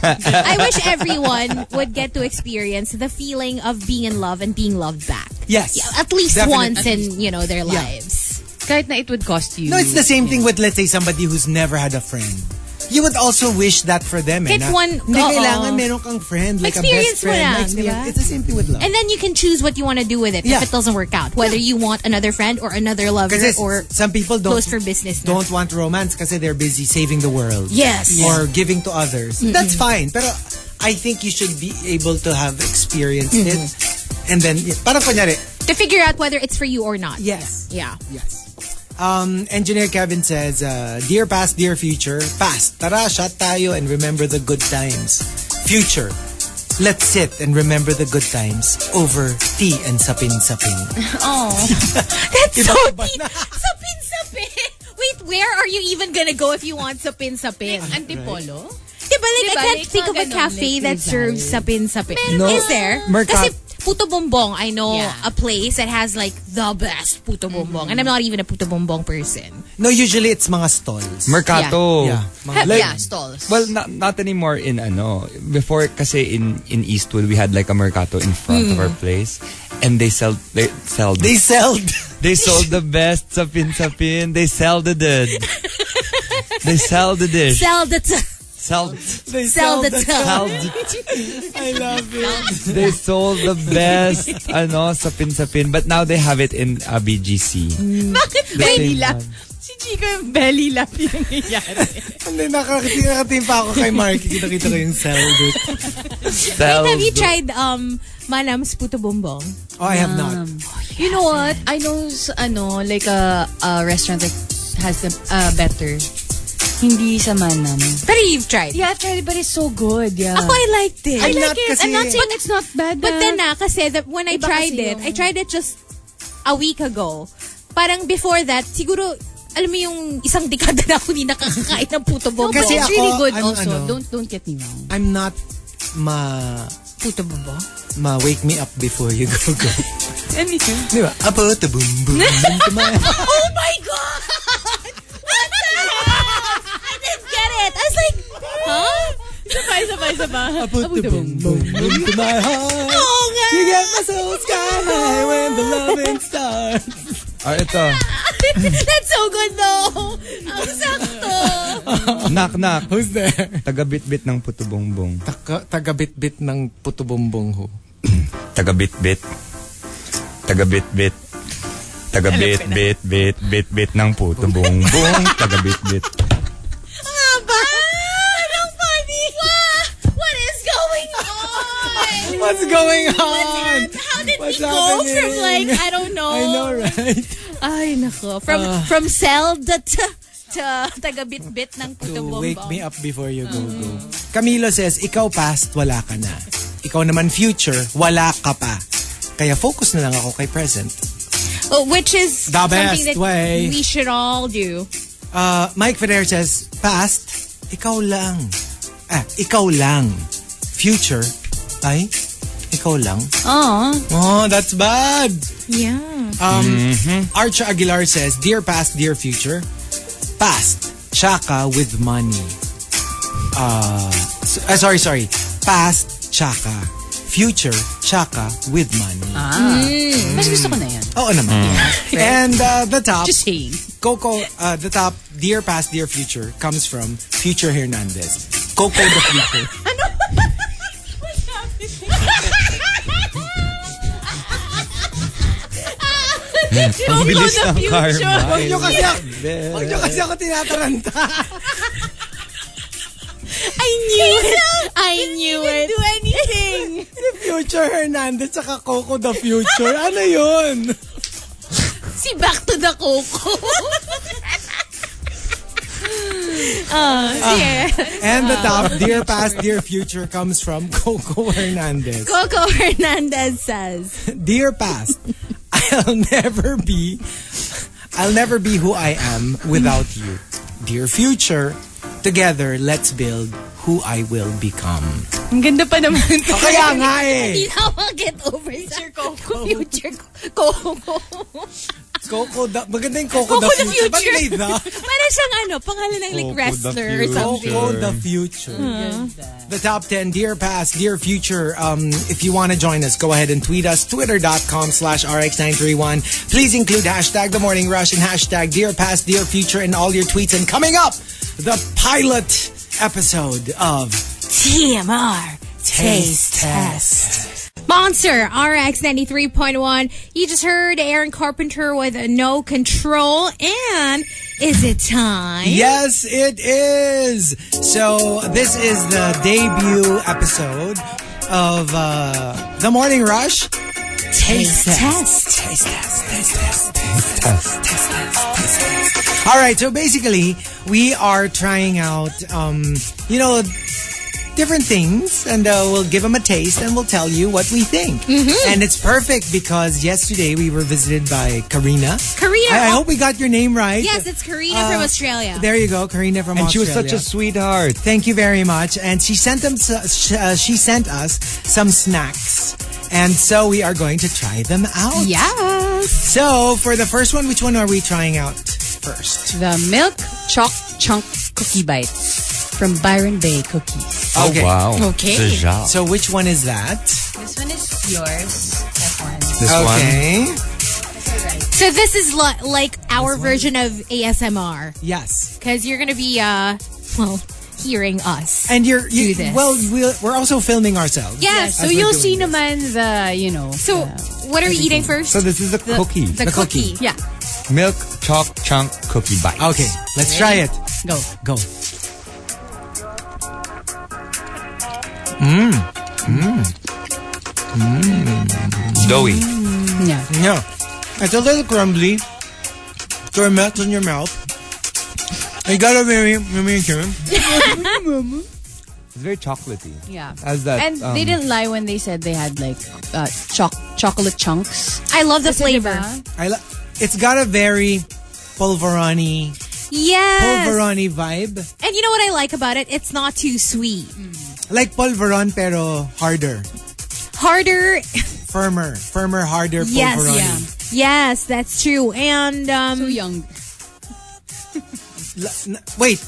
[SPEAKER 4] I wish everyone would get to experience the feeling of being in love and being loved back.
[SPEAKER 3] Yes.
[SPEAKER 4] Yeah, at least
[SPEAKER 3] Definitely.
[SPEAKER 4] once in, you know, their
[SPEAKER 3] Yeah.
[SPEAKER 4] lives.
[SPEAKER 6] Kahit na it would cost you.
[SPEAKER 3] No, it's the same thing with let's say somebody who's never had a friend. You would also wish that for them. Eh, na,
[SPEAKER 4] Kahit one-
[SPEAKER 3] Hindi
[SPEAKER 4] oo.
[SPEAKER 3] kailangan meron kang friend, like
[SPEAKER 4] Experience
[SPEAKER 3] a best
[SPEAKER 4] mo
[SPEAKER 3] friend.
[SPEAKER 4] na,
[SPEAKER 3] na experience.
[SPEAKER 4] di ba?
[SPEAKER 3] It's the same thing with love.
[SPEAKER 4] And then you can choose what you want to do with it
[SPEAKER 3] Yeah.
[SPEAKER 4] if it doesn't work out. Whether you want another friend or another lover
[SPEAKER 3] Kasi
[SPEAKER 4] or
[SPEAKER 3] some people don't
[SPEAKER 4] close for business na.
[SPEAKER 3] don't want romance kasi they're busy saving the world.
[SPEAKER 4] Yes.
[SPEAKER 3] Or giving to others. That's fine. Pero I think you should be able to have experienced it. And then, yeah, parang kunyari,
[SPEAKER 4] to figure out whether it's for you or not.
[SPEAKER 3] yes.
[SPEAKER 4] Yeah.
[SPEAKER 3] Yes. Um, Engineer Kevin says, uh, Dear past, dear future, past, tara, shot tayo and remember the good times. Future, let's sit and remember the good times over tea and sapin-sapin.
[SPEAKER 4] That's
[SPEAKER 3] Iba
[SPEAKER 4] so
[SPEAKER 3] ka ba
[SPEAKER 4] deep. Sapin, sapin. Wait, where are you even gonna go if you want sapin, sapin?
[SPEAKER 6] Antipolo?
[SPEAKER 4] Diba, like, I
[SPEAKER 6] Diba,
[SPEAKER 4] can't
[SPEAKER 6] like,
[SPEAKER 4] think of a
[SPEAKER 6] mga ganun,
[SPEAKER 4] cafe
[SPEAKER 6] like,
[SPEAKER 4] that
[SPEAKER 6] Rizal.
[SPEAKER 4] serves sapin, sapin.
[SPEAKER 3] No.
[SPEAKER 4] Is there?
[SPEAKER 3] Mercat.
[SPEAKER 4] Kasi Puto Bombong, I know
[SPEAKER 6] Yeah. Mm-hmm.
[SPEAKER 4] a place that has like the best Puto Bombong. And I'm not even a Puto Bombong person.
[SPEAKER 3] No, usually it's mga stalls.
[SPEAKER 5] Mercato.
[SPEAKER 3] Yeah. Mga-
[SPEAKER 6] yeah, stalls.
[SPEAKER 5] Well, not, not anymore in ano. Before, kasi in, in Eastwood, we had like a mercato in front of our place. And they sell, they sell,
[SPEAKER 3] They
[SPEAKER 5] they,
[SPEAKER 3] sold.
[SPEAKER 5] sold the best sapin sapin. They sell the dud. they sell the dish.
[SPEAKER 4] Sell the t-
[SPEAKER 5] Sell,
[SPEAKER 3] They
[SPEAKER 4] Sell the
[SPEAKER 5] sell
[SPEAKER 4] tub.
[SPEAKER 5] the
[SPEAKER 3] I love it.
[SPEAKER 5] They sold the best ano sapin sapin but now they have it in uh, BGC. The same
[SPEAKER 6] belly lap.
[SPEAKER 5] one.
[SPEAKER 6] Si Chico yung belly lap yung nangyayari.
[SPEAKER 3] Hindi, nakakating, nakating pa ako kay Mark. Kita-kita ko yung celibate.
[SPEAKER 5] Sell
[SPEAKER 4] Have you
[SPEAKER 5] the-
[SPEAKER 4] tried um Manam's Puto Bombong?
[SPEAKER 3] Oh, I have not.
[SPEAKER 6] You know what? I know s- ano, like a, a restaurant that has the uh, better. Hindi sa manam.
[SPEAKER 4] But you've tried.
[SPEAKER 6] Yeah, I've tried it, but it's so good. Yeah.
[SPEAKER 4] Ako, I liked it.
[SPEAKER 3] I'm not kasi-
[SPEAKER 6] saying it's not bad.
[SPEAKER 4] But
[SPEAKER 6] ah.
[SPEAKER 4] then na, kasi the, when I
[SPEAKER 6] Iba
[SPEAKER 4] tried
[SPEAKER 6] kasi
[SPEAKER 4] it,
[SPEAKER 6] yung-
[SPEAKER 4] I tried it just a week ago. Parang before that, siguro, alam mo yung isang dekada na ako hindi nakakakain ng puto
[SPEAKER 6] no,
[SPEAKER 4] bombong.
[SPEAKER 3] Kasi
[SPEAKER 6] kasi it's
[SPEAKER 3] ako,
[SPEAKER 6] really good
[SPEAKER 3] ano,
[SPEAKER 6] also.
[SPEAKER 3] ano.
[SPEAKER 6] Don't don't get me wrong.
[SPEAKER 3] I'm not ma...
[SPEAKER 4] puto bombong?
[SPEAKER 3] ma wake me up before you go go.
[SPEAKER 6] Anything.
[SPEAKER 3] Di ba? Apo, tabum, boom, boom, tumaya.
[SPEAKER 4] Oh my God! What the heck? I didn't get it. I was like, huh?
[SPEAKER 6] Sabay, sabay, sabay.
[SPEAKER 3] Apo, tabum, boom, boom, tumaya.
[SPEAKER 4] Oo nga.
[SPEAKER 3] You get my soul sky high when the loving starts.
[SPEAKER 5] Ah, ito.
[SPEAKER 4] That's so good though. Ang sakto.
[SPEAKER 5] Knock knock.
[SPEAKER 3] Who's there?
[SPEAKER 5] Taga bitbit ng puto bongbong.
[SPEAKER 3] Taka, taga-bit-bit ng puto bumbong ho.
[SPEAKER 5] Taga bitbit. Taga bitbit. Taga bit bit bit bit bit ng puto bongbong. Taga bitbit.
[SPEAKER 3] going on?
[SPEAKER 4] How did
[SPEAKER 3] What's
[SPEAKER 4] we go from
[SPEAKER 3] happening?
[SPEAKER 4] like, I don't know.
[SPEAKER 3] I know, right?
[SPEAKER 4] Ay, nako. From,
[SPEAKER 3] Ah.
[SPEAKER 4] from Zelda to, to taga-bit-bit ng puto
[SPEAKER 3] to
[SPEAKER 4] bombong.
[SPEAKER 3] wake me up before you go go. Camilo says, ikaw past, wala ka na. Ikaw naman future, wala ka pa. Kaya focus na lang ako kay present.
[SPEAKER 4] Oh, which is
[SPEAKER 3] The best
[SPEAKER 4] something that
[SPEAKER 3] way.
[SPEAKER 4] we should all do.
[SPEAKER 3] Uh, Mike Feder says, past, ikaw lang. Ah, ikaw lang. Future, ay, ikaw lang.
[SPEAKER 4] Oh,
[SPEAKER 3] Oh, that's bad.
[SPEAKER 4] yeah.
[SPEAKER 3] Um, Archer Aguilar says, Dear past, dear future. Past, chaka with money. Uh, s- ah, sorry, sorry. Past, chaka. Future, chaka with money.
[SPEAKER 6] Mas gusto ko na yan.
[SPEAKER 3] Oo naman. And uh, the top,
[SPEAKER 6] Just saying.
[SPEAKER 3] Coco, uh, the top, Dear past, dear future comes from Future Hernandez. Coco the future.
[SPEAKER 5] Ang bilis ng karma.
[SPEAKER 3] Huwag niyo kasi ako, huwag niyo kasi ako tinataranta.
[SPEAKER 4] I knew it. I knew it. do anything.
[SPEAKER 3] Future Hernandez saka Coco the future. Ano yun?
[SPEAKER 4] si Back to the Coco. Ah, yeah.
[SPEAKER 3] And the top, Dear Past, Dear Future comes from Coco Hernandez.
[SPEAKER 4] Coco Hernandez says,
[SPEAKER 3] Dear Past, I'll never be, I'll never be who I am without you. Dear Future, together let's build who I will become.
[SPEAKER 6] Ang ganda pa naman.
[SPEAKER 3] O kaya nga eh,
[SPEAKER 4] How I'll get over Future Coco. Future Coco.
[SPEAKER 3] Coco the, maganda yung Coco, the
[SPEAKER 4] Coco the
[SPEAKER 3] Future. Ba't
[SPEAKER 4] Future.
[SPEAKER 3] may the?
[SPEAKER 4] Parang siyang ano, pangalan ng like
[SPEAKER 5] Coco the
[SPEAKER 4] wrestler or
[SPEAKER 5] Future.
[SPEAKER 4] something.
[SPEAKER 3] Coco the Future. The top 10, Dear Past, Dear Future. Um, if you want to join us, go ahead and tweet us, twitter.com slash rx931. Please include hashtag The Morning Rush and hashtag Dear Past, Dear Future in all your tweets. And coming up, the pilot episode of
[SPEAKER 4] TMR.
[SPEAKER 3] Taste Test.
[SPEAKER 4] Monster RX 93.1. You just heard Aaron Carpenter with No Control. And is it time?
[SPEAKER 3] Yes, it is. So this is the debut episode of uh, The Morning Rush. Taste test. Taste test. Taste test. Taste test. Taste test. Taste test. All right. So basically, we are trying out, um, you know, different things, and uh, we'll give them a taste, and we'll tell you what we think. And it's perfect because yesterday we were visited by Karina.
[SPEAKER 4] Karina.
[SPEAKER 3] I, I hope we got your name right.
[SPEAKER 4] Oh, Yes, it's Karina
[SPEAKER 3] Uh,
[SPEAKER 4] from Australia.
[SPEAKER 3] There you go, Karina from
[SPEAKER 5] And she
[SPEAKER 3] Australia.
[SPEAKER 5] was such a sweetheart.
[SPEAKER 3] Thank you very much. And she sent them. s- Uh, she sent us some snacks, and so we are going to try them out.
[SPEAKER 6] Yes.
[SPEAKER 3] So for the first one, which one are we trying out first?
[SPEAKER 6] The Milk Chalk Chunk Cookie Bites from Byron Bay Cookies.
[SPEAKER 5] Oh,
[SPEAKER 3] Okay.
[SPEAKER 5] wow.
[SPEAKER 6] Okay.
[SPEAKER 5] Deja.
[SPEAKER 3] So which one is that?
[SPEAKER 6] This one is yours. That one.
[SPEAKER 5] This one.
[SPEAKER 3] okay.
[SPEAKER 4] So this is li- like our version of ASMR
[SPEAKER 3] Yes.
[SPEAKER 4] because you're gonna be uh well hearing us.
[SPEAKER 3] And you're you,
[SPEAKER 4] Do this.
[SPEAKER 3] well. We'll we're also filming ourselves.
[SPEAKER 4] Yeah,
[SPEAKER 6] So
[SPEAKER 3] As we're
[SPEAKER 6] you'll
[SPEAKER 3] doing
[SPEAKER 6] see
[SPEAKER 3] this.
[SPEAKER 6] naman the, you know.
[SPEAKER 4] So what are we eating first?
[SPEAKER 5] So this is the, cookie.
[SPEAKER 4] The,
[SPEAKER 3] The
[SPEAKER 4] cookie.
[SPEAKER 3] cookie.
[SPEAKER 6] yeah.
[SPEAKER 5] Milk chalk chunk cookie bite.
[SPEAKER 3] Okay. Let's try it.
[SPEAKER 6] Go.
[SPEAKER 3] Go.
[SPEAKER 5] Doughy.
[SPEAKER 6] Yeah.
[SPEAKER 3] Yeah. It's a little crumbly. So it melts in your mouth. You gotta very, very careful.
[SPEAKER 5] It's very chocolatey.
[SPEAKER 6] Yeah.
[SPEAKER 5] As that.
[SPEAKER 6] And
[SPEAKER 5] um,
[SPEAKER 6] they didn't lie when they said they had like uh, choc chocolate chunks.
[SPEAKER 4] I love the flavor.
[SPEAKER 3] I lo- it's got a very pulverani
[SPEAKER 4] Yes.
[SPEAKER 3] pulverani vibe.
[SPEAKER 4] And you know what I like about it? It's not too sweet.
[SPEAKER 3] Like pulveron pero harder,
[SPEAKER 4] Harder.
[SPEAKER 3] firmer, firmer, harder
[SPEAKER 4] Yes.
[SPEAKER 3] pulveroni.
[SPEAKER 6] Yeah.
[SPEAKER 4] Yes, that's true. And um
[SPEAKER 6] So young.
[SPEAKER 3] L- n- wait,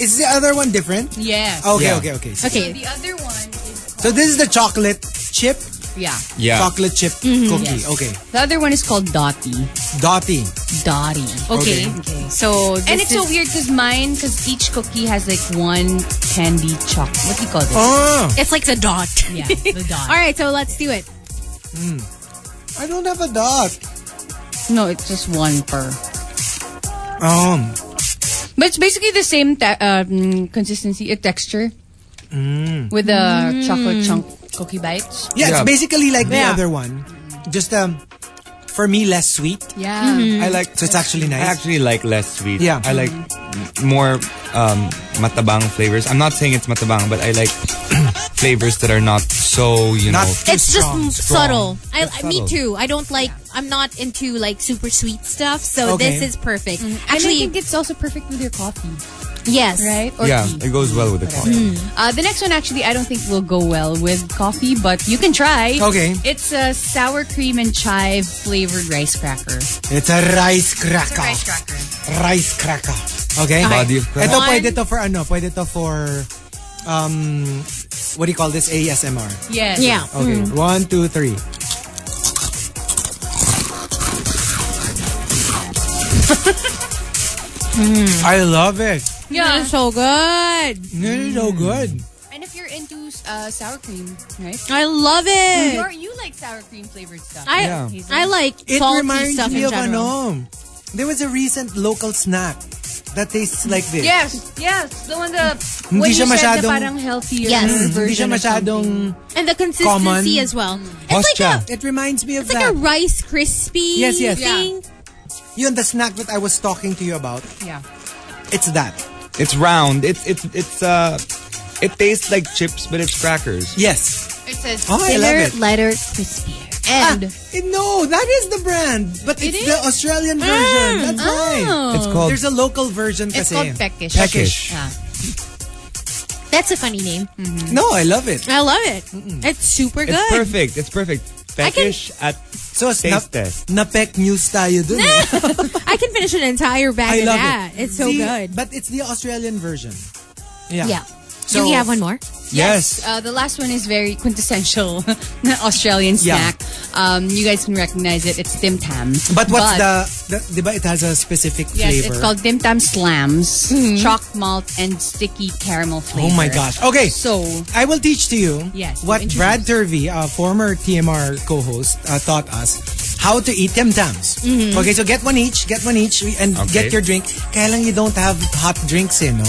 [SPEAKER 3] is the other one different?
[SPEAKER 6] Yes.
[SPEAKER 3] Okay,
[SPEAKER 5] Yeah.
[SPEAKER 3] okay, okay.
[SPEAKER 4] okay.
[SPEAKER 6] The other one is
[SPEAKER 3] So this is the chocolate chip,
[SPEAKER 6] yeah.
[SPEAKER 5] yeah.
[SPEAKER 3] chocolate chip cookie.
[SPEAKER 6] Yes.
[SPEAKER 3] Okay,
[SPEAKER 6] The other one is called Dotty.
[SPEAKER 3] Dotty.
[SPEAKER 6] Dotty.
[SPEAKER 4] Okay. So this
[SPEAKER 6] And it's so
[SPEAKER 4] is-
[SPEAKER 6] weird because mine, because each cookie has like one candy choc. What do you call this?
[SPEAKER 3] Oh,
[SPEAKER 4] it's like the dot.
[SPEAKER 6] Yeah, the dot.
[SPEAKER 4] All right, so let's do it.
[SPEAKER 3] I don't have a dot.
[SPEAKER 6] No, it's just one per.
[SPEAKER 3] Um,
[SPEAKER 6] But it's basically the same te- um, consistency, uh, um, texture. With the chocolate chunk cookie bites.
[SPEAKER 3] Yeah, it's
[SPEAKER 5] Mm. Yeah.
[SPEAKER 3] basically like the
[SPEAKER 6] Yeah.
[SPEAKER 3] other one. Just um, for me, less sweet.
[SPEAKER 6] Yeah.
[SPEAKER 3] I like. So it's Mm-hmm. actually
[SPEAKER 5] I
[SPEAKER 3] nice.
[SPEAKER 5] actually like less sweet.
[SPEAKER 3] Yeah.
[SPEAKER 5] I like more um, matabang flavors. I'm not saying it's matabang, but I like flavors that are not so, you
[SPEAKER 3] Not
[SPEAKER 5] know.
[SPEAKER 3] too
[SPEAKER 4] It's just
[SPEAKER 3] strong.
[SPEAKER 4] m- subtle. I,
[SPEAKER 5] It's
[SPEAKER 4] I- Me
[SPEAKER 5] subtle.
[SPEAKER 4] too. I don't like. I'm not into like super sweet stuff. So
[SPEAKER 3] Okay.
[SPEAKER 4] this is perfect.
[SPEAKER 6] Mm-hmm. And I
[SPEAKER 4] Actually,
[SPEAKER 6] think it's also perfect with your coffee,
[SPEAKER 4] yes.
[SPEAKER 6] right? Or
[SPEAKER 5] yeah,
[SPEAKER 6] tea.
[SPEAKER 5] it goes well with the coffee.
[SPEAKER 6] Uh, the next one actually I don't think will go well with coffee, but you can try.
[SPEAKER 3] Okay.
[SPEAKER 6] It's a sour cream and chive flavored rice cracker.
[SPEAKER 3] It's a rice cracker.
[SPEAKER 6] cracker.
[SPEAKER 3] rice cracker. Okay?
[SPEAKER 5] Body of crack.
[SPEAKER 3] Ito
[SPEAKER 4] One.
[SPEAKER 3] pwede to for ano? Pwede to for um what do you call this? ASMR.
[SPEAKER 6] Yes.
[SPEAKER 4] Yeah.
[SPEAKER 3] Okay. One, two, three.
[SPEAKER 4] Hmm.
[SPEAKER 3] I love it.
[SPEAKER 6] Yeah.
[SPEAKER 4] It's so
[SPEAKER 3] It
[SPEAKER 4] good.
[SPEAKER 3] is so good.
[SPEAKER 6] And if you're into uh, sour cream, right?
[SPEAKER 4] I love it.
[SPEAKER 6] You're, you like sour cream flavored stuff.
[SPEAKER 4] I
[SPEAKER 5] Yeah.
[SPEAKER 4] I like
[SPEAKER 3] It
[SPEAKER 4] salty
[SPEAKER 3] reminds
[SPEAKER 4] stuff
[SPEAKER 3] me
[SPEAKER 4] in
[SPEAKER 3] of
[SPEAKER 4] general.
[SPEAKER 3] ano. There was a recent local snack that tastes like this.
[SPEAKER 6] Yes, yes. The one that
[SPEAKER 3] Hindi
[SPEAKER 6] when
[SPEAKER 3] siya
[SPEAKER 6] you said
[SPEAKER 3] masyadong-
[SPEAKER 6] na parang healthier
[SPEAKER 4] Yes.
[SPEAKER 6] version
[SPEAKER 3] Hindi siya
[SPEAKER 6] of something.
[SPEAKER 3] masyadong...
[SPEAKER 4] And the consistency
[SPEAKER 3] Common.
[SPEAKER 4] as well. It's
[SPEAKER 5] Hostya.
[SPEAKER 4] like a
[SPEAKER 3] It reminds me of
[SPEAKER 4] it's like
[SPEAKER 3] that.
[SPEAKER 4] a rice crispy
[SPEAKER 3] Yes, yes.
[SPEAKER 4] thing.
[SPEAKER 3] Yun, the snack that I was talking to you about.
[SPEAKER 6] Yeah.
[SPEAKER 3] It's that.
[SPEAKER 5] It's round. It's it's it's uh it tastes like chips but it's crackers.
[SPEAKER 3] Yes.
[SPEAKER 6] It says
[SPEAKER 3] Oh, I love it.
[SPEAKER 4] lighter, crispier.
[SPEAKER 6] and
[SPEAKER 3] Eh, No, that is the brand. But it's
[SPEAKER 6] is?
[SPEAKER 3] the Australian version. That's right.
[SPEAKER 5] It's called
[SPEAKER 3] There's a local version
[SPEAKER 6] it's
[SPEAKER 3] kasi.
[SPEAKER 6] called peckish.
[SPEAKER 5] Peckish.
[SPEAKER 6] Yeah.
[SPEAKER 4] That's a funny name.
[SPEAKER 3] No, I love it.
[SPEAKER 4] I love it. It's super good.
[SPEAKER 5] it's perfect. It's perfect.
[SPEAKER 4] I can-
[SPEAKER 5] Peckish at
[SPEAKER 3] So, snap,
[SPEAKER 5] Taste test.
[SPEAKER 3] napek news tayo dun. eh.
[SPEAKER 4] I can finish an entire
[SPEAKER 3] I
[SPEAKER 4] bag of
[SPEAKER 3] love
[SPEAKER 4] that.
[SPEAKER 3] it.
[SPEAKER 4] It's so
[SPEAKER 3] The-
[SPEAKER 4] good.
[SPEAKER 3] But it's the Australian version. Yeah.
[SPEAKER 4] Yeah.
[SPEAKER 3] So-
[SPEAKER 4] Do we have one more?
[SPEAKER 5] yes.
[SPEAKER 6] Uh, the last one is very quintessential Australian
[SPEAKER 3] Yeah.
[SPEAKER 6] snack. Um, you guys can recognize it. It's Tim Tam.
[SPEAKER 3] But what's the, the... Diba it has a specific
[SPEAKER 6] Yes,
[SPEAKER 3] flavor?
[SPEAKER 6] it's called Tim Tam Slams,
[SPEAKER 4] Hmm.
[SPEAKER 6] chalk malt, and sticky caramel flavor.
[SPEAKER 3] Oh my gosh. Um, Okay.
[SPEAKER 6] So,
[SPEAKER 3] I will teach to you
[SPEAKER 6] Yes, you
[SPEAKER 3] what
[SPEAKER 6] introduce.
[SPEAKER 3] Brad Turvey, a former TMR co-host, uh, taught us how to eat Tim Tams.
[SPEAKER 6] Mm-hmm.
[SPEAKER 3] Okay, so get one each, get one each, and
[SPEAKER 5] Okay.
[SPEAKER 3] get your drink. Kaya lang you don't have hot drinks, eh, no?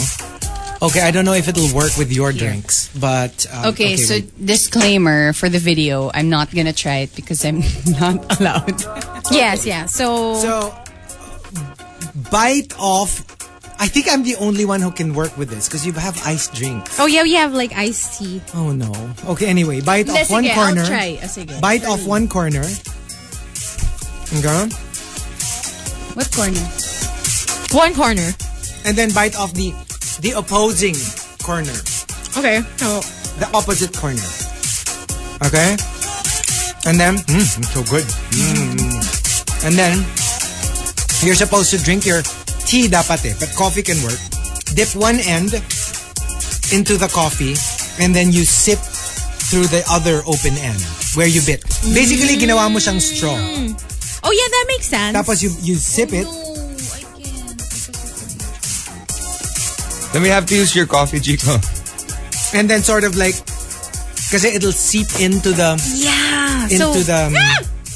[SPEAKER 3] Okay, I don't know if it'll work with your drinks, but um,
[SPEAKER 6] okay, so
[SPEAKER 3] wait.
[SPEAKER 6] disclaimer for the video, I'm not gonna try it because I'm not allowed.
[SPEAKER 4] Yes, yeah. So,
[SPEAKER 3] so bite off. I think I'm the only one who can work with this because you have iced drinks.
[SPEAKER 4] oh yeah, we have like iced tea.
[SPEAKER 3] Oh no. Okay, anyway, bite off
[SPEAKER 6] Hindi,
[SPEAKER 3] one
[SPEAKER 6] sige,
[SPEAKER 3] corner.
[SPEAKER 6] I'll try. Ah, sige.
[SPEAKER 3] Bite off one corner. Okay.
[SPEAKER 6] What corner?
[SPEAKER 4] One corner.
[SPEAKER 3] and then bite off the the opposing corner,
[SPEAKER 4] Okay. Oh.
[SPEAKER 3] the opposite corner. Okay, and then mm, it's so good. Mm. And then you're supposed to drink your tea dapat eh, but coffee can work. Dip one end into the coffee, and then you sip through the other open end where you bit. Basically, ginawa mo siyang straw.
[SPEAKER 4] oh yeah, that makes sense.
[SPEAKER 3] Tapos you you sip it.
[SPEAKER 5] Then we have to use your coffee, Chico.
[SPEAKER 3] and then sort of like kasi it'll seep into the
[SPEAKER 4] yeah.
[SPEAKER 3] into
[SPEAKER 4] so
[SPEAKER 3] the um,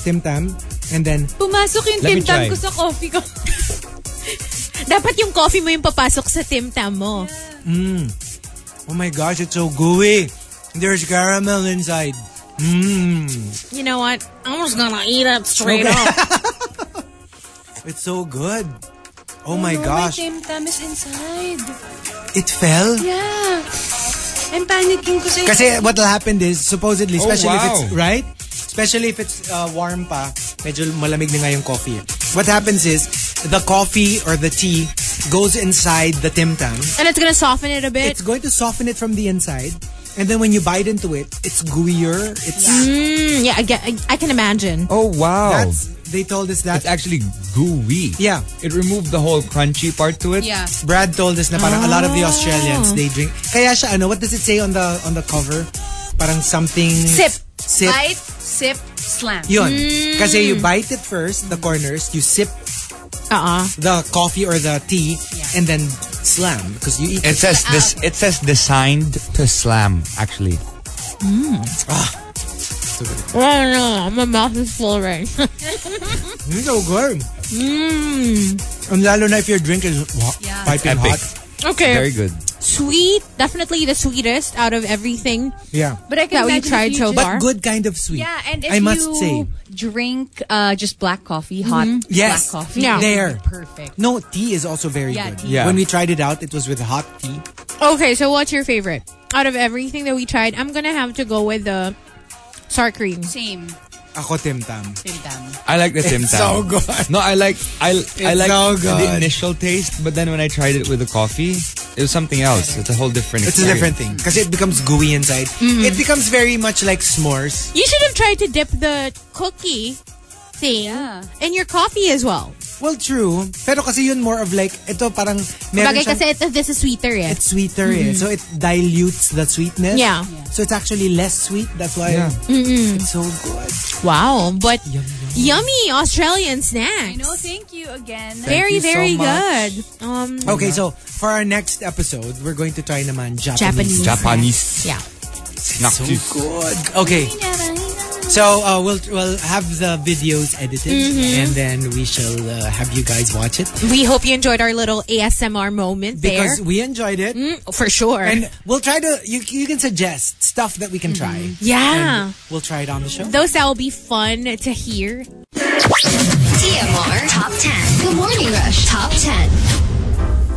[SPEAKER 3] Tim Tam and then
[SPEAKER 4] pumasok yung
[SPEAKER 5] Let me
[SPEAKER 4] Tim Tam
[SPEAKER 5] try.
[SPEAKER 4] ko sa coffee ko. Dapat yung coffee mo yung papasok sa Tim Tam mo.
[SPEAKER 3] oh my gosh it's so gooey there's caramel inside
[SPEAKER 4] You know what? I'm just gonna eat it straight
[SPEAKER 3] Okay.
[SPEAKER 4] up.
[SPEAKER 3] it's so good oh my gosh
[SPEAKER 6] Tim Tam is inside.
[SPEAKER 3] it fell
[SPEAKER 6] Yeah. I'm panicking kasi.
[SPEAKER 3] kasi what'll happen is supposedly
[SPEAKER 5] Oh,
[SPEAKER 3] especially if
[SPEAKER 5] wow.
[SPEAKER 3] it's right especially if it's uh, warm pa medyo malamig na nga yung coffee eh. what happens is the coffee or the tea goes inside the Tim Tam
[SPEAKER 4] And it's gonna soften it a bit.
[SPEAKER 3] it's going to soften it from the inside and then when you bite into it it's gooier it's
[SPEAKER 4] Mm, yeah, I, get, I, I can imagine.
[SPEAKER 5] Oh wow.
[SPEAKER 3] That's they told us that.
[SPEAKER 5] it's actually gooey.
[SPEAKER 3] yeah,
[SPEAKER 5] It removed the whole crunchy part to it.
[SPEAKER 6] Yeah.
[SPEAKER 3] Brad told us na parang a lot of the
[SPEAKER 6] Ah.
[SPEAKER 3] Australians they drink. Kaya siya ano? What does it say on the on the cover? Parang something.
[SPEAKER 4] Sip.
[SPEAKER 3] Sip.
[SPEAKER 6] Bite, Hmm. sip, slam.
[SPEAKER 3] Yun. Kasi you bite it first, the corners. You sip
[SPEAKER 4] Uh-uh.
[SPEAKER 3] the coffee or the tea,
[SPEAKER 6] Yeah.
[SPEAKER 3] and then slam because you eat.
[SPEAKER 5] It says this it says designed to slam, actually.
[SPEAKER 4] Oh no, my mouth is full right. Hmm.
[SPEAKER 3] Mm, so good. Mm. And lalo na if your drink is wa-
[SPEAKER 6] Yeah.
[SPEAKER 3] piping
[SPEAKER 5] Epic.
[SPEAKER 3] hot.
[SPEAKER 4] Okay.
[SPEAKER 5] Very good.
[SPEAKER 4] Sweet. Definitely the sweetest out of everything
[SPEAKER 3] Yeah.
[SPEAKER 6] But I
[SPEAKER 4] that
[SPEAKER 6] can
[SPEAKER 4] we
[SPEAKER 6] imagine
[SPEAKER 4] tried
[SPEAKER 6] if
[SPEAKER 4] so
[SPEAKER 6] you
[SPEAKER 4] far.
[SPEAKER 6] just,
[SPEAKER 3] But good kind of sweet.
[SPEAKER 6] Yeah, and if
[SPEAKER 3] I must
[SPEAKER 6] you
[SPEAKER 3] say. Mm-hmm.
[SPEAKER 6] drink uh, just black coffee, hot
[SPEAKER 3] Yes.
[SPEAKER 6] black coffee,
[SPEAKER 4] Yeah.
[SPEAKER 6] it would
[SPEAKER 3] There.
[SPEAKER 6] be perfect.
[SPEAKER 3] No, tea is also very
[SPEAKER 6] Yeah,
[SPEAKER 3] good.
[SPEAKER 6] tea.
[SPEAKER 5] Yeah.
[SPEAKER 3] When we tried it out, it was with hot tea.
[SPEAKER 4] Okay, so what's your favorite? Out of everything that we tried, I'm gonna have to go with the sour cream.
[SPEAKER 6] Same,
[SPEAKER 3] Ako timtam.
[SPEAKER 6] same time.
[SPEAKER 5] I like the Tim
[SPEAKER 3] It's so
[SPEAKER 5] Tam.
[SPEAKER 3] good.
[SPEAKER 5] No, I like I I
[SPEAKER 3] It's
[SPEAKER 5] like
[SPEAKER 3] so
[SPEAKER 5] the
[SPEAKER 3] good.
[SPEAKER 5] initial taste, but then when I tried it with the coffee, it was something else. It's a whole different.
[SPEAKER 3] It's a different thing. Because it becomes gooey inside. It becomes very much like s'mores.
[SPEAKER 4] You should have tried to dip the cookie thing
[SPEAKER 6] Yeah.
[SPEAKER 4] in your coffee as well.
[SPEAKER 3] Well, true. Pero kasi yun more of like, ito parang meron
[SPEAKER 4] Bagay
[SPEAKER 3] siyang-
[SPEAKER 4] kasi ito, this is sweeter eh.
[SPEAKER 3] it's sweeter eh. So it dilutes the sweetness.
[SPEAKER 4] Yeah.
[SPEAKER 3] So it's actually less sweet. That's why
[SPEAKER 5] Yeah.
[SPEAKER 3] it's so good.
[SPEAKER 4] Wow, but yummy Australian snacks.
[SPEAKER 6] I know. Thank you again.
[SPEAKER 4] Very,
[SPEAKER 5] you so
[SPEAKER 4] very
[SPEAKER 5] much.
[SPEAKER 4] good. Um,
[SPEAKER 3] Okay, so for our next episode, we're going to try naman Japanese.
[SPEAKER 4] Japanese.
[SPEAKER 5] Japanese.
[SPEAKER 4] Yeah.
[SPEAKER 5] snack
[SPEAKER 3] So
[SPEAKER 5] juice.
[SPEAKER 3] good. Okay. So uh, we'll we'll have the videos edited
[SPEAKER 4] Mm-hmm.
[SPEAKER 3] and then we shall uh, have you guys watch it
[SPEAKER 4] We hope you enjoyed our little ASMR moment
[SPEAKER 3] because
[SPEAKER 4] there.
[SPEAKER 3] we enjoyed it
[SPEAKER 4] Mm, for sure.
[SPEAKER 3] and we'll try to you you can suggest stuff that we can try.
[SPEAKER 4] Mm-hmm. yeah.
[SPEAKER 3] We'll try it on the show.
[SPEAKER 4] Those that will be fun to hear.
[SPEAKER 2] TMR Top 10. Good Morning Rush Top 10.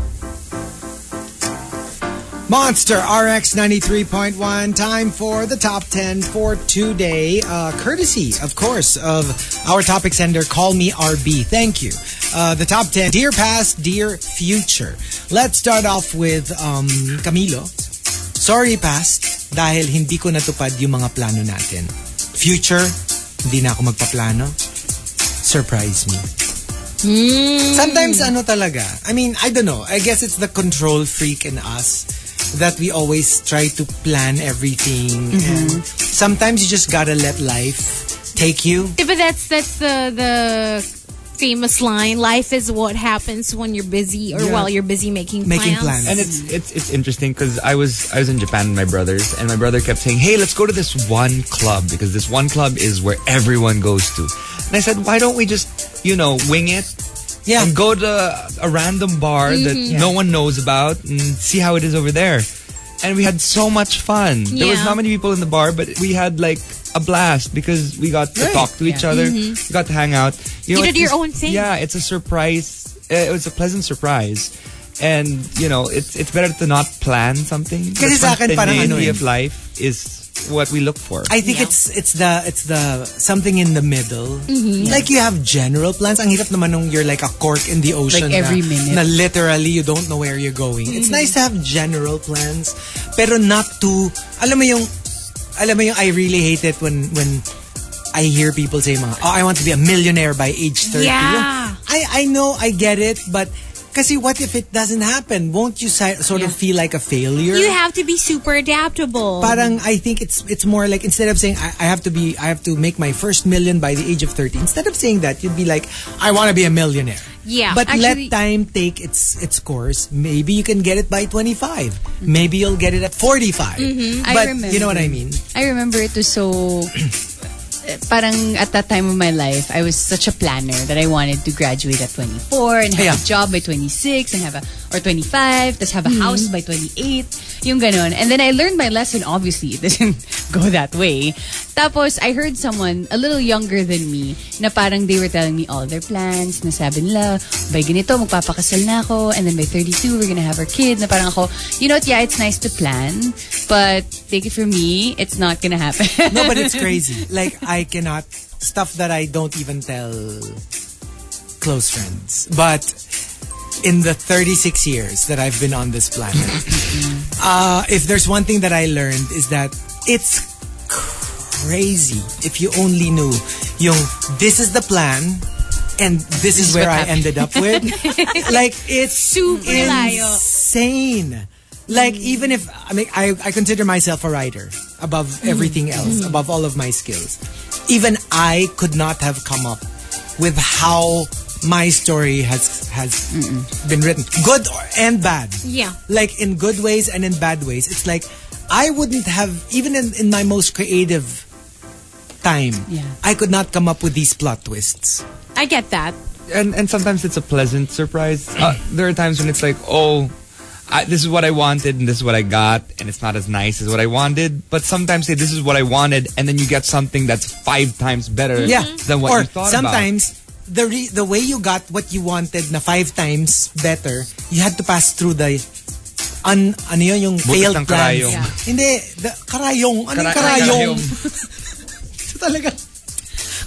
[SPEAKER 3] Monster RX 93.1, time for the top 10 for today. Uh, courtesy, of course, of our topic sender, Call Me RB. Thank you. Uh, the top 10, Dear Past, Dear Future. Let's start off with um, Camilo. Sorry, past, dahil hindi ko natupad yung mga plano natin. Future, hindi na ako magpaplano. Surprise me. Sometimes ano talaga. I mean, I don't know. I guess it's the control freak in us that we always try to plan everything. And sometimes you just gotta let life take you.
[SPEAKER 4] Yeah, but that's that's the the famous line. Life is what happens when you're busy or
[SPEAKER 3] Yeah.
[SPEAKER 4] while you're busy making
[SPEAKER 3] Making plans.
[SPEAKER 5] And it's it's it's interesting because I was I was in Japan with my brothers, and my brother kept saying, "Hey, let's go to this one club because this one club is where everyone goes to." And I said, "Why don't we just you know wing it
[SPEAKER 3] Yeah. Mm-hmm.
[SPEAKER 5] and go to a random bar that no one knows about and see how it is over there?" And we had so much fun. There was
[SPEAKER 4] Yeah.
[SPEAKER 5] not many people in the bar, but we had like a blast because we got to
[SPEAKER 3] Right.
[SPEAKER 5] talk to each other,
[SPEAKER 3] Mm-hmm.
[SPEAKER 5] we got to hang out.
[SPEAKER 4] You
[SPEAKER 5] know,
[SPEAKER 4] did
[SPEAKER 5] it's
[SPEAKER 4] your
[SPEAKER 5] just-
[SPEAKER 4] own thing.
[SPEAKER 5] Yeah, it's a surprise. Uh, it was a pleasant surprise. And, you know, it's it's better to not plan something.
[SPEAKER 3] Kasi
[SPEAKER 5] The
[SPEAKER 3] sa akin parang ano
[SPEAKER 5] spontaneity
[SPEAKER 3] eh.
[SPEAKER 5] of life is what we look for.
[SPEAKER 3] I think it's it's the it's the something in the middle.
[SPEAKER 6] Mm-hmm.
[SPEAKER 3] Like you have general plans. Ang hirap naman nung you're like a cork in the ocean.
[SPEAKER 6] Like every
[SPEAKER 3] na,
[SPEAKER 6] minute.
[SPEAKER 3] Na
[SPEAKER 6] Mm-hmm.
[SPEAKER 3] literally you don't know where you're going. It's nice to have general plans, pero not too. Alam mo yung alam mo yung I really hate it when when I hear people say mga, oh, I want to be a millionaire by age 30.
[SPEAKER 4] Yeah.
[SPEAKER 3] I, I know, I get it, but kasi what if it doesn't happen? Won't you si- sort of feel like a failure?
[SPEAKER 4] You have to be super adaptable.
[SPEAKER 3] parang I think it's it's more like instead of saying I, I have to be I have to make my first million by the age of 30 instead of saying that you'd be like I want to be a millionaire
[SPEAKER 4] Yeah,
[SPEAKER 3] but
[SPEAKER 6] actually-
[SPEAKER 3] let time take its its course maybe you can get it by 25 maybe you'll get it at 45
[SPEAKER 6] Mm-hmm. I
[SPEAKER 3] but
[SPEAKER 6] remember.
[SPEAKER 3] you know what I mean
[SPEAKER 6] I remember it was so. Parang at that time of my life, I was such a planner that I wanted to graduate at 24 and
[SPEAKER 3] Yeah.
[SPEAKER 6] have a job by 26 and have a or 25, just have a house by 28, yung ganon. And then I learned my lesson. Obviously, it doesn't go that way. Tapos I heard someone a little younger than me na parang they were telling me all their plans. Na sabi nila, by ganito magpapakasal na ako and then by 32 we're gonna have our kids. Na parang ako, you know what? Yeah, it's nice to plan, but take it from me, it's not gonna happen.
[SPEAKER 3] no but it's crazy like I cannot stuff that I don't even tell close friends but in the 36 years that I've been on this planet uh, if there's one thing that I learned is that it's crazy if you only knew yung this is the plan and this, is where I ended up with. like it's
[SPEAKER 4] Super layo.
[SPEAKER 3] insane. Like even if I mean I, I consider myself a writer above everything else, above all of my skills. Even I could not have come up with how my story has has been written. Good or- and bad
[SPEAKER 4] Yeah.
[SPEAKER 3] like in good ways and in bad ways. It's like I wouldn't have even in, in my most creative time,
[SPEAKER 6] Yeah.
[SPEAKER 3] I could not come up with these plot twists.
[SPEAKER 4] I get that.
[SPEAKER 5] and and sometimes it's a pleasant surprise. Uh, there are times when it's like, oh, I, this is what I wanted and this is what I got and it's not as nice as what I wanted. But sometimes say this is what I wanted and then you get something that's five times better
[SPEAKER 3] Yeah.
[SPEAKER 5] than what
[SPEAKER 3] or
[SPEAKER 5] you thought about.
[SPEAKER 3] sometimes the re- the way you got what you wanted na five times better, you had to pass through the an ano yun, yung
[SPEAKER 5] Butas
[SPEAKER 3] failed
[SPEAKER 5] ng
[SPEAKER 3] plans.
[SPEAKER 5] karayong. Yeah.
[SPEAKER 3] Hindi, the, karayong. Ano yung
[SPEAKER 5] Kara-
[SPEAKER 3] karayong?
[SPEAKER 5] karayong.
[SPEAKER 3] Ito talaga.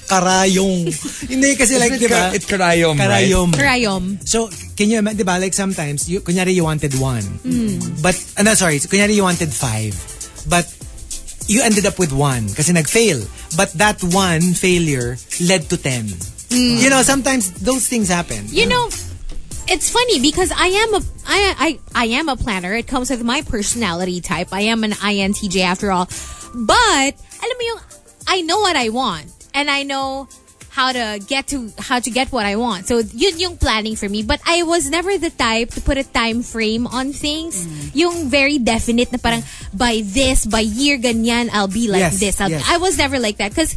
[SPEAKER 3] Karayong. Hindi kasi like,
[SPEAKER 5] Isn't
[SPEAKER 3] di
[SPEAKER 5] it
[SPEAKER 3] ba?
[SPEAKER 5] ka- It karayom, right?
[SPEAKER 3] Karayom.
[SPEAKER 4] Krayom.
[SPEAKER 3] So, can you imagine, di ba, like sometimes, you, kunyari you wanted one.
[SPEAKER 4] Mm.
[SPEAKER 3] But, uh, no, sorry, kunyari you wanted five. But, you ended up with one kasi nag-fail. But that one failure led to ten.
[SPEAKER 4] Mm.
[SPEAKER 3] You know, sometimes those things happen.
[SPEAKER 4] You know, it's funny because I am a I, I I am a planner. It comes with my personality type. I am an INTJ after all. But alam mo yung, I know what I want and I know how to get to how to get what I want. So yun yung planning for me. But I was never the type to put a time frame on things.
[SPEAKER 3] Mm.
[SPEAKER 4] Yung very definite na parang by this, by year ganyan I'll be like
[SPEAKER 3] Yes,
[SPEAKER 4] this. I'll,
[SPEAKER 3] yes.
[SPEAKER 4] I was never like that because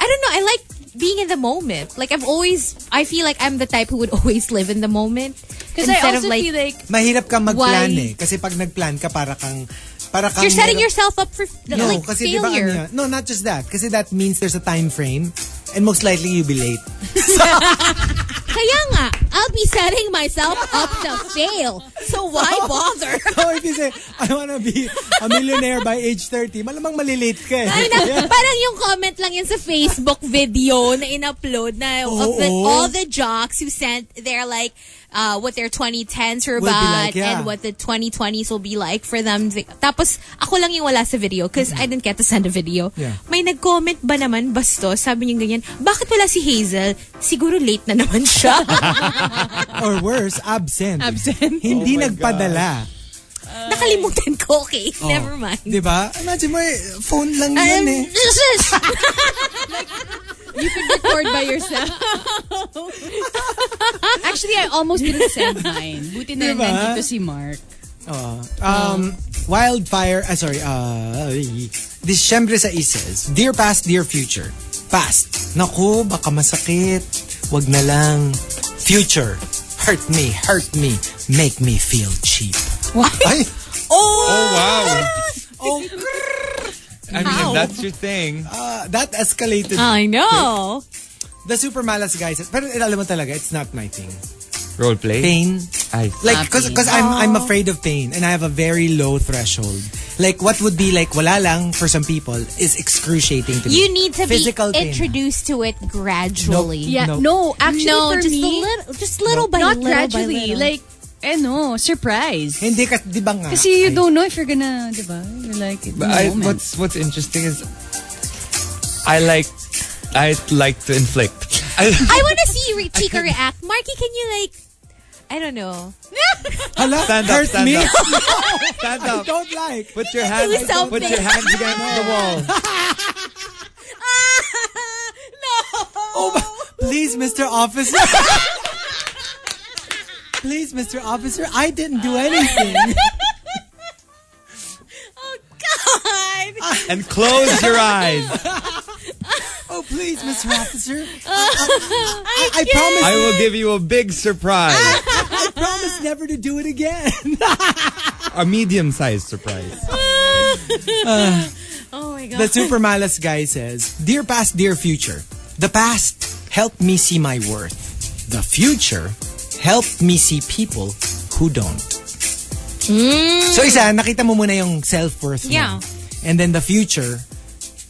[SPEAKER 4] I don't know. I like being in the moment. Like I've always, I feel like I'm the type who would always live in the moment
[SPEAKER 6] Because I also feel like
[SPEAKER 3] Mahirap kang mag-plan
[SPEAKER 4] Why?
[SPEAKER 3] eh. Kasi pag nag-plan ka, para kang, para kang...
[SPEAKER 4] you're setting
[SPEAKER 3] meron-
[SPEAKER 4] yourself up for
[SPEAKER 3] No,
[SPEAKER 4] like
[SPEAKER 3] kasi di ba ano
[SPEAKER 4] failure.
[SPEAKER 3] yun? No, not just that. Kasi that means there's a time frame and most likely you'll be late.
[SPEAKER 4] Kaya nga, I'll be setting myself up to fail. So why bother?
[SPEAKER 3] So if you say, I wanna be a millionaire by age 30, malamang malilate ka eh.
[SPEAKER 4] Ay, na, parang yung comment lang yun sa Facebook video na in-upload na of the-
[SPEAKER 3] Oo.
[SPEAKER 4] all the jocks who sent their like uh, what their 2010s were
[SPEAKER 3] Will be
[SPEAKER 4] about
[SPEAKER 3] like, yeah.
[SPEAKER 4] and what the 2020s will be like for them. Tapos ako lang yung wala sa video because I didn't get to send a video.
[SPEAKER 3] Yeah.
[SPEAKER 4] May nag-comment ba naman basto? Sabi niya ganyan, bakit wala si Hazel? Siguro late na naman siya.
[SPEAKER 3] Or worse, absent.
[SPEAKER 6] Absent.
[SPEAKER 5] Oh
[SPEAKER 3] Hindi nagpadala.
[SPEAKER 4] Nakalimutan ko, okay?
[SPEAKER 3] Oh.
[SPEAKER 4] Never mind.
[SPEAKER 3] Di ba? Imagine mo eh, phone lang yan
[SPEAKER 4] Um,
[SPEAKER 3] eh.
[SPEAKER 6] record by yourself. Actually, I almost didn't send mine. Buti na lang
[SPEAKER 3] Diba?
[SPEAKER 6] nandito si Mark.
[SPEAKER 3] Oo. Um, wildfire, ah sorry, uh, this syempre sa Ises, dear past, dear future. Past, naku, baka masakit. Wag na lang. Future, hurt me, hurt me, make me feel cheap. What? Ay,
[SPEAKER 5] Oh, wow.
[SPEAKER 3] oh,
[SPEAKER 5] I mean, if that's your thing.
[SPEAKER 3] uh, that escalated.
[SPEAKER 4] I know.
[SPEAKER 3] The super malas guys, pero alam mo talaga, it's not my thing.
[SPEAKER 5] Role play.
[SPEAKER 3] Pain,
[SPEAKER 5] Ay.
[SPEAKER 3] Like, cause,
[SPEAKER 6] Happy.
[SPEAKER 3] cause I'm, I'm afraid of pain and I have a very low threshold. Like, what would be like, wala lang for some people is excruciating to me.
[SPEAKER 4] You need to
[SPEAKER 3] Physical
[SPEAKER 4] be
[SPEAKER 3] pain.
[SPEAKER 4] introduced to it gradually.
[SPEAKER 3] Nope. Yeah, no,
[SPEAKER 6] actually
[SPEAKER 4] no,
[SPEAKER 6] for
[SPEAKER 4] just
[SPEAKER 6] me,
[SPEAKER 4] a little, just little by
[SPEAKER 6] not
[SPEAKER 4] little. by
[SPEAKER 6] gradually.
[SPEAKER 4] little.
[SPEAKER 6] Like, eh no, surprise.
[SPEAKER 3] Hindi ka, di ba nga?
[SPEAKER 6] Kasi you
[SPEAKER 3] Ay,
[SPEAKER 6] don't know if you're gonna, di ba? You're like, in the
[SPEAKER 5] But I,
[SPEAKER 6] moment.
[SPEAKER 5] what's what's interesting is I like I like to inflict. I,
[SPEAKER 4] I want to see re- Chica react. Marky, can you like, I don't know.
[SPEAKER 3] Hala,
[SPEAKER 5] stand up,
[SPEAKER 3] hurt
[SPEAKER 5] stand
[SPEAKER 3] me.
[SPEAKER 5] up, stand
[SPEAKER 3] I
[SPEAKER 5] up.
[SPEAKER 3] don't like.
[SPEAKER 5] Put your hands,
[SPEAKER 4] something.
[SPEAKER 5] put your hands against the wall.
[SPEAKER 3] Oh, ba- please, Mr. Officer. please, Mr. Officer, I didn't do anything.
[SPEAKER 5] and close your eyes.
[SPEAKER 3] oh, please, Mr. Officer. I, I, I promise,
[SPEAKER 5] I will give you a big surprise,
[SPEAKER 3] I promise never to do it again.
[SPEAKER 5] a medium-sized surprise.
[SPEAKER 4] Oh my god.
[SPEAKER 3] The Super Malas guy says, Dear past, dear future, the past helped me see my worth. The future helped me see people who don't. So isa, nakita mo muna yung self-worth mo.
[SPEAKER 4] Yeah.
[SPEAKER 3] And then the future,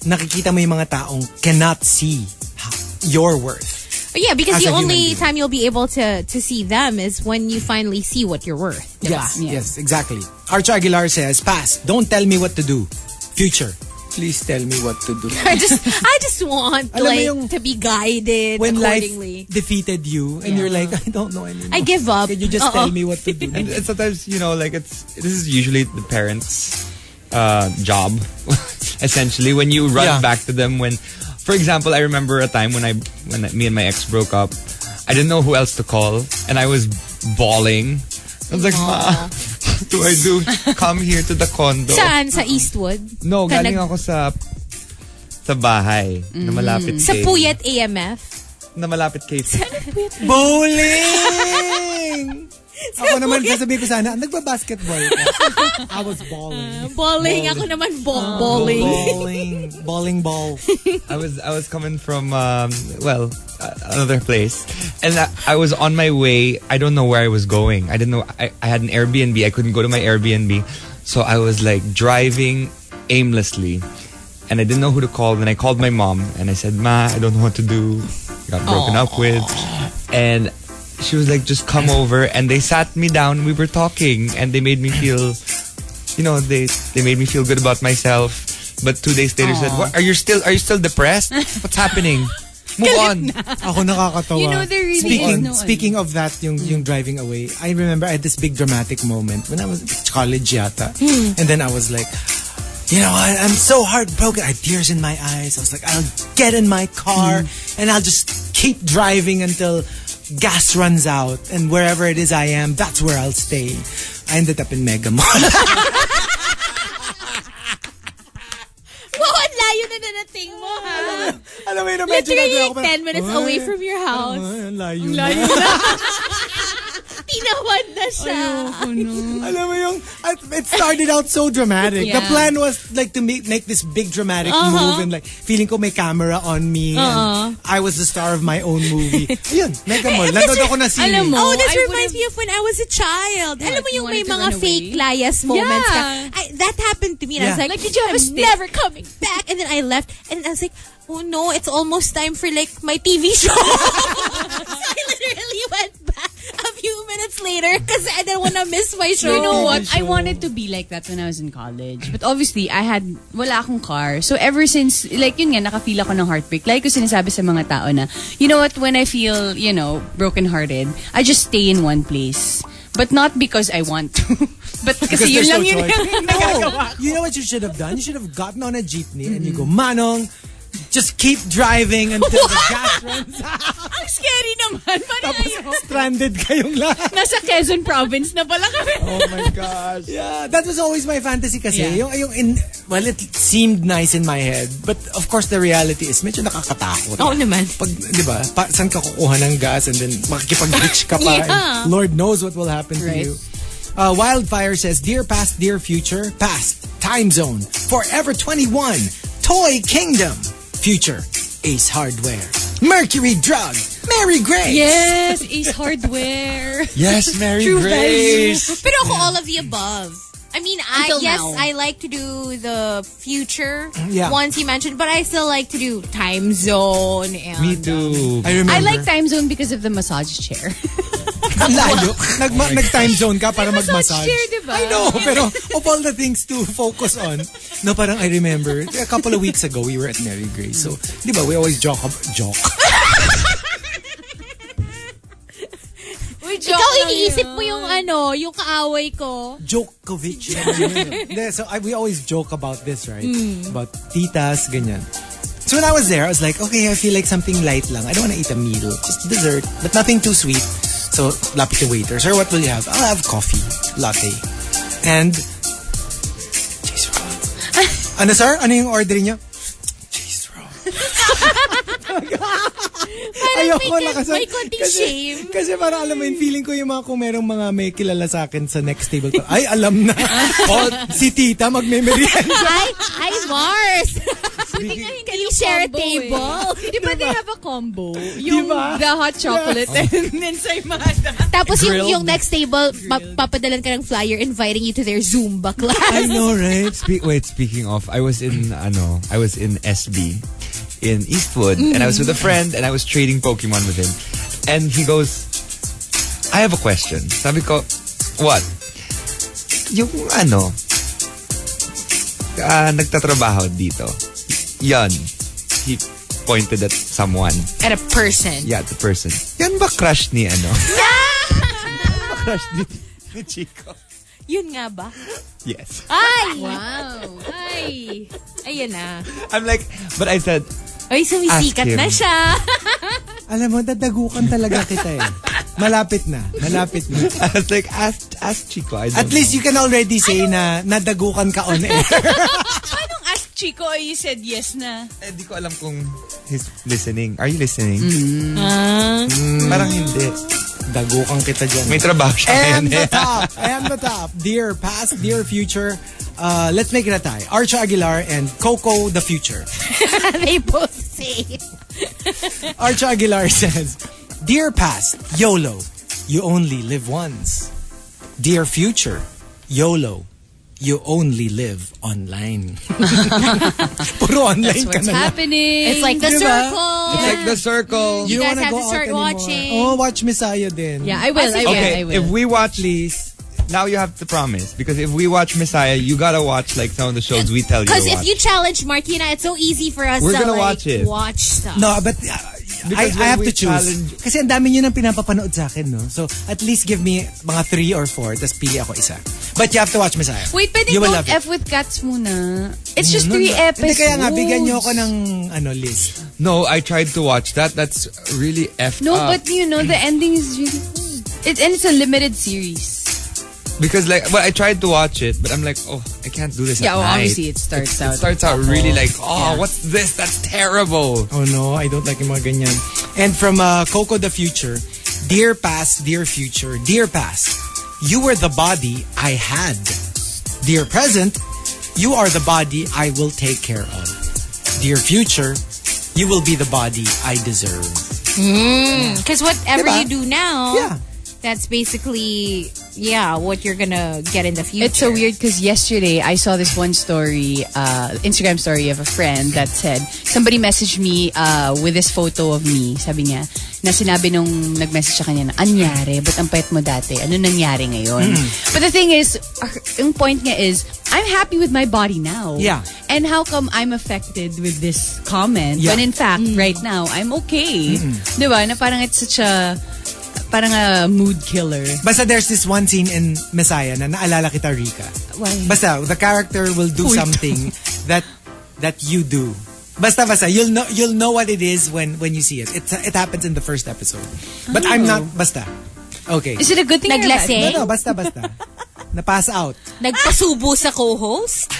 [SPEAKER 3] nakikita mo yung mga taong cannot see ha- your worth.
[SPEAKER 4] yeah, because
[SPEAKER 3] As
[SPEAKER 4] the
[SPEAKER 3] a human
[SPEAKER 4] only
[SPEAKER 3] being.
[SPEAKER 4] time you'll be able to to see them is when you finally see what you're worth.
[SPEAKER 3] Yes, Diba? yes, exactly. Arch Aguilar says, Past, don't tell me what to do. Future, please tell me what to do.
[SPEAKER 4] I just I just want
[SPEAKER 3] Alam mo
[SPEAKER 4] like
[SPEAKER 3] yung-
[SPEAKER 4] to be guided
[SPEAKER 3] When life
[SPEAKER 4] accordingly.
[SPEAKER 3] defeated you and you're like, I don't know anymore.
[SPEAKER 4] I give up.
[SPEAKER 3] Can you just
[SPEAKER 4] Oo.
[SPEAKER 3] tell me what to do?
[SPEAKER 5] And, and sometimes, you know, like it's this is usually the parents' uh, job, essentially. When you run
[SPEAKER 3] Yeah.
[SPEAKER 5] back to them, when, for example, I remember a time when I, when me and my ex broke up, I didn't know who else to call, and I was bawling. I was like, Ma, what do I do? Come here to the condo.
[SPEAKER 4] Saan? Sa Eastwood?
[SPEAKER 5] No,
[SPEAKER 4] Ka
[SPEAKER 5] galing
[SPEAKER 4] nag-
[SPEAKER 5] ako sa sa bahay na malapit
[SPEAKER 4] Mm. Sa
[SPEAKER 5] kay-
[SPEAKER 4] Puyat AMF?
[SPEAKER 5] na malapit kay
[SPEAKER 3] Bowling! Ako naman sasabihin ko sana, nagpa-basketball ka. I was balling.
[SPEAKER 4] Balling. Ako naman
[SPEAKER 3] Ah,
[SPEAKER 4] ball, balling.
[SPEAKER 3] Balling. Balling ball.
[SPEAKER 5] I was I was coming from um, well uh, another place, and I, I was on my way. I don't know where I was going. I didn't know. I, I had an Airbnb. I couldn't go to my Airbnb, so I was like driving aimlessly, and I didn't know who to call. Then I called my mom, and I said, "Ma, I don't know what to do. Got broken up with," and she was like, "Just come over." And they sat me down. We were talking, and they made me feel you know they they made me feel good about myself but two days later said what are you still are you still depressed what's happening move on
[SPEAKER 3] Ako nakakatawa.
[SPEAKER 6] You know, there really
[SPEAKER 3] speaking,
[SPEAKER 6] is no ano.
[SPEAKER 3] Speaking of that, yung, yung driving away, I remember I had this big dramatic moment when I was college yata.
[SPEAKER 6] Hmm.
[SPEAKER 3] And then I was like, you know, I, I'm so heartbroken. I had tears in my eyes. I was like, I'll get in my car
[SPEAKER 6] Hmm.
[SPEAKER 3] and I'll just keep driving until gas runs out. And wherever it is I am, that's where I'll stay. I ended up in Mega Mall.
[SPEAKER 4] Wow, ang layo na nanating mo, ha?
[SPEAKER 3] Alam mo yun,
[SPEAKER 4] Literally,
[SPEAKER 3] imagine
[SPEAKER 4] like 10 minutes away from your house.
[SPEAKER 3] Ang layo na.
[SPEAKER 4] Tinawad na siya.
[SPEAKER 3] Alam mo yung, at- it started out so dramatic. The plan was like to make, make this big dramatic
[SPEAKER 6] Uh-huh.
[SPEAKER 3] move and like feeling ko may camera on me. And I was the star of my own movie. Ayun, mega mall. Nandun ako na sili.
[SPEAKER 6] Eh, alam mo,
[SPEAKER 4] Oh, this
[SPEAKER 6] I
[SPEAKER 4] reminds me of when I was a child. Alam mo
[SPEAKER 6] you
[SPEAKER 4] yung may
[SPEAKER 6] wanted to
[SPEAKER 4] mga
[SPEAKER 6] run away?
[SPEAKER 4] fake layas moments ka.
[SPEAKER 6] Yeah.
[SPEAKER 4] I, that happened to me. And I was
[SPEAKER 3] Yeah.
[SPEAKER 4] like, did you have I'm never coming back. And then I left. And I was like, oh no, it's almost time for like my TV show. so I literally went back a few minutes later because I didn't want to miss my show.
[SPEAKER 6] You know what? I wanted to be like that when I was in college. But obviously, I had, wala akong car. So ever since, like yun nga, nakafeel ako ng heartbreak. Like ko sinasabi sa mga tao na, you know what, when I feel, you know, brokenhearted, I just stay in one place. But not because I want to. But kasi yun
[SPEAKER 3] there's
[SPEAKER 6] lang
[SPEAKER 3] no
[SPEAKER 6] yun.
[SPEAKER 3] choice.
[SPEAKER 6] yung nagagawa Mm-hmm.
[SPEAKER 3] No. You know what you should have done? You should have gotten on a jeepney and you go, Manong, just keep driving until the gas runs out.
[SPEAKER 6] Ang scary naman. Parang
[SPEAKER 3] Tapos
[SPEAKER 6] ayaw.
[SPEAKER 3] stranded kayong lahat.
[SPEAKER 6] Nasa Quezon province na pala kami.
[SPEAKER 3] Oh. Yeah, that was always my fantasy kasi. Yung, yung in, well, it seemed nice in my head. But of course, the reality is medyo nakakatakot.
[SPEAKER 4] Oo naman.
[SPEAKER 3] Pag, di ba, pa, saan ka kukuha ng gas and then makikipag-ditch ka pa.
[SPEAKER 4] Yeah.
[SPEAKER 3] and Lord knows what will happen to
[SPEAKER 6] Right.
[SPEAKER 3] you. Uh, Wildfire says, Dear past, dear future, past, time zone, forever 21, toy kingdom, future, ace hardware, mercury drug, Mary Grace.
[SPEAKER 6] yes, Ace Hardware.
[SPEAKER 5] yes mary
[SPEAKER 6] True
[SPEAKER 5] grace
[SPEAKER 4] Pero ako all of the above. I mean, I
[SPEAKER 6] Until
[SPEAKER 4] yes,
[SPEAKER 6] now.
[SPEAKER 4] I like to do the future
[SPEAKER 3] Yeah.
[SPEAKER 4] ones you mentioned, but I still like to do time zone and
[SPEAKER 5] me too
[SPEAKER 3] I remember.
[SPEAKER 6] I like time zone because of the massage chair.
[SPEAKER 3] Ang layo. Nag, nag-time zone ka para
[SPEAKER 6] massage
[SPEAKER 3] mag-massage.
[SPEAKER 6] chair, di
[SPEAKER 3] I
[SPEAKER 6] ba?
[SPEAKER 3] know, pero of all the things to focus on, no, parang I remember, a couple of weeks ago, we were at Mary Grace. So, di ba, we always joke about, joke.
[SPEAKER 4] Ikaw iniisip mo yung ano, yung kaaway ko.
[SPEAKER 3] Djokovic. Yeah, so I, we always joke about this, right? About titas, ganyan. So when I was there, I was like, okay, I feel like something light lang. I don't want to eat a meal. Just dessert, but nothing too sweet. So, lapit the waiter. Sir, what will you have? I'll have coffee, latte. And, cheese roll. ano, sir? Ano yung order niya? Cheese roll.
[SPEAKER 4] Parang
[SPEAKER 3] Ayoko
[SPEAKER 4] may,
[SPEAKER 3] na kasi.
[SPEAKER 4] may konting
[SPEAKER 3] kasi,
[SPEAKER 4] shame.
[SPEAKER 3] Kasi parang alam mo yun, feeling ko yung mga kung merong mga may kilala sa akin sa next table ko. Ay, alam na. oh, si tita magme-merienda.
[SPEAKER 4] Hi, hi Mars! Can you share a table?
[SPEAKER 6] Di
[SPEAKER 3] Diba?
[SPEAKER 6] ba they have a combo?
[SPEAKER 3] Di
[SPEAKER 6] Yung
[SPEAKER 3] ba?
[SPEAKER 6] the hot chocolate and ensaymada.
[SPEAKER 4] Tapos yung, yung next table, pa- papadalan ka ng flyer inviting you to their Zumba class.
[SPEAKER 5] I know, right? Spe- wait, speaking of, I was in ano, I was in SB in Eastwood, and I was with a friend, and I was trading Pokemon with him, and he goes, "I have a question." Sabi ko, "What?" Yung ano, ah, nagtatrabaho dito. Yan. He pointed at someone.
[SPEAKER 4] At a person.
[SPEAKER 5] Yeah, the person. Yan ba crush ni ano? crush ni, ni Chico?
[SPEAKER 4] Yun nga ba?
[SPEAKER 5] Yes.
[SPEAKER 4] Ay! Wow. Ay. Ayan na.
[SPEAKER 5] I'm like, but I said,
[SPEAKER 4] Ay, sumisikat
[SPEAKER 5] Ask him.
[SPEAKER 4] na siya.
[SPEAKER 3] alam mo, dadagukan talaga kita eh. Malapit na. Malapit na.
[SPEAKER 5] I was like, ask, ask Chico. I don't
[SPEAKER 3] At least you can already say na nadagukan ka on air.
[SPEAKER 6] Anong ask Chico ay you said yes na?
[SPEAKER 5] Eh, di ko alam
[SPEAKER 6] Mm-hmm.
[SPEAKER 5] kung he's listening. Are you listening? Mm, Parang hindi.
[SPEAKER 3] Dagukan kita dyan.
[SPEAKER 5] May trabaho siya
[SPEAKER 3] And
[SPEAKER 5] ngayon eh.
[SPEAKER 3] the top. And the top. Dear past, dear future. Uh, let's make it a tie. Archa Aguilar and Coco the Future.
[SPEAKER 4] they both say.
[SPEAKER 3] Archa Aguilar says, Dear past, YOLO, you only live once. Dear future, YOLO, you only live online. Puro online ka na lang.
[SPEAKER 6] happening.
[SPEAKER 4] It's like the
[SPEAKER 6] Diba?
[SPEAKER 4] circle.
[SPEAKER 5] It's like the circle.
[SPEAKER 4] You
[SPEAKER 3] don't
[SPEAKER 4] guys
[SPEAKER 3] wanna
[SPEAKER 4] have
[SPEAKER 3] go
[SPEAKER 4] to
[SPEAKER 3] out
[SPEAKER 4] start
[SPEAKER 3] anymore.
[SPEAKER 4] watching.
[SPEAKER 3] Oh, watch Messiah then.
[SPEAKER 6] Yeah, I will. I will.
[SPEAKER 5] okay,
[SPEAKER 6] I will.
[SPEAKER 5] if we watch Please, now you have to promise because if we watch Messiah, you gotta watch like some of the shows we tell you to
[SPEAKER 4] Because if
[SPEAKER 5] watch.
[SPEAKER 4] you challenge Martina, it's so easy for us
[SPEAKER 5] We're
[SPEAKER 4] to
[SPEAKER 5] gonna
[SPEAKER 4] like,
[SPEAKER 5] watch it.
[SPEAKER 4] watch stuff.
[SPEAKER 3] No, but uh, I, I
[SPEAKER 5] Because when
[SPEAKER 3] have
[SPEAKER 5] we
[SPEAKER 3] to choose.
[SPEAKER 5] challenge-
[SPEAKER 3] Kasi ang dami nyo nang pinapapanood sa akin, no? So, at least give me mga three or four, tapos pili ako isa. But you have to watch Messiah.
[SPEAKER 6] Wait, pwede
[SPEAKER 3] You will
[SPEAKER 6] don't
[SPEAKER 3] love it.
[SPEAKER 6] F with cats muna. It's just
[SPEAKER 3] Ano
[SPEAKER 6] three
[SPEAKER 3] na? Hindi,
[SPEAKER 6] episodes.
[SPEAKER 3] kaya nga, bigyan nyo ako ng ano, list.
[SPEAKER 5] no, I tried to watch that. That's really effed
[SPEAKER 6] No,
[SPEAKER 3] ah.
[SPEAKER 5] up.
[SPEAKER 6] but you know, the ending is really good. It, and it's a limited series.
[SPEAKER 5] because like, well, I tried to watch it, but I'm like, oh, I can't do this. at
[SPEAKER 6] Yeah, well,
[SPEAKER 5] night.
[SPEAKER 6] obviously it starts out.
[SPEAKER 5] It starts out really like, oh, what's this? That's terrible.
[SPEAKER 3] Oh no, I don't like yung mga ganyan. And from uh, Coco the Future, Dear past, dear future, dear past, you were the body I had. Dear present, you are the body I will take care of. Dear future, you will be the body I deserve.
[SPEAKER 4] Because whatever
[SPEAKER 3] Diba?
[SPEAKER 4] you do now,
[SPEAKER 3] Yeah.
[SPEAKER 4] that's basically yeah what you're gonna get in the future.
[SPEAKER 6] It's so weird because yesterday I saw this one story, uh, Instagram story of a friend that said, somebody messaged me uh, with this photo of me, sabi niya, na sinabi nung nag-message sa kanya na, anyari, ba't ang payat mo dati? Ano nangyari ngayon?
[SPEAKER 3] Hmm.
[SPEAKER 6] But the thing is, uh, yung point niya is, I'm happy with my body now.
[SPEAKER 3] Yeah.
[SPEAKER 6] And how come I'm affected with this comment
[SPEAKER 3] Yeah. Hmm.
[SPEAKER 6] when in fact, right now, I'm okay. Diba? Na parang it's such a, parang a mood killer.
[SPEAKER 3] Basta there's this one scene in Messiah na naalala kita, Rika.
[SPEAKER 6] Why?
[SPEAKER 3] Basta, the character will do
[SPEAKER 6] Kulto.
[SPEAKER 3] something that that you do. Basta basta, you'll know you'll know what it is when when you see it. It it happens in the first episode. But I'm not basta. Okay.
[SPEAKER 6] Is it a good thing or a bad
[SPEAKER 4] Naglase?
[SPEAKER 3] No, no, basta basta. Na pass out.
[SPEAKER 4] Nagpasubo sa co-host.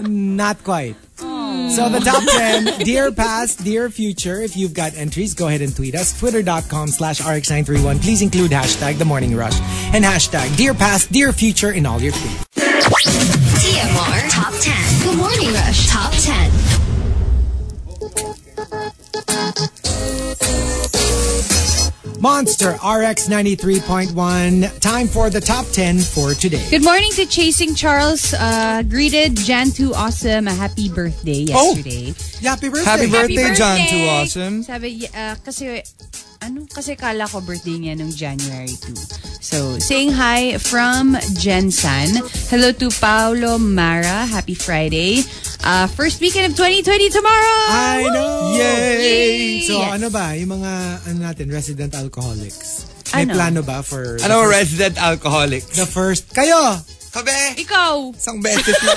[SPEAKER 3] Not quite. So the top 10, dear past, dear future. If you've got entries, go ahead and tweet us. Twitter.com slash RX931. Please include hashtag the morning rush and hashtag dear past, dear future in all your tweets.
[SPEAKER 2] TMR Top 10. Good Morning Rush Top 10.
[SPEAKER 3] Monster RX 93.1. Time for the top 10 for today.
[SPEAKER 6] Good morning to Chasing Charles. Uh, greeted Jan 2 Awesome a happy birthday yesterday.
[SPEAKER 3] Happy Oh, birthday.
[SPEAKER 5] Happy birthday, John.
[SPEAKER 4] birthday.
[SPEAKER 5] Too awesome.
[SPEAKER 6] Sabi, uh, kasi, ano, kasi kala ko birthday niya nung January 2. So, saying hi from Jensan. Hello to Paolo Mara. Happy Friday. Uh, first weekend of 2020 tomorrow!
[SPEAKER 3] I know.
[SPEAKER 6] Yay!
[SPEAKER 3] So ano ba, yung mga ano natin, resident alcoholics. May
[SPEAKER 6] Ano?
[SPEAKER 3] plano ba for
[SPEAKER 5] Ano, resident alcoholic?
[SPEAKER 3] the first? Kayo!
[SPEAKER 5] Kabe!
[SPEAKER 6] Ikaw!
[SPEAKER 5] Isang beses na.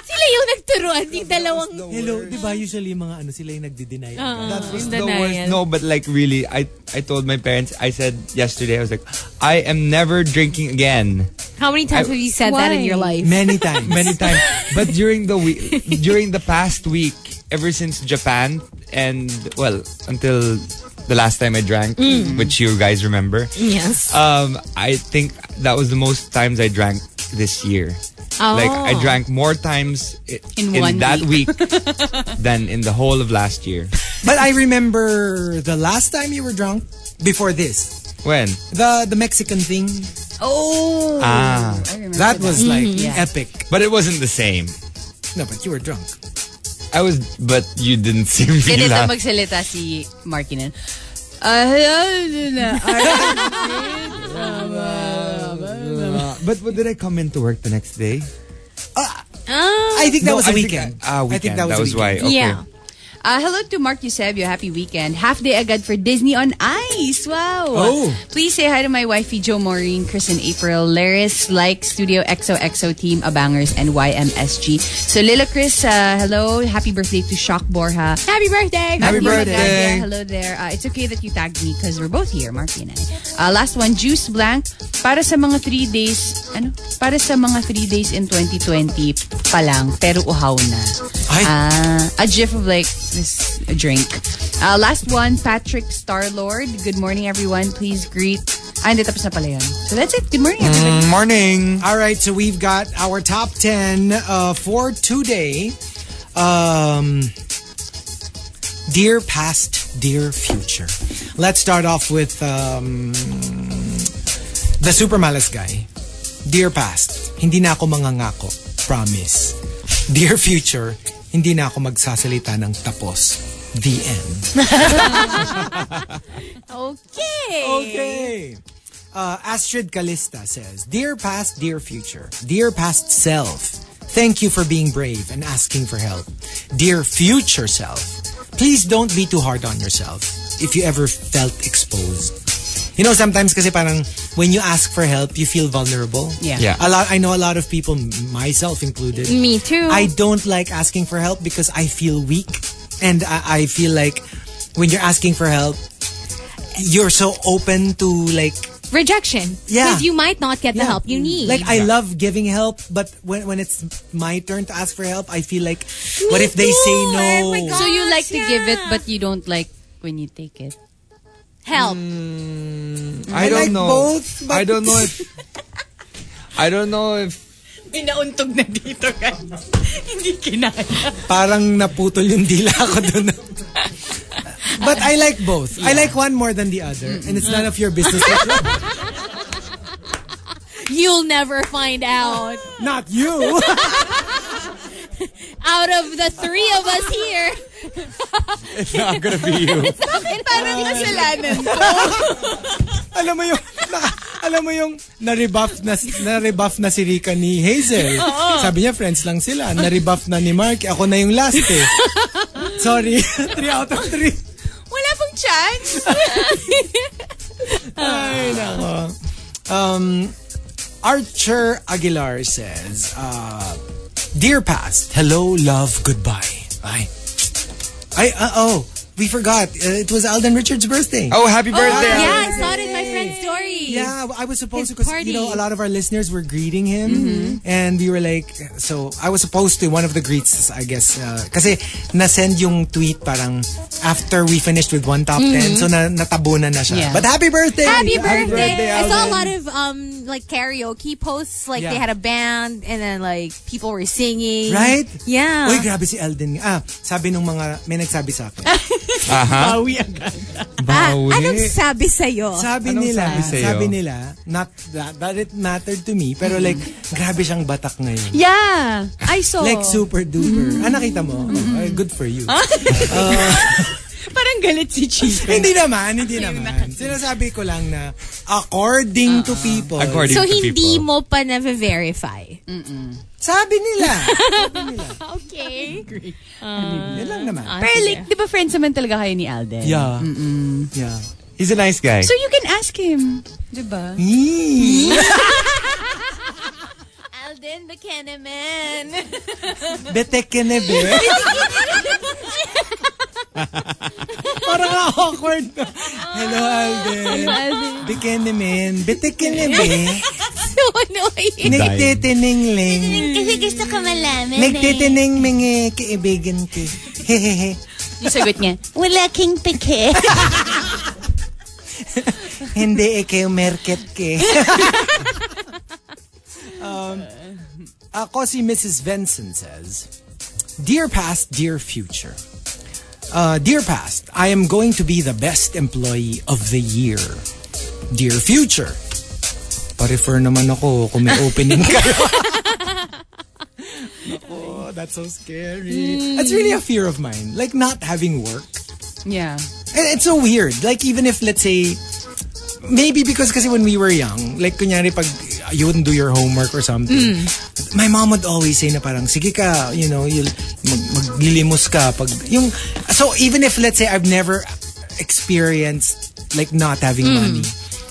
[SPEAKER 4] Sila yung nagturuan yung dalawang
[SPEAKER 3] Hello, di ba usually yung mga ano sila yung nagdi-deny?
[SPEAKER 5] That was the
[SPEAKER 4] denial.
[SPEAKER 5] worst. No, but like really, I I told my parents. I said yesterday, I was like, I am never drinking again.
[SPEAKER 4] How many times
[SPEAKER 5] I-
[SPEAKER 4] have you said that in
[SPEAKER 6] Why?
[SPEAKER 4] your life?
[SPEAKER 3] Many times.
[SPEAKER 5] Many times, but during the week, during the past week, ever since Japan and well until the last time I drank, which you guys remember,
[SPEAKER 4] Yes.
[SPEAKER 5] um, I think that was the most times I drank this year. Like I drank more times i-
[SPEAKER 6] In
[SPEAKER 5] Oh. in,
[SPEAKER 6] one
[SPEAKER 5] that week than in the whole of last year.
[SPEAKER 3] But I remember the last time you were drunk before this.
[SPEAKER 5] When?
[SPEAKER 3] The the Mexican thing.
[SPEAKER 6] Oh!
[SPEAKER 5] Ah.
[SPEAKER 6] I remember Mm-hmm.
[SPEAKER 3] That was like
[SPEAKER 6] Yeah.
[SPEAKER 3] epic.
[SPEAKER 5] But it wasn't the same.
[SPEAKER 3] No, but you were drunk.
[SPEAKER 5] I was, but you didn't see me
[SPEAKER 6] Ganito
[SPEAKER 5] laugh.
[SPEAKER 6] magsalita si Markinen. Ah, hello, Luna.
[SPEAKER 5] Uh, but what did I come into work the next day?
[SPEAKER 3] I think that was a
[SPEAKER 5] I think
[SPEAKER 3] weekend.
[SPEAKER 5] I- ah,
[SPEAKER 3] I think that was, a weekend.
[SPEAKER 5] why. Okay.
[SPEAKER 4] Yeah.
[SPEAKER 6] Uh, hello to Mark Eusebio. Happy weekend. Half day agad for Disney on Ice. Wow.
[SPEAKER 3] Oh.
[SPEAKER 6] Please say hi to my wifey, Joe Maureen, Chris and April, Laris, like Studio XOXO team, Abangers, and YMSG. So, Lila Chris, uh, hello. Happy birthday to Shock Borja.
[SPEAKER 4] Happy birthday.
[SPEAKER 6] Happy
[SPEAKER 5] birthday.
[SPEAKER 6] Magandang. hello there. Uh, it's okay that you tagged me because we're both here, Marky and I. Uh, last one, Juice Blank. Para sa mga three days, ano? Para sa mga three days in 2020 pa lang, pero uhaw na. Uh, a gif of like this drink. Uh, last one, Patrick Starlord. Good morning, everyone. Please greet. Ah, hindi tapos na pala yun. So that's it. Good morning, everybody.
[SPEAKER 5] Morning.
[SPEAKER 3] All right, so we've got our top 10 uh, for today. Um, dear past, dear future. Let's start off with um, the super malas guy. Dear past, hindi na ako mangangako. Promise. Dear future, hindi na ako magsasalita ng tapos. The end.
[SPEAKER 4] Okay.
[SPEAKER 3] Okay. Uh, Astrid Calista says, Dear past, dear future, dear past self, thank you for being brave and asking for help. Dear future self, please don't be too hard on yourself if you ever felt exposed. You know, sometimes kasi parang when you ask for help, you feel vulnerable.
[SPEAKER 6] Yeah.
[SPEAKER 5] Yeah.
[SPEAKER 3] A lot, I know a lot of people, myself included,
[SPEAKER 4] Me too.
[SPEAKER 3] I don't like asking for help because I feel weak. And I, I feel like when you're asking for help, you're so open to like,
[SPEAKER 4] Rejection.
[SPEAKER 3] Yeah.
[SPEAKER 4] Because you might not get the
[SPEAKER 3] Yeah.
[SPEAKER 4] help you need.
[SPEAKER 3] like I love giving help, but when, when it's my turn to ask for help, I feel like, what if they say
[SPEAKER 4] too.
[SPEAKER 3] no?
[SPEAKER 4] Oh my
[SPEAKER 6] So you like to
[SPEAKER 4] Gotcha.
[SPEAKER 6] give it, but you don't like when you take it.
[SPEAKER 4] help.
[SPEAKER 3] like
[SPEAKER 5] I don't know.
[SPEAKER 3] both, but-
[SPEAKER 5] I don't know if. I don't know if.
[SPEAKER 6] Pinauntog na dito, guys. hindi kinaya.
[SPEAKER 3] Parang naputol yung dila ko dun. But I like both. I like one more than the other, and it's none of your business.
[SPEAKER 4] You'll never find out.
[SPEAKER 3] Not you.
[SPEAKER 4] Out of the three of us here,
[SPEAKER 5] It's not gonna be you.
[SPEAKER 6] Parang
[SPEAKER 4] Oh.
[SPEAKER 6] kasalanan.
[SPEAKER 3] alam mo yung naka, alam mo yung na-rebuff na na-rebuff na si Rika ni Hazel. Sabi niya friends lang sila. Na-rebuff na ni Mark. Ako na yung last eh. Sorry. 3 out of 3.
[SPEAKER 6] Wala pong chance.
[SPEAKER 3] Ay, nako. Um, Archer Aguilar says, uh, Dear past, hello, love, goodbye. Ay. Ay, uh, oh, we forgot. Uh, it was Alden Richards' birthday.
[SPEAKER 5] Oh, happy birthday!
[SPEAKER 4] yeah,
[SPEAKER 5] Alex.
[SPEAKER 4] I saw it in my friend's story.
[SPEAKER 3] Yeah, I was supposed
[SPEAKER 4] His
[SPEAKER 3] to because you
[SPEAKER 4] party. Mm-hmm.
[SPEAKER 3] know a lot of our listeners were greeting him, and we were like, so I was supposed to one of the greets, I guess, uh, kasi na-send yung tweet parang after we finished with one top 10 so na natabunan na siya.
[SPEAKER 6] Yeah.
[SPEAKER 3] But happy birthday!
[SPEAKER 4] Mm-hmm. Happy birthday! I saw a
[SPEAKER 3] Alvin.
[SPEAKER 4] lot of um like karaoke posts. Like
[SPEAKER 3] Yeah.
[SPEAKER 4] they had a band and then like people were singing.
[SPEAKER 3] Right?
[SPEAKER 4] Yeah.
[SPEAKER 3] Uy, grabe si Elden. Ah, sabi nung mga, may nagsabi sa akin. Uh-huh.
[SPEAKER 4] ah,
[SPEAKER 5] Bawi.
[SPEAKER 4] anong sabi sa'yo?
[SPEAKER 3] Sabi
[SPEAKER 5] Anong
[SPEAKER 3] nila,
[SPEAKER 5] sabi
[SPEAKER 3] sabi,
[SPEAKER 5] sa'yo?
[SPEAKER 3] nila, not that, that it mattered to me, pero
[SPEAKER 4] Mm-hmm.
[SPEAKER 3] like, grabe siyang batak ngayon.
[SPEAKER 6] Yeah. I saw.
[SPEAKER 3] Like super duper. Ah, nakita mo?
[SPEAKER 4] Mm-hmm.
[SPEAKER 3] Ay, good for you.
[SPEAKER 6] Parang galit si Chico.
[SPEAKER 3] hindi naman, hindi naman. Sinasabi ko lang na according to people.
[SPEAKER 5] According
[SPEAKER 4] So
[SPEAKER 5] to
[SPEAKER 4] hindi mo
[SPEAKER 5] people.
[SPEAKER 4] pa na-verify.
[SPEAKER 3] Sabi nila.
[SPEAKER 4] Okay.
[SPEAKER 3] Yan lang naman.
[SPEAKER 4] Ah,
[SPEAKER 6] Pero like, di ba friends naman talaga kayo ni Alden?
[SPEAKER 3] Yeah. Yeah.
[SPEAKER 5] He's a nice guy.
[SPEAKER 6] So you can ask him. Di ba?
[SPEAKER 3] Eee.
[SPEAKER 4] Alden Buchanan.
[SPEAKER 3] Bete ka na be. Parang ang awkward. na. Ah. Hello, Alden. Bikenmen. Bete ka na be.
[SPEAKER 4] so annoying.
[SPEAKER 3] Nagtitiningling.
[SPEAKER 4] Kasi gusto ka malaman
[SPEAKER 3] Nagtitining mga kaibigan ko. Hehehe.
[SPEAKER 6] Yung sagot niya.
[SPEAKER 4] Wala king peke.
[SPEAKER 3] Hindi ikaw market ke. um, ako si Mrs. Benson says, Dear past, dear future. Uh, dear past, I am going to be the best employee of the year. Dear future, pa-refer naman ako kung may opening kayo. Nako, that's so scary. That's really a fear of mine. Like not having work.
[SPEAKER 6] Yeah.
[SPEAKER 3] And it's so weird. Like, even if, let's say, maybe because kasi when we were young, like, kunyari pag you wouldn't do your homework or something, my mom would always say na parang, sige ka, you know, you'll, mag, maglilimos ka. Pag, yung, so, even if, let's say, I've never experienced, like, not having
[SPEAKER 6] Hmm.
[SPEAKER 3] money,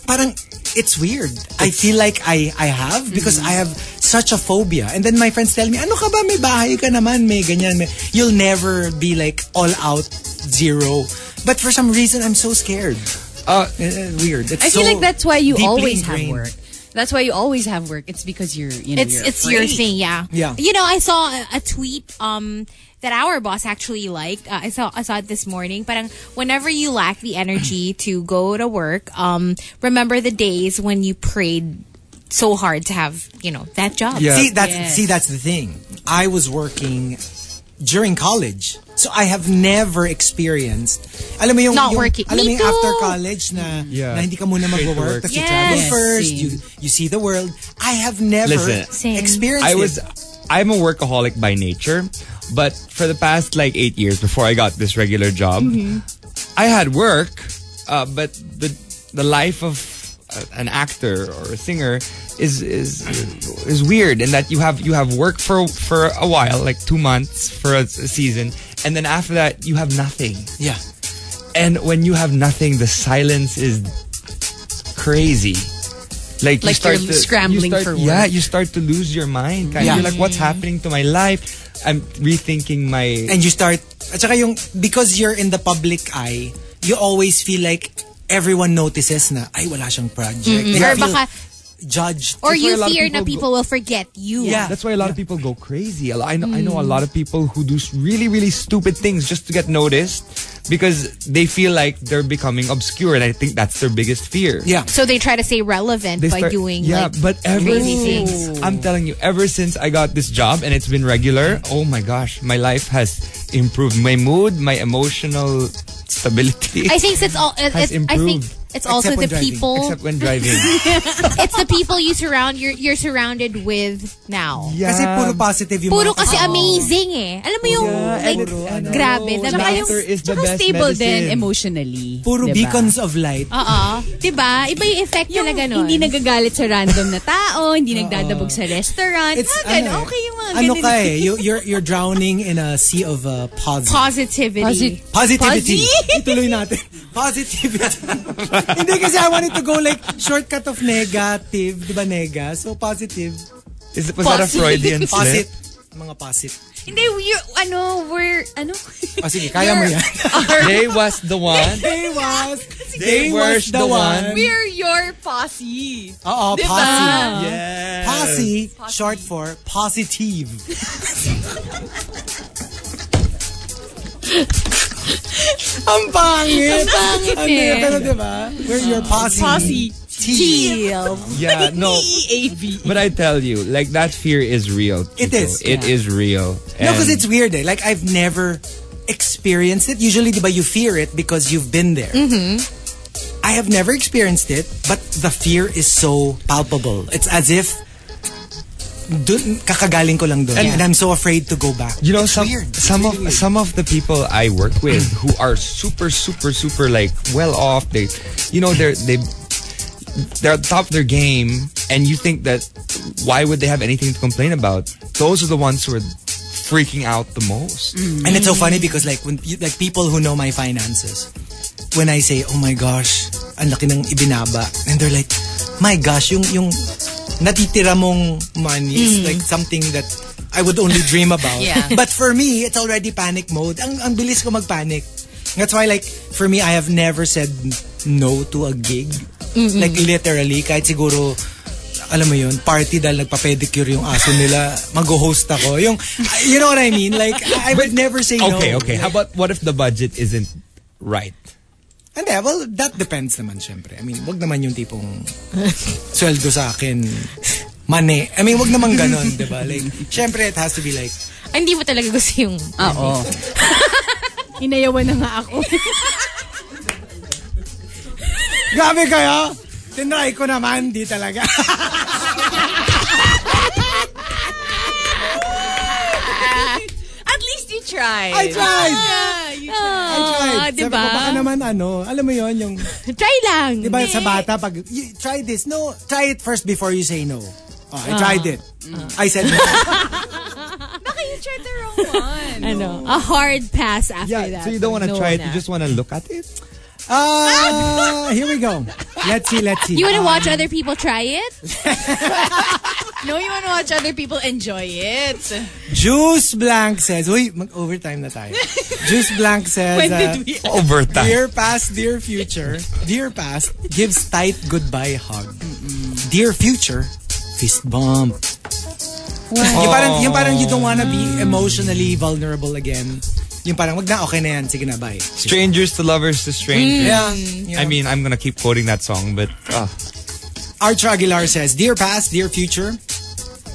[SPEAKER 3] parang, it's weird. I feel like I I have because
[SPEAKER 6] Hmm.
[SPEAKER 3] I have such a phobia. And then my friends tell me, ano ka ba, may bahay ka naman, may ganyan. May... You'll never be like all out zero. But for some reason, I'm so scared.
[SPEAKER 5] Uh,
[SPEAKER 3] Uh, weird. It's
[SPEAKER 6] I feel
[SPEAKER 3] so
[SPEAKER 6] like that's why you
[SPEAKER 3] deeply
[SPEAKER 6] always have
[SPEAKER 3] ingrained.
[SPEAKER 6] work. That's why you always have work. It's because you're, you know,
[SPEAKER 4] it's
[SPEAKER 6] you're
[SPEAKER 4] it's
[SPEAKER 6] afraid.
[SPEAKER 4] your thing, yeah.
[SPEAKER 3] Yeah.
[SPEAKER 4] You know, I saw a, a tweet um that our boss actually liked. Uh, I saw I saw it this morning. But whenever you lack the energy to go to work, um, remember the days when you prayed so hard to have you know that job.
[SPEAKER 3] See that's
[SPEAKER 6] Yes.
[SPEAKER 3] see that's the thing. I was working during college. So I have never experienced alam mo yung,
[SPEAKER 4] Not
[SPEAKER 3] yung-
[SPEAKER 4] working.
[SPEAKER 3] alam mo
[SPEAKER 4] Me
[SPEAKER 3] yung after
[SPEAKER 4] too.
[SPEAKER 3] college na,
[SPEAKER 5] Yeah.
[SPEAKER 3] na hindi ka muna
[SPEAKER 5] Straight to
[SPEAKER 3] magwo-work
[SPEAKER 5] work.
[SPEAKER 3] tapos you
[SPEAKER 4] Yes.
[SPEAKER 3] travel
[SPEAKER 4] Yes,
[SPEAKER 3] first you you see the world I have never
[SPEAKER 5] Listen.
[SPEAKER 4] Same.
[SPEAKER 3] experienced
[SPEAKER 5] I
[SPEAKER 3] it.
[SPEAKER 5] was I'm a workaholic by nature, but for the past like eight years before I got this regular job, I had work, uh, but the the life of uh, an actor or a singer is is is weird in that you have you have work for for a while, like two months for a, a season, and then after that you have nothing.
[SPEAKER 3] yeah
[SPEAKER 5] And when you have nothing, the silence is crazy. Like, you
[SPEAKER 6] Like
[SPEAKER 5] start
[SPEAKER 6] you're
[SPEAKER 5] to,
[SPEAKER 6] scrambling
[SPEAKER 5] you start-
[SPEAKER 6] for
[SPEAKER 5] Yeah,
[SPEAKER 6] work.
[SPEAKER 5] you start to lose your mind. Kind of.
[SPEAKER 3] Yeah.
[SPEAKER 5] You're like, what's happening to my life? I'm rethinking my.
[SPEAKER 3] and you start at saka yung because you're in the public eye you always feel like everyone notices na ay wala siyang project And you
[SPEAKER 4] Or
[SPEAKER 3] feel
[SPEAKER 4] baka-
[SPEAKER 3] judged
[SPEAKER 4] Or
[SPEAKER 5] That's why a
[SPEAKER 4] you
[SPEAKER 5] lot of
[SPEAKER 4] fear
[SPEAKER 5] people
[SPEAKER 4] na
[SPEAKER 5] go-
[SPEAKER 4] people will forget you.
[SPEAKER 3] Yeah.
[SPEAKER 5] That's why a lot of people go crazy. A lo- I know, I
[SPEAKER 6] Mm.
[SPEAKER 5] know a lot of people who do s- really, really stupid things just to get noticed because they feel like they're becoming obscure. And I think that's their biggest fear.
[SPEAKER 3] yeah
[SPEAKER 4] So they try to stay relevant
[SPEAKER 5] They
[SPEAKER 4] by
[SPEAKER 5] start-
[SPEAKER 4] doing
[SPEAKER 5] yeah,
[SPEAKER 4] like
[SPEAKER 5] but ever
[SPEAKER 4] crazy
[SPEAKER 5] since-
[SPEAKER 4] things.
[SPEAKER 5] I'm telling you, ever since I got this job and it's been regular, oh my gosh, my life has improved. My mood, my emotional stability.
[SPEAKER 4] I think it's all. It's, I think
[SPEAKER 5] improved.
[SPEAKER 4] it's also
[SPEAKER 3] Except when
[SPEAKER 4] the
[SPEAKER 3] driving.
[SPEAKER 4] people.
[SPEAKER 5] Except when driving.
[SPEAKER 4] It's the people you surround. You're you're surrounded with now.
[SPEAKER 5] yeah.
[SPEAKER 3] kasi puro positive yung
[SPEAKER 4] Puro
[SPEAKER 3] mga
[SPEAKER 4] kasi amazing eh. Alam mo yung, like, grabe, diba? the
[SPEAKER 5] Tsaka
[SPEAKER 4] best.
[SPEAKER 5] laughter is the
[SPEAKER 6] Tsaka
[SPEAKER 5] best
[SPEAKER 6] stable
[SPEAKER 5] medicine.
[SPEAKER 6] din emotionally.
[SPEAKER 3] puro
[SPEAKER 6] diba?
[SPEAKER 3] beacons of light
[SPEAKER 4] Oo. Diba? Iba yung effect
[SPEAKER 6] Yung
[SPEAKER 4] talaga nun.
[SPEAKER 6] hindi nagagalit sa random na tao, hindi nagdadabog sa restaurant.
[SPEAKER 3] It's
[SPEAKER 6] ah, ganun.
[SPEAKER 3] ano, eh,
[SPEAKER 6] okay yung mga
[SPEAKER 3] ano
[SPEAKER 6] ganun.
[SPEAKER 3] ka eh, you, you're, you're drowning in a sea of uh, positive.
[SPEAKER 4] Positivity.
[SPEAKER 6] Posi-
[SPEAKER 3] Positivity.
[SPEAKER 6] Posi-
[SPEAKER 3] Ituloy natin. Positivity. Hindi kasi I wanted to go like shortcut of negative. Di ba nega? So positive.
[SPEAKER 5] Is, was that a
[SPEAKER 6] Posit.
[SPEAKER 5] Freudian slip?
[SPEAKER 3] Posit. Mga posit.
[SPEAKER 6] Hindi, you, ano, we're, ano?
[SPEAKER 3] O sige, kaya mo yan.
[SPEAKER 5] They was the one.
[SPEAKER 3] They was,
[SPEAKER 5] They were the one.
[SPEAKER 6] we're your posse.
[SPEAKER 3] Oo,
[SPEAKER 6] Diba?
[SPEAKER 3] posse.
[SPEAKER 5] Yes.
[SPEAKER 3] Posse, short for positive. Ang pangit. Ang pangit eh. Pero diba? We're your posse. E
[SPEAKER 6] Posse.
[SPEAKER 3] Tea.
[SPEAKER 5] Yeah, no.
[SPEAKER 6] P-A-V.
[SPEAKER 5] But I tell you, like that fear is real.
[SPEAKER 3] It
[SPEAKER 5] people.
[SPEAKER 3] is.
[SPEAKER 5] It is real.
[SPEAKER 3] No,
[SPEAKER 5] And-
[SPEAKER 3] because it's weird eh. Like, I've never experienced it. Usually, diba, you fear it because you've been there. I have never experienced it, but the fear is so palpable. It's as if dun, kakagaling ko lang dun. And I'm so afraid to go back.
[SPEAKER 5] You know,
[SPEAKER 3] It's
[SPEAKER 5] some
[SPEAKER 3] weird. It's
[SPEAKER 5] some
[SPEAKER 3] really
[SPEAKER 5] of
[SPEAKER 3] weird.
[SPEAKER 5] some of the people I work with who are super, super, super like well off. They, you know, they're they they're at the top of their game, and you think that why would they have anything to complain about? Those are the ones who are freaking out the most.
[SPEAKER 3] And it's so funny because like when you- like people who know my finances, when I say, "Oh my gosh, ang laki ng ibinaba," and they're like, "My gosh, yung yung natitira mong money is like something that I would only dream about."
[SPEAKER 6] Yeah.
[SPEAKER 3] But for me, it's already panic mode. Ang ang bilis ko magpanic. That's why like for me, I have never said no to a gig. Like literally, kahit siguro alam mo yun, party dahil nagpa-pedicure yung aso nila, mag-host ako. Yung, you know what I mean? Like, I I would never say no.
[SPEAKER 5] Okay, okay. How about what if the budget isn't right?
[SPEAKER 3] Hindi, well, that depends naman syempre. I mean, wag naman yung tipong sweldo sa akin, mane. I mean, wag naman ganun, di ba? Like, syempre, it has to be like,
[SPEAKER 4] Ay, hindi mo talaga gusto yung...
[SPEAKER 6] Oo. Inayawan na nga ako.
[SPEAKER 3] grabe kayo! Tinry ko naman, di talaga.
[SPEAKER 6] At least you tried.
[SPEAKER 3] I tried! I tried.
[SPEAKER 4] Ah,
[SPEAKER 3] Sabi ko, baka Diba,
[SPEAKER 4] diba?
[SPEAKER 3] naman ano, alam mo yon yung,
[SPEAKER 4] Try lang.
[SPEAKER 3] di ba sa bata, pag, "You- try this. No, try it first before you say no. Oh, I tried it. I said no.
[SPEAKER 6] you tried the wrong one.
[SPEAKER 4] Ano? A hard pass after
[SPEAKER 5] Yeah,
[SPEAKER 4] that.
[SPEAKER 5] so you don't want to
[SPEAKER 4] No
[SPEAKER 5] try it.
[SPEAKER 4] na.
[SPEAKER 5] You just want to look at it.
[SPEAKER 3] Uh, here we go. Let's see, let's see.
[SPEAKER 4] You wanna watch other people try it?
[SPEAKER 6] No, you wanna watch other people enjoy it.
[SPEAKER 3] Juice Blank says, Uy, mag-overtime na tayo. Juice Blank says,
[SPEAKER 6] When
[SPEAKER 3] uh,
[SPEAKER 6] did we...
[SPEAKER 5] Overtime.
[SPEAKER 3] Dear past, dear future, dear past gives tight goodbye hug. dear future, fist bump. Yung parang, yung parang you don't wanna be emotionally vulnerable again. Yung parang, wag na, okay na yan. Sige na, bye.
[SPEAKER 5] Strangers to lovers to strangers.
[SPEAKER 3] Yeah. yeah.
[SPEAKER 5] I mean, I'm gonna keep quoting that song, but ah,
[SPEAKER 3] Arch Aguilar says, Dear past, dear future,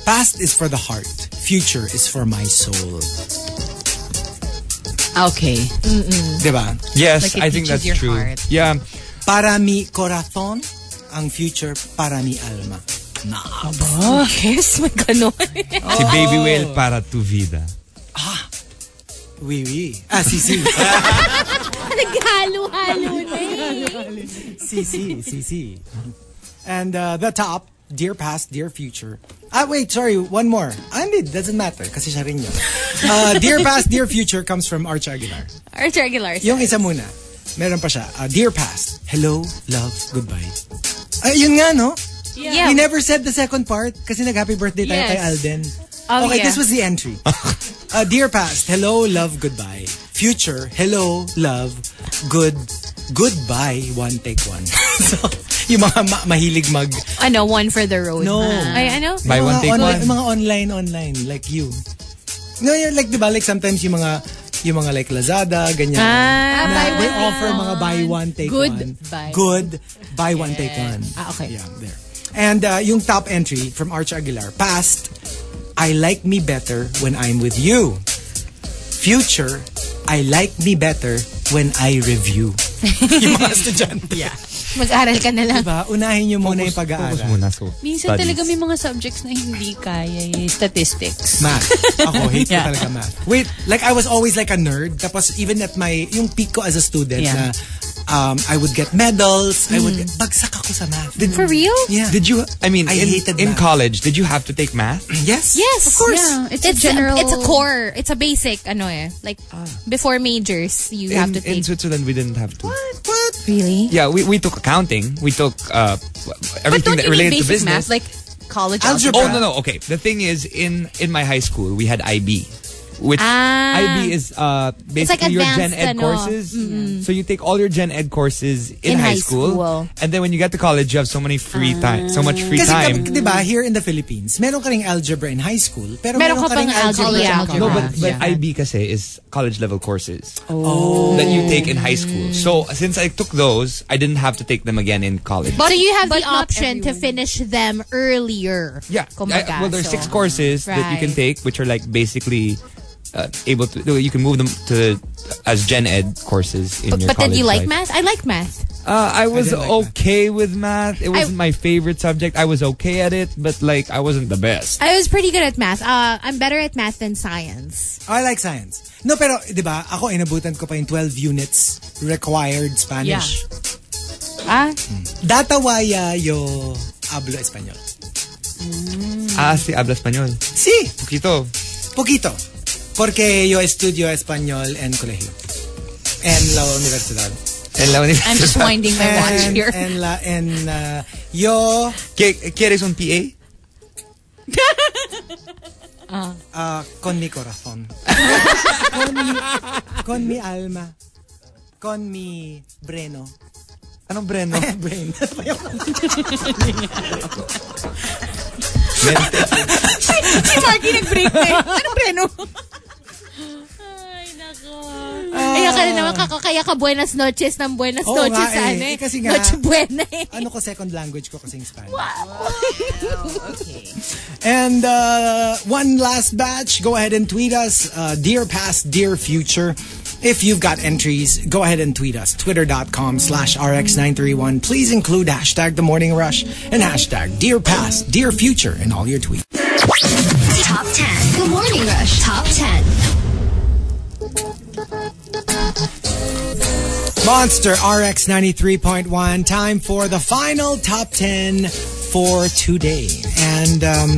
[SPEAKER 3] past is for the heart, future is for my soul.
[SPEAKER 6] Okay.
[SPEAKER 3] Diba?
[SPEAKER 5] yes,
[SPEAKER 6] Like it
[SPEAKER 5] I think
[SPEAKER 6] teaches
[SPEAKER 5] that's
[SPEAKER 6] your
[SPEAKER 5] true.
[SPEAKER 6] heart.
[SPEAKER 5] Yeah,
[SPEAKER 3] Para mi corazón, ang future para mi alma.
[SPEAKER 4] Yes, may ganon.
[SPEAKER 5] si Baby Whale para tu vida.
[SPEAKER 3] Oui, oui. Ah, si, si.
[SPEAKER 4] Naghalo-halo na eh.
[SPEAKER 3] si, si, si, si. And uh, the top, Dear Past, Dear Future. Ah, wait, sorry, one more. Ah, hindi, doesn't matter kasi siya rin yun. Uh, dear Past, Dear Future comes from Arch Aguilar.
[SPEAKER 4] Arch Aguilar.
[SPEAKER 3] Yung isa muna, meron pa siya. Uh, dear Past, Hello, Love, Goodbye. Ay, yun nga, no?
[SPEAKER 4] Yeah.
[SPEAKER 3] We never said the second part kasi nag-happy birthday tayo
[SPEAKER 6] Yes.
[SPEAKER 3] kay Alden.
[SPEAKER 4] Oh,
[SPEAKER 3] okay,
[SPEAKER 4] yeah.
[SPEAKER 3] this was the entry. uh, dear past, hello, love, goodbye. Future, hello, love, good, goodbye, one take one. so, yung mga ma- mahilig mag...
[SPEAKER 4] Ano, one for the road.
[SPEAKER 3] No.
[SPEAKER 4] Ay, ano?
[SPEAKER 5] Buy one
[SPEAKER 3] mga
[SPEAKER 5] take
[SPEAKER 3] online,
[SPEAKER 5] one.
[SPEAKER 3] Mga online-online, like you. No, yun, like, di ba, like sometimes yung mga yung mga like Lazada, ganyan.
[SPEAKER 4] Ah,
[SPEAKER 3] na
[SPEAKER 6] buy one,
[SPEAKER 3] they
[SPEAKER 6] take
[SPEAKER 3] offer mga buy one, take
[SPEAKER 6] Good
[SPEAKER 3] one.
[SPEAKER 6] buy.
[SPEAKER 3] Good, buy one, take one.
[SPEAKER 6] Ah, okay.
[SPEAKER 3] Yeah, there. And uh, yung top entry from Arch Aguilar, past, I like me better when I'm with you. Future, I like me better when I review. yung mga estudyante. Yeah.
[SPEAKER 4] Mag-aral ka na lang.
[SPEAKER 3] Diba? Unahin nyo muna yung
[SPEAKER 5] Focus
[SPEAKER 3] pag-aaral.
[SPEAKER 5] muna sa
[SPEAKER 6] Minsan
[SPEAKER 5] studies.
[SPEAKER 6] talaga may mga subjects na hindi kaya eh. Statistics.
[SPEAKER 3] Math. Ako, hate ko talaga math. Wait, like I was always like a nerd. Tapos even at my, yung peak ko as a student
[SPEAKER 6] Yeah.
[SPEAKER 3] na um, I would get medals, I
[SPEAKER 4] Mm.
[SPEAKER 3] would get, bagsak ako sa math. Did,
[SPEAKER 4] For real?
[SPEAKER 3] yeah.
[SPEAKER 5] Did you? I mean,
[SPEAKER 3] I
[SPEAKER 5] in,
[SPEAKER 3] hated math.
[SPEAKER 5] in college, did you have to take math?
[SPEAKER 3] yes?
[SPEAKER 4] Yes. Of
[SPEAKER 6] course. Yeah, it's a general-
[SPEAKER 4] it's a core. It's a basic, ano eh. Like, before majors, you have
[SPEAKER 5] in,
[SPEAKER 4] to
[SPEAKER 5] in
[SPEAKER 4] take.
[SPEAKER 5] Switzerland, we didn't have to.
[SPEAKER 3] What?
[SPEAKER 4] really?
[SPEAKER 5] Yeah, we, we took accounting. We took uh,
[SPEAKER 6] But
[SPEAKER 5] everything
[SPEAKER 6] don't
[SPEAKER 5] that
[SPEAKER 6] you need
[SPEAKER 5] related to
[SPEAKER 6] basic math?
[SPEAKER 5] business.
[SPEAKER 6] Like college
[SPEAKER 3] Algebra.
[SPEAKER 5] oh no no okay. The thing is, in in my high school, we had IB, which
[SPEAKER 4] Ah.
[SPEAKER 5] IB is uh,
[SPEAKER 4] like
[SPEAKER 5] basically your Gen
[SPEAKER 4] advanced,
[SPEAKER 5] Ed
[SPEAKER 4] ano. Mm-hmm.
[SPEAKER 5] courses. So you take all your Gen Ed courses in,
[SPEAKER 4] In
[SPEAKER 5] high,
[SPEAKER 4] high
[SPEAKER 5] school,
[SPEAKER 4] school. Ah.
[SPEAKER 5] and then when you get to college, you have so many free time, so much free
[SPEAKER 3] Kasi
[SPEAKER 5] time.
[SPEAKER 3] kami, di ba, here in the Philippines, meron ka ring algebra in high school, pero meron,
[SPEAKER 4] Meron ka
[SPEAKER 3] ka ring
[SPEAKER 4] pang
[SPEAKER 3] algebra.
[SPEAKER 4] algebra.
[SPEAKER 3] sa
[SPEAKER 5] No,
[SPEAKER 3] college.
[SPEAKER 5] but, but IB kasi is college level courses
[SPEAKER 4] Oh.
[SPEAKER 5] that you take in high school. So since I took those, I didn't have to take them again in college.
[SPEAKER 4] so you have
[SPEAKER 6] but
[SPEAKER 4] the
[SPEAKER 6] not
[SPEAKER 4] option to
[SPEAKER 6] everyone.
[SPEAKER 4] finish them earlier.
[SPEAKER 5] Yeah.
[SPEAKER 4] Kumbaga,
[SPEAKER 5] I- well, there's
[SPEAKER 4] so-
[SPEAKER 5] six courses that you can
[SPEAKER 4] Right.
[SPEAKER 5] take, which are like basically uh, able to. You can move them to as gen ed courses in
[SPEAKER 4] But,
[SPEAKER 5] your
[SPEAKER 4] but did you like
[SPEAKER 5] college life.
[SPEAKER 4] math? I like math.
[SPEAKER 5] Uh, I was
[SPEAKER 3] didn't like
[SPEAKER 5] okay with math. It wasn't my favorite subject. I was okay at it, but like I wasn't the best.
[SPEAKER 4] I was pretty good at math. Uh, I'm better at math than science.
[SPEAKER 3] Oh, I like science. No, pero, di ba, ako inabutan ko pa yung 12 units required Spanish. Hmm.
[SPEAKER 4] Ah,
[SPEAKER 3] Datawaya yo hablo español.
[SPEAKER 4] Mm.
[SPEAKER 5] Ah, si habla español.
[SPEAKER 3] Sí,
[SPEAKER 5] Poquito.
[SPEAKER 3] Poquito. Porque yo estudio español en colegio. En la universidad.
[SPEAKER 5] En la
[SPEAKER 6] I'm just
[SPEAKER 5] universidad.
[SPEAKER 6] winding my watch
[SPEAKER 3] En-
[SPEAKER 6] here.
[SPEAKER 3] En la, en, uh, yo,
[SPEAKER 5] ¿Qué- ¿Quieres un PA?
[SPEAKER 3] ah, con mi corazón. con, mi, con mi alma. Con mi breno.
[SPEAKER 5] Anong Breno?
[SPEAKER 3] Brain.
[SPEAKER 6] Si Marky nag-break na eh. Ano, Breno?
[SPEAKER 4] ay, ka na naman kakakaya ka buenas noches ng buenas
[SPEAKER 3] Oo
[SPEAKER 4] noches
[SPEAKER 3] nga eh.
[SPEAKER 4] ano eh.
[SPEAKER 3] Eh, kasi nga-
[SPEAKER 4] Noche buena eh.
[SPEAKER 3] ano ko second language ko kasing Spanish. And uh, one last batch. Go ahead and tweet us. Uh, dear past, dear future. If you've got entries, go ahead and tweet us. Twitter.com slash RX931. Please include hashtag The Morning Rush and hashtag Dear Past, Dear Future in all your tweets.
[SPEAKER 2] Top 10. Good morning, Rush. Top 10.
[SPEAKER 3] Monster RX 93.1. Time for the final top 10 for today. And um,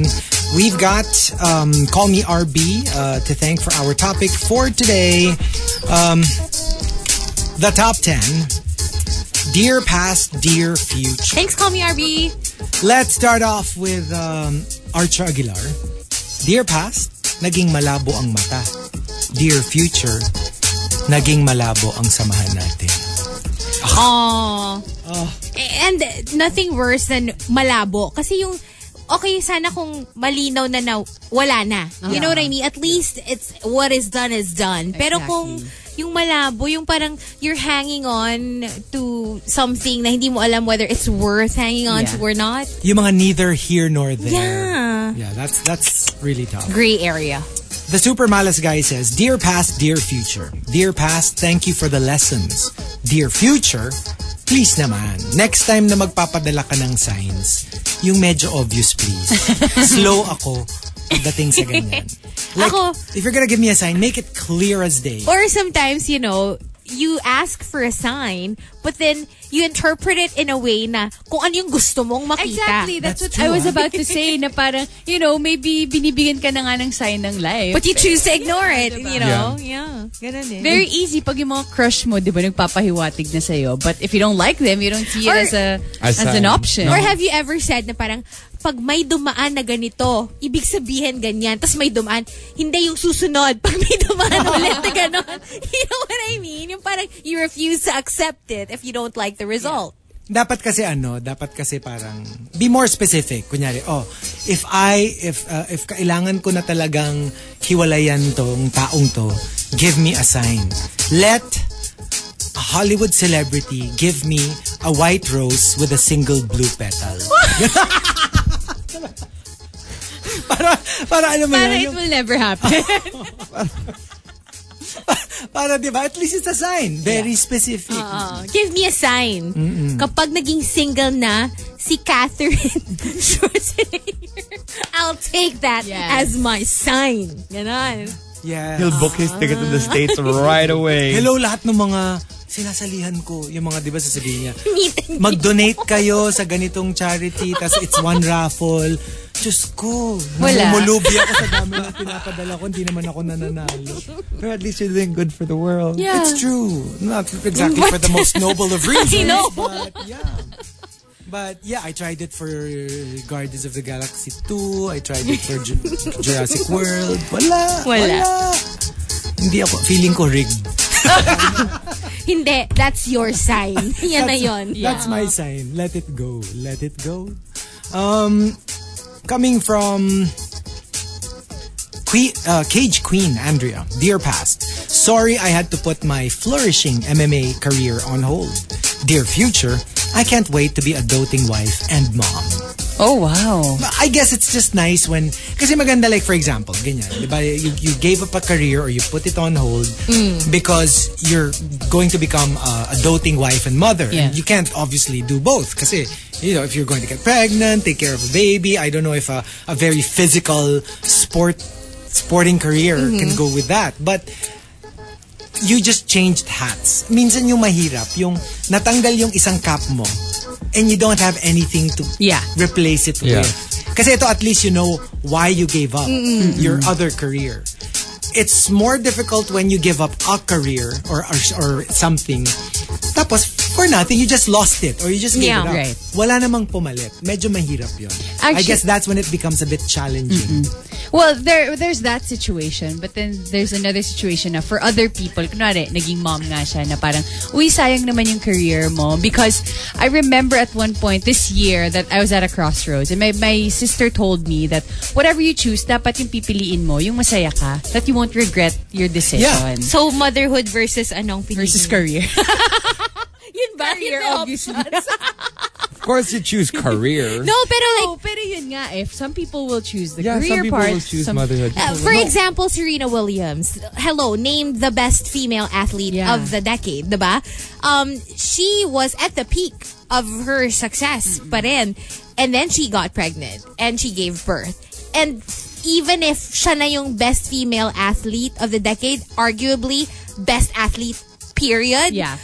[SPEAKER 3] we've got um, Call Me RB uh, to thank for our topic for today. Um, the top 10. Dear past, dear future.
[SPEAKER 4] Thanks, Call Me RB.
[SPEAKER 3] Let's start off with um, Archer Aguilar. Dear past, naging malabo ang mata. Dear future, naging malabo ang samahan natin.
[SPEAKER 4] Aww. And nothing worse than malabo. Kasi yung, okay sana kung malinaw na na wala na. You know what I mean? At least it's what is done is done. Pero
[SPEAKER 6] Exactly.
[SPEAKER 4] kung yung malabo, yung parang you're hanging on to something na hindi mo alam whether it's worth hanging on
[SPEAKER 6] Yeah.
[SPEAKER 4] to or not.
[SPEAKER 3] Yung mga neither here nor there.
[SPEAKER 4] Yeah.
[SPEAKER 3] Yeah, that's that's really tough.
[SPEAKER 4] Gray area.
[SPEAKER 3] The super malas guy says, "Dear past, dear future. Dear past, thank you for the lessons. Dear future, please naman, next time na magpapadala ka ng signs, yung medyo obvious please. Slow ako pagdating sa ganyan. Like,
[SPEAKER 4] Ako-
[SPEAKER 3] if you're gonna give me a sign, make it clear as day.
[SPEAKER 4] Or sometimes, you know, you ask for a sign, but then you interpret it in a way na kung ano yung gusto mong makita.
[SPEAKER 6] Exactly. That's,
[SPEAKER 3] That's
[SPEAKER 6] what I
[SPEAKER 3] true,
[SPEAKER 6] was
[SPEAKER 3] ah.
[SPEAKER 6] about to say na parang, you know, maybe binibigyan ka na nga ng sign ng life.
[SPEAKER 4] But you choose to ignore it,
[SPEAKER 6] diba?
[SPEAKER 4] you know? Yeah. Ganun eh.
[SPEAKER 6] Very easy pag yung mga crush mo, di ba, nagpapahiwatig na sa'yo. But if you don't like them, you don't see it
[SPEAKER 4] Or-
[SPEAKER 6] as, a,
[SPEAKER 5] As
[SPEAKER 6] as,
[SPEAKER 5] sign.
[SPEAKER 6] an option.
[SPEAKER 4] Or have you ever said na parang, pag may dumaan na ganito, ibig sabihin ganyan, tas may dumaan, hindi yung susunod, pag may dumaan ulit na ganon. You know what I mean? Yung parang, you refuse to accept it if you don't like the result.
[SPEAKER 3] dapat kasi ano, dapat kasi parang be more specific. Kunyari, oh, if I if uh, if kailangan ko na talagang hiwalayan tong taong to, give me a sign. Let a Hollywood celebrity give me a white rose with a single blue petal. para para ano mo yun,
[SPEAKER 6] Para it
[SPEAKER 3] yung-
[SPEAKER 6] will never happen.
[SPEAKER 3] para 'di ba? At least it's a sign. Very specific.
[SPEAKER 4] Oh, give me a sign. Kapag naging single na si Catherine Schwarzenegger, I'll take that as
[SPEAKER 6] Yes.
[SPEAKER 4] my sign. Ganon.
[SPEAKER 3] yeah.
[SPEAKER 5] He'll book his ticket to the States right away.
[SPEAKER 3] Hello lahat ng mga sinasalihan ko. Yung mga, di ba, sasabihin niya,
[SPEAKER 4] Meet and
[SPEAKER 3] mag-donate kayo sa ganitong charity, tas it's one raffle. Diyos ko,
[SPEAKER 6] Wala.
[SPEAKER 3] namumulubi ako sa dami na pinapadala ko, hindi naman ako nananalo.
[SPEAKER 5] At least you're doing good for the world.
[SPEAKER 3] It's true. Not exactly for the most noble of reasons.
[SPEAKER 4] I know.
[SPEAKER 3] But yeah. But yeah, I tried it for Guardians of the Galaxy 2. I tried it for Ju- Jurassic World. Wala.
[SPEAKER 6] Wala.
[SPEAKER 3] Hindi ako, feeling ko rigged.
[SPEAKER 4] Hindi, that's your sign. Yan na yun.
[SPEAKER 3] That's my sign. Let it go. Let it go. Um, coming from Que- uh, Cage Queen Andrea, dear past. Sorry, I had to put my flourishing MMA career on hold. Dear future, I can't wait to be a doting wife and mom.
[SPEAKER 6] oh, wow.
[SPEAKER 3] I guess it's just nice when kasi maganda like for example ganyan di ba you, you gave up a career or you put it on hold
[SPEAKER 6] Mm.
[SPEAKER 3] because you're going to become a, a doting wife and mother
[SPEAKER 6] Yeah.
[SPEAKER 3] and you can't obviously do both kasi you know if you're going to get pregnant take care of a baby I don't know if a, a very physical sport sporting career
[SPEAKER 6] Mm-hmm.
[SPEAKER 3] can go with that but you just changed hats. Minsan yung mahirap, yung natanggal yung isang cap mo and you don't have anything to
[SPEAKER 6] Yeah.
[SPEAKER 3] replace it
[SPEAKER 5] Yeah.
[SPEAKER 3] with. Kasi ito at least you know why you gave up your other career. It's more difficult when you give up a career or or, or something. Tapos, for nothing, you just lost it or you just gave it
[SPEAKER 4] Yeah.
[SPEAKER 3] up.
[SPEAKER 6] Right.
[SPEAKER 3] Wala namang pumalit. Medyo mahirap yun. I
[SPEAKER 6] Actually-
[SPEAKER 3] guess that's when it becomes a bit challenging.
[SPEAKER 6] Well, there there's that situation, but then there's another situation na for other people, kunwari, naging mom nga siya na parang, uy, sayang naman yung career mo. Because I remember at one point this year that I was at a crossroads and my, my sister told me that whatever you choose, dapat yung pipiliin mo, yung masaya ka, that you won't regret your decision.
[SPEAKER 3] Yeah.
[SPEAKER 4] So, motherhood versus anong piliin?
[SPEAKER 6] Versus career.
[SPEAKER 4] Yun ba? Yun
[SPEAKER 6] career,
[SPEAKER 4] na
[SPEAKER 6] obviously.
[SPEAKER 5] Of course, you choose career.
[SPEAKER 4] No, pero like,
[SPEAKER 6] oh, pero yun nga, if some people will choose the
[SPEAKER 5] yeah,
[SPEAKER 6] career
[SPEAKER 5] some people
[SPEAKER 6] part.
[SPEAKER 5] will choose
[SPEAKER 6] some-
[SPEAKER 5] motherhood.
[SPEAKER 4] uh, for example, Serena Williams. Hello, named the best female athlete
[SPEAKER 6] Yeah.
[SPEAKER 4] of the decade, diba? Um, she was at the peak of her success but in And then she got pregnant and she gave birth. And even if siya na yung best female athlete of the decade, arguably best athlete period.
[SPEAKER 6] Yeah.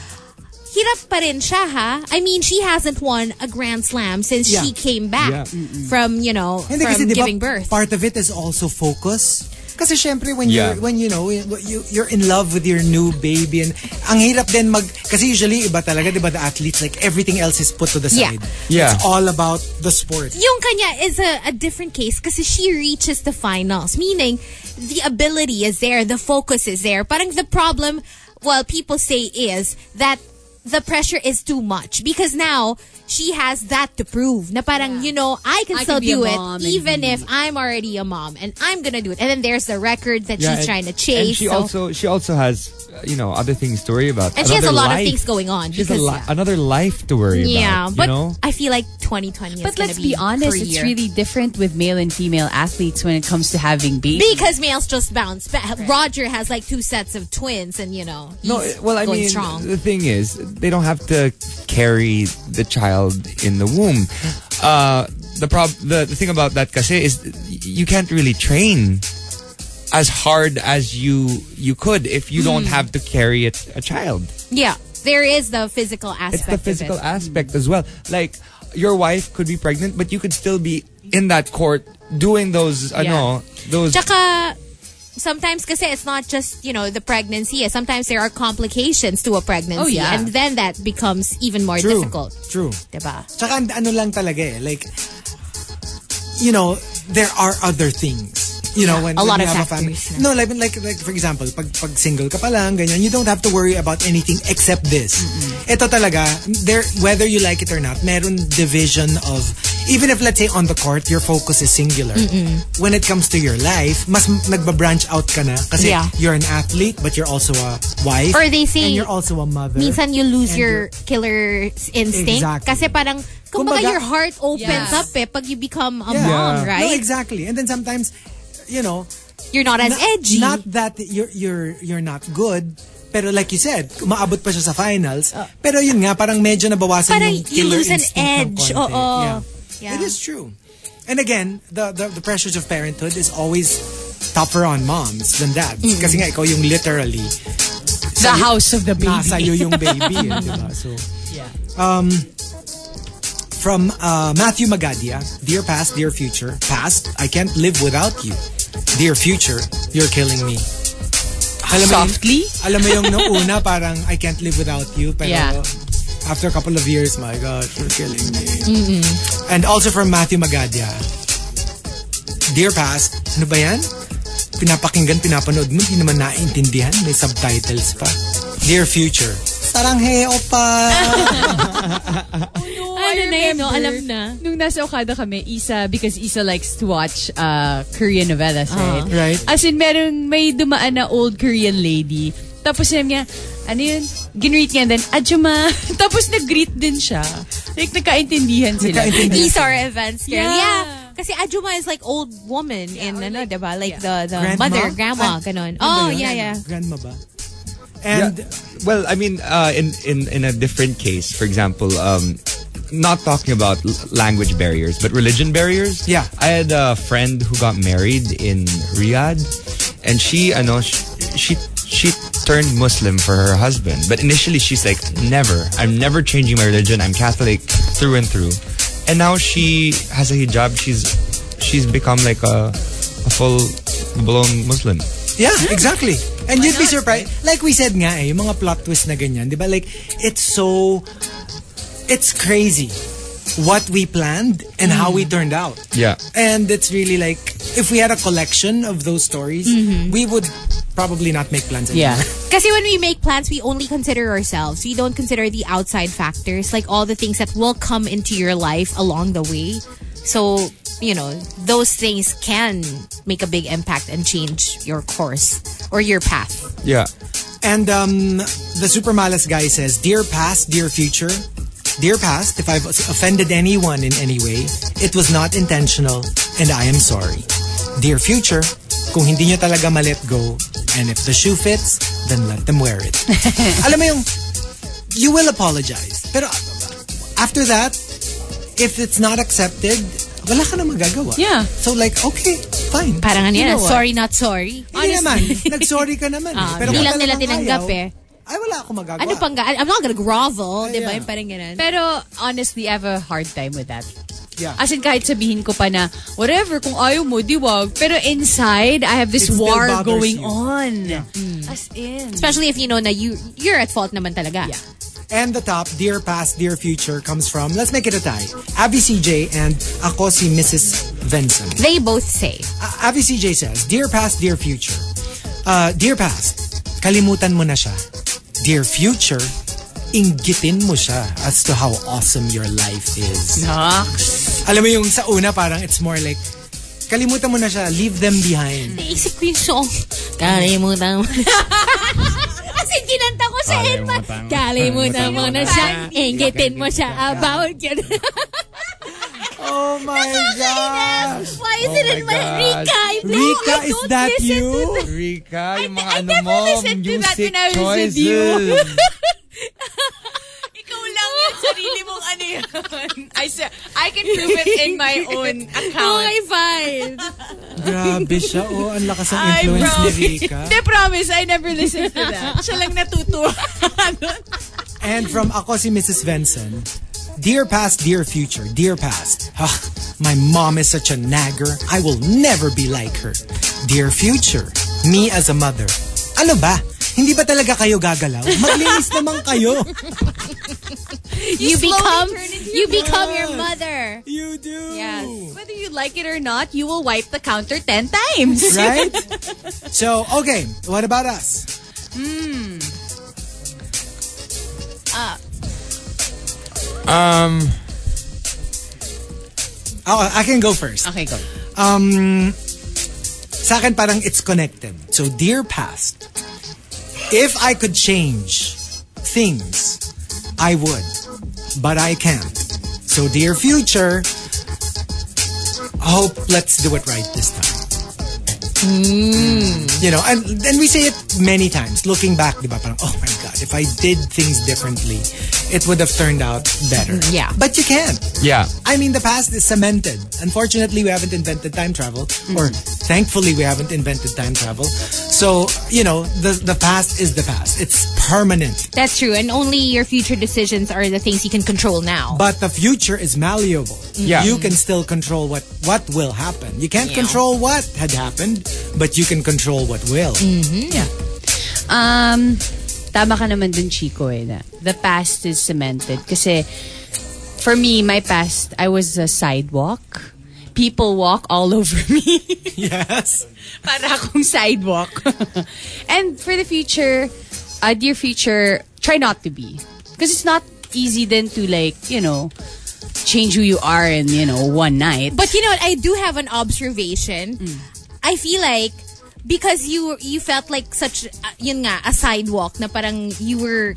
[SPEAKER 4] hirap pa rin siya, ha? I mean, she hasn't won a Grand Slam since
[SPEAKER 3] Yeah.
[SPEAKER 4] she came back
[SPEAKER 5] Yeah.
[SPEAKER 4] from, you know,
[SPEAKER 3] Hindi
[SPEAKER 4] from
[SPEAKER 3] kasi di ba,
[SPEAKER 4] giving birth.
[SPEAKER 3] part of it is also focus. Kasi syempre when
[SPEAKER 5] Yeah.
[SPEAKER 3] you when you know you you're in love with your new baby and ang hirap din mag kasi usually iba talaga 'di ba the athletes like everything else is put to the
[SPEAKER 4] Yeah.
[SPEAKER 3] side.
[SPEAKER 5] Yeah.
[SPEAKER 3] It's all about the sport.
[SPEAKER 4] yung kanya is a, a different case kasi she reaches the finals. Meaning, the ability is there, the focus is there. Parang the problem, well, people say is that the pressure is too much because now she has that to prove. Na parang, you know, I can
[SPEAKER 6] I
[SPEAKER 4] still
[SPEAKER 6] can be a
[SPEAKER 4] do
[SPEAKER 6] mom
[SPEAKER 4] it
[SPEAKER 6] and
[SPEAKER 4] even
[SPEAKER 6] be-
[SPEAKER 4] if I'm already a mom and I'm gonna do it. And then there's the record that
[SPEAKER 5] Yeah,
[SPEAKER 4] she's
[SPEAKER 5] and-
[SPEAKER 4] trying to chase.
[SPEAKER 5] And she
[SPEAKER 4] so-
[SPEAKER 5] also she also has uh, you know other things to worry about.
[SPEAKER 4] And she has a lot
[SPEAKER 5] Another
[SPEAKER 4] of
[SPEAKER 5] life.
[SPEAKER 4] things going on
[SPEAKER 5] She has a
[SPEAKER 4] because-
[SPEAKER 5] li-
[SPEAKER 4] yeah.
[SPEAKER 5] another life to worry
[SPEAKER 4] yeah,
[SPEAKER 5] about.
[SPEAKER 4] but
[SPEAKER 5] you know?
[SPEAKER 4] I feel like 2020 is
[SPEAKER 6] But
[SPEAKER 4] gonna
[SPEAKER 6] let's be honest, it's
[SPEAKER 4] career.
[SPEAKER 6] really different with male and female athletes when it comes to having babies.
[SPEAKER 4] because males just bounce back. Roger has like two sets of twins, and you know, he's
[SPEAKER 5] No, well, I
[SPEAKER 4] going
[SPEAKER 5] mean, uh,
[SPEAKER 4] strong.
[SPEAKER 5] the thing is, they don't have to carry the child in the womb. Uh, the prob the, the thing about that kasi is y- you can't really train as hard as you you could if you
[SPEAKER 4] Hmm.
[SPEAKER 5] don't have to carry a, a child.
[SPEAKER 4] Yeah, there is the physical aspect.
[SPEAKER 5] It's the
[SPEAKER 4] of
[SPEAKER 5] physical
[SPEAKER 4] it. Hmm.
[SPEAKER 5] aspect as well. Like your wife could be pregnant, but you could still be in that court doing those ano those
[SPEAKER 4] Tsaka, sometimes kasi it's not just, you know, the pregnancy. eh. Sometimes there are complications to a pregnancy.
[SPEAKER 6] Oh, yeah.
[SPEAKER 4] And then that becomes even more
[SPEAKER 3] True.
[SPEAKER 4] difficult.
[SPEAKER 3] True.
[SPEAKER 4] Diba?
[SPEAKER 3] Tsaka ano lang talaga eh, like, you know, there are other things. You know, when,
[SPEAKER 4] a
[SPEAKER 3] when
[SPEAKER 4] lot
[SPEAKER 3] you
[SPEAKER 4] of
[SPEAKER 3] have a family.
[SPEAKER 4] factors, yeah.
[SPEAKER 3] No, like, like, like, for example, pag, pag single ka pa lang, ganyan, you don't have to worry about anything except this. Ito talaga, there, whether you like it or not, meron division of, even if let's say on the court, your focus is singular, when it comes to your life, mas m- nagbabranch out ka na kasi
[SPEAKER 4] Yeah.
[SPEAKER 3] you're an athlete but you're also a wife.
[SPEAKER 4] Or they say,
[SPEAKER 3] and you're also a mother.
[SPEAKER 4] Minsan you lose
[SPEAKER 3] And
[SPEAKER 4] your killer instinct.
[SPEAKER 3] Exactly.
[SPEAKER 4] Kasi parang, kumbaga,
[SPEAKER 3] Kumbaga-
[SPEAKER 4] your heart opens
[SPEAKER 6] Yes.
[SPEAKER 4] up eh pag you become a
[SPEAKER 3] Yeah.
[SPEAKER 4] mom,
[SPEAKER 3] No,
[SPEAKER 4] right?
[SPEAKER 3] exactly. And then sometimes, you know,
[SPEAKER 4] You're not as
[SPEAKER 3] na-
[SPEAKER 4] edgy.
[SPEAKER 3] Not that you're you're you're not good, pero like you said, umaabot pa siya sa finals. Pero yun nga, parang medyo nabawasan
[SPEAKER 4] Oh. Parang
[SPEAKER 3] yung
[SPEAKER 4] you
[SPEAKER 3] killer
[SPEAKER 4] lose an
[SPEAKER 3] instinct ng
[SPEAKER 4] edge.
[SPEAKER 3] konti.
[SPEAKER 4] Oo.
[SPEAKER 3] Yeah.
[SPEAKER 4] Yeah.
[SPEAKER 3] It is true. And again, the, the the pressures of parenthood is always tougher on moms than dads.
[SPEAKER 4] Mm.
[SPEAKER 3] Kasi nga ikaw yung literally
[SPEAKER 6] the house of the baby.
[SPEAKER 3] nasa iyo yung baby, eh, di ba? So, Um, from uh, Matthew Magadia, Dear Past, Dear Future. Past, I can't live without you. Dear Future, you're killing me. Alam mo yun-
[SPEAKER 6] Softly?
[SPEAKER 3] alam mo yung nung una, parang I can't live without you. Pero
[SPEAKER 6] Yeah.
[SPEAKER 3] after a couple of years, my gosh, you're killing me. And also from Matthew Magadia, Dear Past, ano ba yan? Pinapakinggan, pinapanood mo, hindi naman naiintindihan. May subtitles pa. Dear Future, sarang heo pa.
[SPEAKER 4] Ano na yun, no? Oh, Alam na.
[SPEAKER 6] Nung nasa Okada kami, Isa, because Isa likes to watch uh, Korean novellas, right?
[SPEAKER 3] Right.
[SPEAKER 6] As in, merong may dumaan na old Korean lady. Tapos sinabi niya, ano yun? Ginreet niya, and then, Ajuma. Tapos nag-greet din siya. Like, nagkaintindihan sila.
[SPEAKER 4] These are events, girl. Yeah.
[SPEAKER 6] Yeah.
[SPEAKER 4] Kasi Ajuma is like old woman in ano, diba? Like the, the
[SPEAKER 3] Grandma?
[SPEAKER 4] mother, grandma, ganon. Oh,
[SPEAKER 3] Ano ba yun?
[SPEAKER 4] yeah, yeah.
[SPEAKER 3] Grandma ba?
[SPEAKER 5] Yeah.
[SPEAKER 3] And
[SPEAKER 5] well, I mean, uh, in in in a different case, for example, um, not talking about l- language barriers, but religion barriers.
[SPEAKER 3] Yeah.
[SPEAKER 5] I had a friend who got married in Riyadh, and she, I know, she. she she turned Muslim for her husband, but initially she's like, "Never, I'm never changing my religion. I'm Catholic through and through." And now she has a hijab. She's she's become like a, a full blown Muslim.
[SPEAKER 3] Yeah, exactly. And you'd be surprised. Like we said nga eh, yung mga plot twist na ganyan, di ba? Like, it's so, it's crazy what we planned and how we turned out.
[SPEAKER 5] Yeah.
[SPEAKER 3] And it's really like, if we had a collection of those stories, we would probably not make plans anymore.
[SPEAKER 6] Yeah.
[SPEAKER 4] Kasi when we make plans, we only consider ourselves. We don't consider the outside factors, like all the things that will come into your life along the way. So, you know, those things can make a big impact and change your course or your path.
[SPEAKER 5] Yeah.
[SPEAKER 3] And um, the Super Malas guy says, Dear past, dear future, dear past, if I've offended anyone in any way, it was not intentional and I am sorry. Dear future, kung hindi nyo talaga ma-let go, and if the shoe fits, then let them wear it. Alam mo yung, you will apologize. Pero after that, if it's not accepted, wala ka na magagawa.
[SPEAKER 6] Yeah.
[SPEAKER 3] So like, okay, fine.
[SPEAKER 4] Parang ano
[SPEAKER 6] You
[SPEAKER 4] yan,
[SPEAKER 6] know what?
[SPEAKER 4] sorry not sorry.
[SPEAKER 3] Hindi naman. Nag-sorry ka naman. eh.
[SPEAKER 4] Ah,
[SPEAKER 3] Pero
[SPEAKER 4] hindi
[SPEAKER 3] kung
[SPEAKER 4] lang nila
[SPEAKER 3] talagang
[SPEAKER 4] tinanggap
[SPEAKER 3] ayaw,
[SPEAKER 4] eh.
[SPEAKER 3] Ay, wala akong magagawa.
[SPEAKER 4] Ano pang, ga- I'm not gonna
[SPEAKER 6] Oh,
[SPEAKER 4] grovel,
[SPEAKER 6] Diba?
[SPEAKER 4] di ba?
[SPEAKER 3] yeah.
[SPEAKER 4] Yung Parang ganun.
[SPEAKER 6] Pero honestly, I have a hard time with that.
[SPEAKER 3] Yeah.
[SPEAKER 6] As in, kahit sabihin ko pa na, whatever, kung ayaw mo, di wag. Pero inside, I have this
[SPEAKER 3] It still
[SPEAKER 6] war
[SPEAKER 3] bothers
[SPEAKER 6] going
[SPEAKER 3] you.
[SPEAKER 6] on. Hmm. Mm. As in.
[SPEAKER 4] Especially if you know na you, you're at fault naman talaga.
[SPEAKER 6] Yeah.
[SPEAKER 3] And the top, Dear Past, Dear Future, comes from, let's make it a tie, Abby CJ and Ako si Mrs. Venson.
[SPEAKER 4] They both say.
[SPEAKER 3] Uh, Abby CJ says, Dear Past, Dear Future. Uh, dear Past, kalimutan mo na siya. Dear Future, inggitin mo siya as to how awesome your life is.
[SPEAKER 6] Ah,
[SPEAKER 3] Alam mo yung sa una parang it's more like, kalimutan mo na siya, leave them behind.
[SPEAKER 4] Naisip ko yung song. Kalimutan mo. Kasi kinanta ko sa Edma.
[SPEAKER 5] Kalimutan mo.
[SPEAKER 4] Kalimutan mo na siya. Ingitin mo siya. About yun.
[SPEAKER 3] Oh my gosh! Oh
[SPEAKER 4] Why is it in my
[SPEAKER 5] gosh.
[SPEAKER 4] Rika? I know,
[SPEAKER 3] Rika,
[SPEAKER 4] I
[SPEAKER 3] is
[SPEAKER 4] don't
[SPEAKER 3] that
[SPEAKER 4] listen
[SPEAKER 3] you?
[SPEAKER 4] to that.
[SPEAKER 5] Rika, yung mga
[SPEAKER 6] I
[SPEAKER 5] ano
[SPEAKER 6] never
[SPEAKER 5] mo,
[SPEAKER 6] listened to that
[SPEAKER 5] music
[SPEAKER 6] when I was with
[SPEAKER 5] choices.
[SPEAKER 6] you. Ikaw lang yung sarili mong ano yun. I, sa- I can prove it in my own account.
[SPEAKER 4] Okay, fine.
[SPEAKER 3] Grabe siya. Oh, ang lakas ng
[SPEAKER 6] I
[SPEAKER 3] influence ni Rika.
[SPEAKER 6] promise. They promise, I never listened to that. Siya lang natutuwa.
[SPEAKER 3] And from ako si Mrs. Vincent. Dear past, dear future, dear past. Ah, my mom is such a nagger. I will never be like her. Dear future, me as a mother. Ano ba? Hindi ba talaga kayo gagalaw? Maglinis naman kayo.
[SPEAKER 4] You, become you become your mother.
[SPEAKER 3] You do.
[SPEAKER 6] Whether you like it or not, you will wipe the counter 10 times.
[SPEAKER 3] Right? So, okay. What about us?
[SPEAKER 5] Um,
[SPEAKER 3] Oh, I can go first.
[SPEAKER 6] Okay, go.
[SPEAKER 3] um, sa akin parang it's connected. So, dear past, if I could change things, I would. But I can't. So, dear future, I hope let's do it right this time. You know, and then we say it many times. Looking back, di ba, parang, oh my God, if I did things differently, it would have turned out better.
[SPEAKER 6] Yeah.
[SPEAKER 3] But you can't.
[SPEAKER 5] yeah.
[SPEAKER 3] I mean, the past is cemented. Unfortunately, we haven't invented time travel,
[SPEAKER 6] Mm.
[SPEAKER 3] or thankfully, we haven't invented time travel. So, you know, the the past is the past. It's permanent,
[SPEAKER 4] That's true. And only your future decisions are the things you can control now.
[SPEAKER 3] but the future is malleable.
[SPEAKER 6] Mm.
[SPEAKER 5] Yeah.
[SPEAKER 3] you can still control what what will happen. You can't control what had happened, but you can control what will.
[SPEAKER 6] Mm. Um, tama ka naman dun, Chico, eh, na the past is cemented. Kasi, for me, my past, I was a sidewalk. People walk all over me.
[SPEAKER 3] Yes,
[SPEAKER 6] Para akong sidewalk. And for the future, uh, dear future, try not to be. Because it's not easy then to like, you know, change who you are in, you know, one night.
[SPEAKER 4] But you know what? I do have an observation.
[SPEAKER 6] Mm.
[SPEAKER 4] I feel like because you you felt like such uh, yun nga a sidewalk na parang you were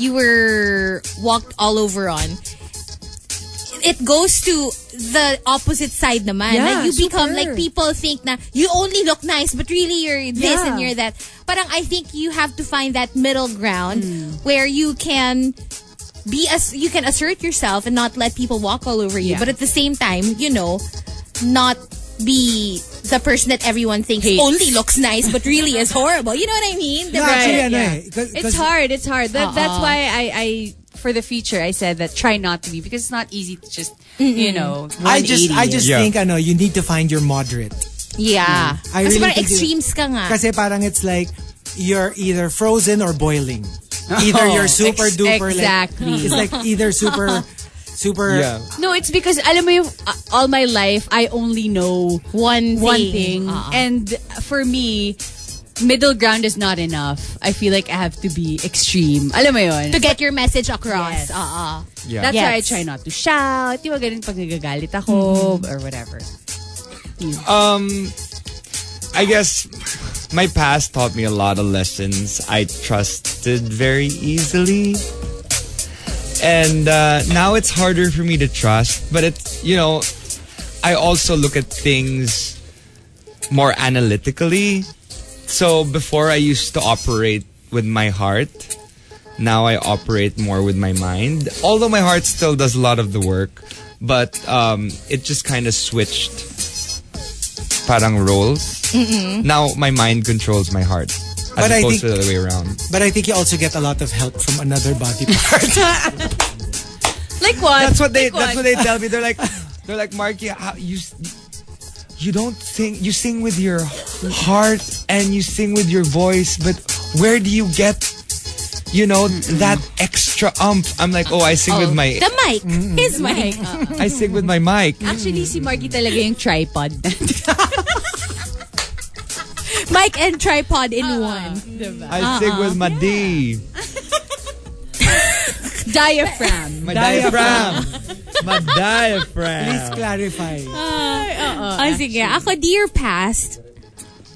[SPEAKER 4] you were walked all over on. It goes to the opposite side naman.
[SPEAKER 6] Yeah,
[SPEAKER 4] like you become
[SPEAKER 6] super.
[SPEAKER 4] like people think na you only look nice but really you're this
[SPEAKER 6] Yeah.
[SPEAKER 4] and you're that. Parang I think you have to find that middle ground
[SPEAKER 6] Mm.
[SPEAKER 4] where you can be as you can assert yourself and not let people walk all over you
[SPEAKER 6] Yeah.
[SPEAKER 4] but at the same time you know not be the person that everyone thinks
[SPEAKER 6] Hates.
[SPEAKER 4] only looks nice but really is horrible you know what i mean
[SPEAKER 3] No,
[SPEAKER 4] Diba?
[SPEAKER 3] actually, ano
[SPEAKER 6] yeah.
[SPEAKER 3] eh, 'cause-
[SPEAKER 6] It's
[SPEAKER 3] 'cause-
[SPEAKER 6] hard. It's hard. That, That's
[SPEAKER 4] Uh-uh.
[SPEAKER 6] why I, I, for the future, I said that try not to be because it's not easy to just, you know,
[SPEAKER 3] I just I
[SPEAKER 6] 180.
[SPEAKER 3] just
[SPEAKER 5] Yeah.
[SPEAKER 3] think I know you need to find your moderate.
[SPEAKER 4] yeah
[SPEAKER 3] I really
[SPEAKER 4] kasi
[SPEAKER 3] think
[SPEAKER 4] parang
[SPEAKER 3] it-
[SPEAKER 4] extremes ka nga
[SPEAKER 3] Kasi parang it's like you're either frozen or boiling. Either
[SPEAKER 4] Oh.
[SPEAKER 3] you're
[SPEAKER 6] ex-
[SPEAKER 3] super duper
[SPEAKER 6] exactly.
[SPEAKER 3] like it's like either super super
[SPEAKER 5] Yeah.
[SPEAKER 6] No, it's because alam mo yung, uh, all my life I only know
[SPEAKER 4] one thing,
[SPEAKER 6] one thing,
[SPEAKER 4] Uh-uh.
[SPEAKER 6] and for me, middle ground is not enough. I feel like I have to be extreme. Alam mo yun?
[SPEAKER 4] to get your message across
[SPEAKER 6] Yes.
[SPEAKER 4] uh-uh.
[SPEAKER 5] Yeah.
[SPEAKER 6] That's why I
[SPEAKER 4] Yes.
[SPEAKER 6] try not to shout. Di ba ganun pag nagagalit ako or whatever.
[SPEAKER 5] Um, I guess my past taught me a lot of lessons I trusted very easily. And uh, now it's harder for me to trust, but it's, you know, I also look at things more analytically. So before I used to operate with my heart, now I operate more with my mind. Although my heart still does a lot of the work, but um, it just kind of switched parang roles. Now my mind controls my heart. As
[SPEAKER 3] Mm-hmm. But I
[SPEAKER 5] opposed
[SPEAKER 3] think-
[SPEAKER 5] to the other way around.
[SPEAKER 3] But I think you also get a lot of help from another body part.
[SPEAKER 6] Like what?
[SPEAKER 5] That's what they
[SPEAKER 6] Like
[SPEAKER 5] that's what they tell me. They're like they're like Marky, how, you s- you don't sing you sing with your heart and you sing with your voice, but where do you get you know that extra umph? I'm like, "Oh, I sing with my
[SPEAKER 4] the mic his mic
[SPEAKER 5] I sing with my mic."
[SPEAKER 6] Actually, si Margie talaga yung tripod natin.
[SPEAKER 4] mic and
[SPEAKER 3] Uh-uh.
[SPEAKER 4] tripod in one
[SPEAKER 5] I sing with my D.
[SPEAKER 6] Diaphragm.
[SPEAKER 5] My diaphragm. My diaphragm.
[SPEAKER 3] Please clarify.
[SPEAKER 4] Ah, sige. Ako, dear past,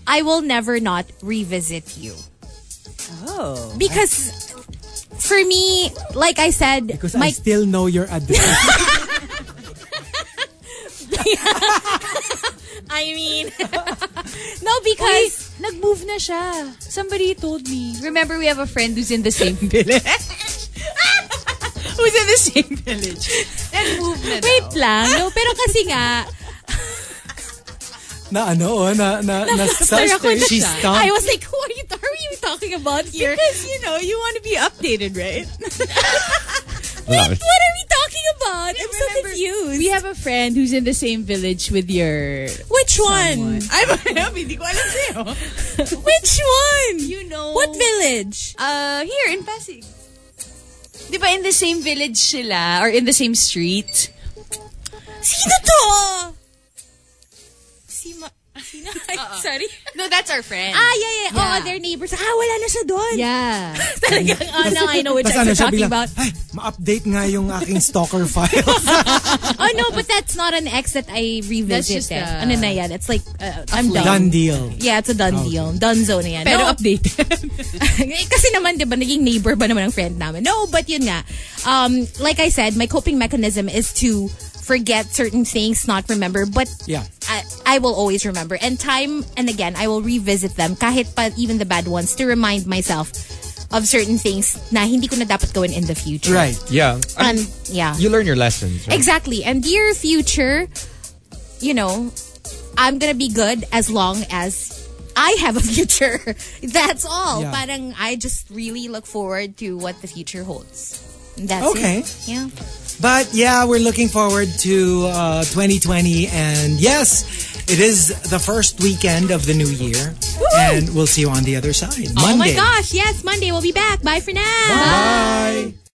[SPEAKER 4] I will never not revisit you.
[SPEAKER 6] Oh.
[SPEAKER 4] Because for me, like I said,
[SPEAKER 3] Because I
[SPEAKER 4] my
[SPEAKER 3] still know your address.
[SPEAKER 4] I mean, no, because
[SPEAKER 6] Nag-move na siya. Somebody told me. Remember, we have a friend who's in the same village. who's in the same village. Nag-move na
[SPEAKER 4] wait lang, no, pero kasi nga,
[SPEAKER 3] na ano, oh, na, na, na,
[SPEAKER 4] Sorry, ako na
[SPEAKER 3] she
[SPEAKER 4] siya.
[SPEAKER 3] stopped.
[SPEAKER 4] I was like, who are you, are you talking about here?
[SPEAKER 6] Because, you know, you want to be updated, right?
[SPEAKER 5] Love it.
[SPEAKER 4] what are we talking about? I'm so confused.
[SPEAKER 6] We have a friend who's in the same village with your...
[SPEAKER 4] Which one?
[SPEAKER 6] I don't know. Hindi ko alam sa'yo.
[SPEAKER 4] Which one?
[SPEAKER 6] You know...
[SPEAKER 4] What village?
[SPEAKER 6] Uh, here in Pasig. Di ba in the same village sila? Or in the same street?
[SPEAKER 4] Sino to? Si Ma... Sino? Ay, Sorry.
[SPEAKER 6] No, that's our friend.
[SPEAKER 4] Ah, yeah, yeah.
[SPEAKER 6] Yeah.
[SPEAKER 4] Oh, their neighbors. Ah, wala na siya doon.
[SPEAKER 6] Yeah.
[SPEAKER 4] Talagang, oh, now I know which
[SPEAKER 3] Tapos
[SPEAKER 4] I'm
[SPEAKER 3] ano, siya
[SPEAKER 4] talking
[SPEAKER 3] bilang,
[SPEAKER 4] about.
[SPEAKER 3] Ay, ma-update nga yung aking stalker files.
[SPEAKER 4] Oh, no, but that's not an ex that I revisited.
[SPEAKER 6] just a-
[SPEAKER 4] ano na yan? It's like, uh, I'm done.
[SPEAKER 3] Done deal. Oh,
[SPEAKER 4] Yeah, it's a done deal. Done zone na yan.
[SPEAKER 6] Pero
[SPEAKER 4] no,
[SPEAKER 6] updated.
[SPEAKER 4] Eh, Kasi naman, di ba, naging neighbor ba naman ang friend namin? No, but yun nga. Um, like I said, my coping mechanism is to forget certain things, not remember. But
[SPEAKER 3] Yeah.
[SPEAKER 4] I, I will always remember. And time and again, I will revisit them, kahit pa even the bad ones, to remind myself of certain things na hindi ko na dapat gawin in the future.
[SPEAKER 3] Right.
[SPEAKER 5] Yeah. I mean,
[SPEAKER 4] And, yeah.
[SPEAKER 5] you learn your lessons, right?
[SPEAKER 4] Exactly. And dear future, you know, I'm gonna be good as long as I have a future. That's all.
[SPEAKER 3] Yeah.
[SPEAKER 4] Parang I just really look forward to what the future holds. That's
[SPEAKER 3] Okay.
[SPEAKER 4] it. Yeah.
[SPEAKER 3] But yeah, we're looking forward to uh, 2020. And yes, it is the first weekend of the new year. And we'll see you on the other side.
[SPEAKER 4] Oh my
[SPEAKER 3] Monday.
[SPEAKER 4] gosh, yes, Monday we'll be back. Bye for now.
[SPEAKER 3] Bye.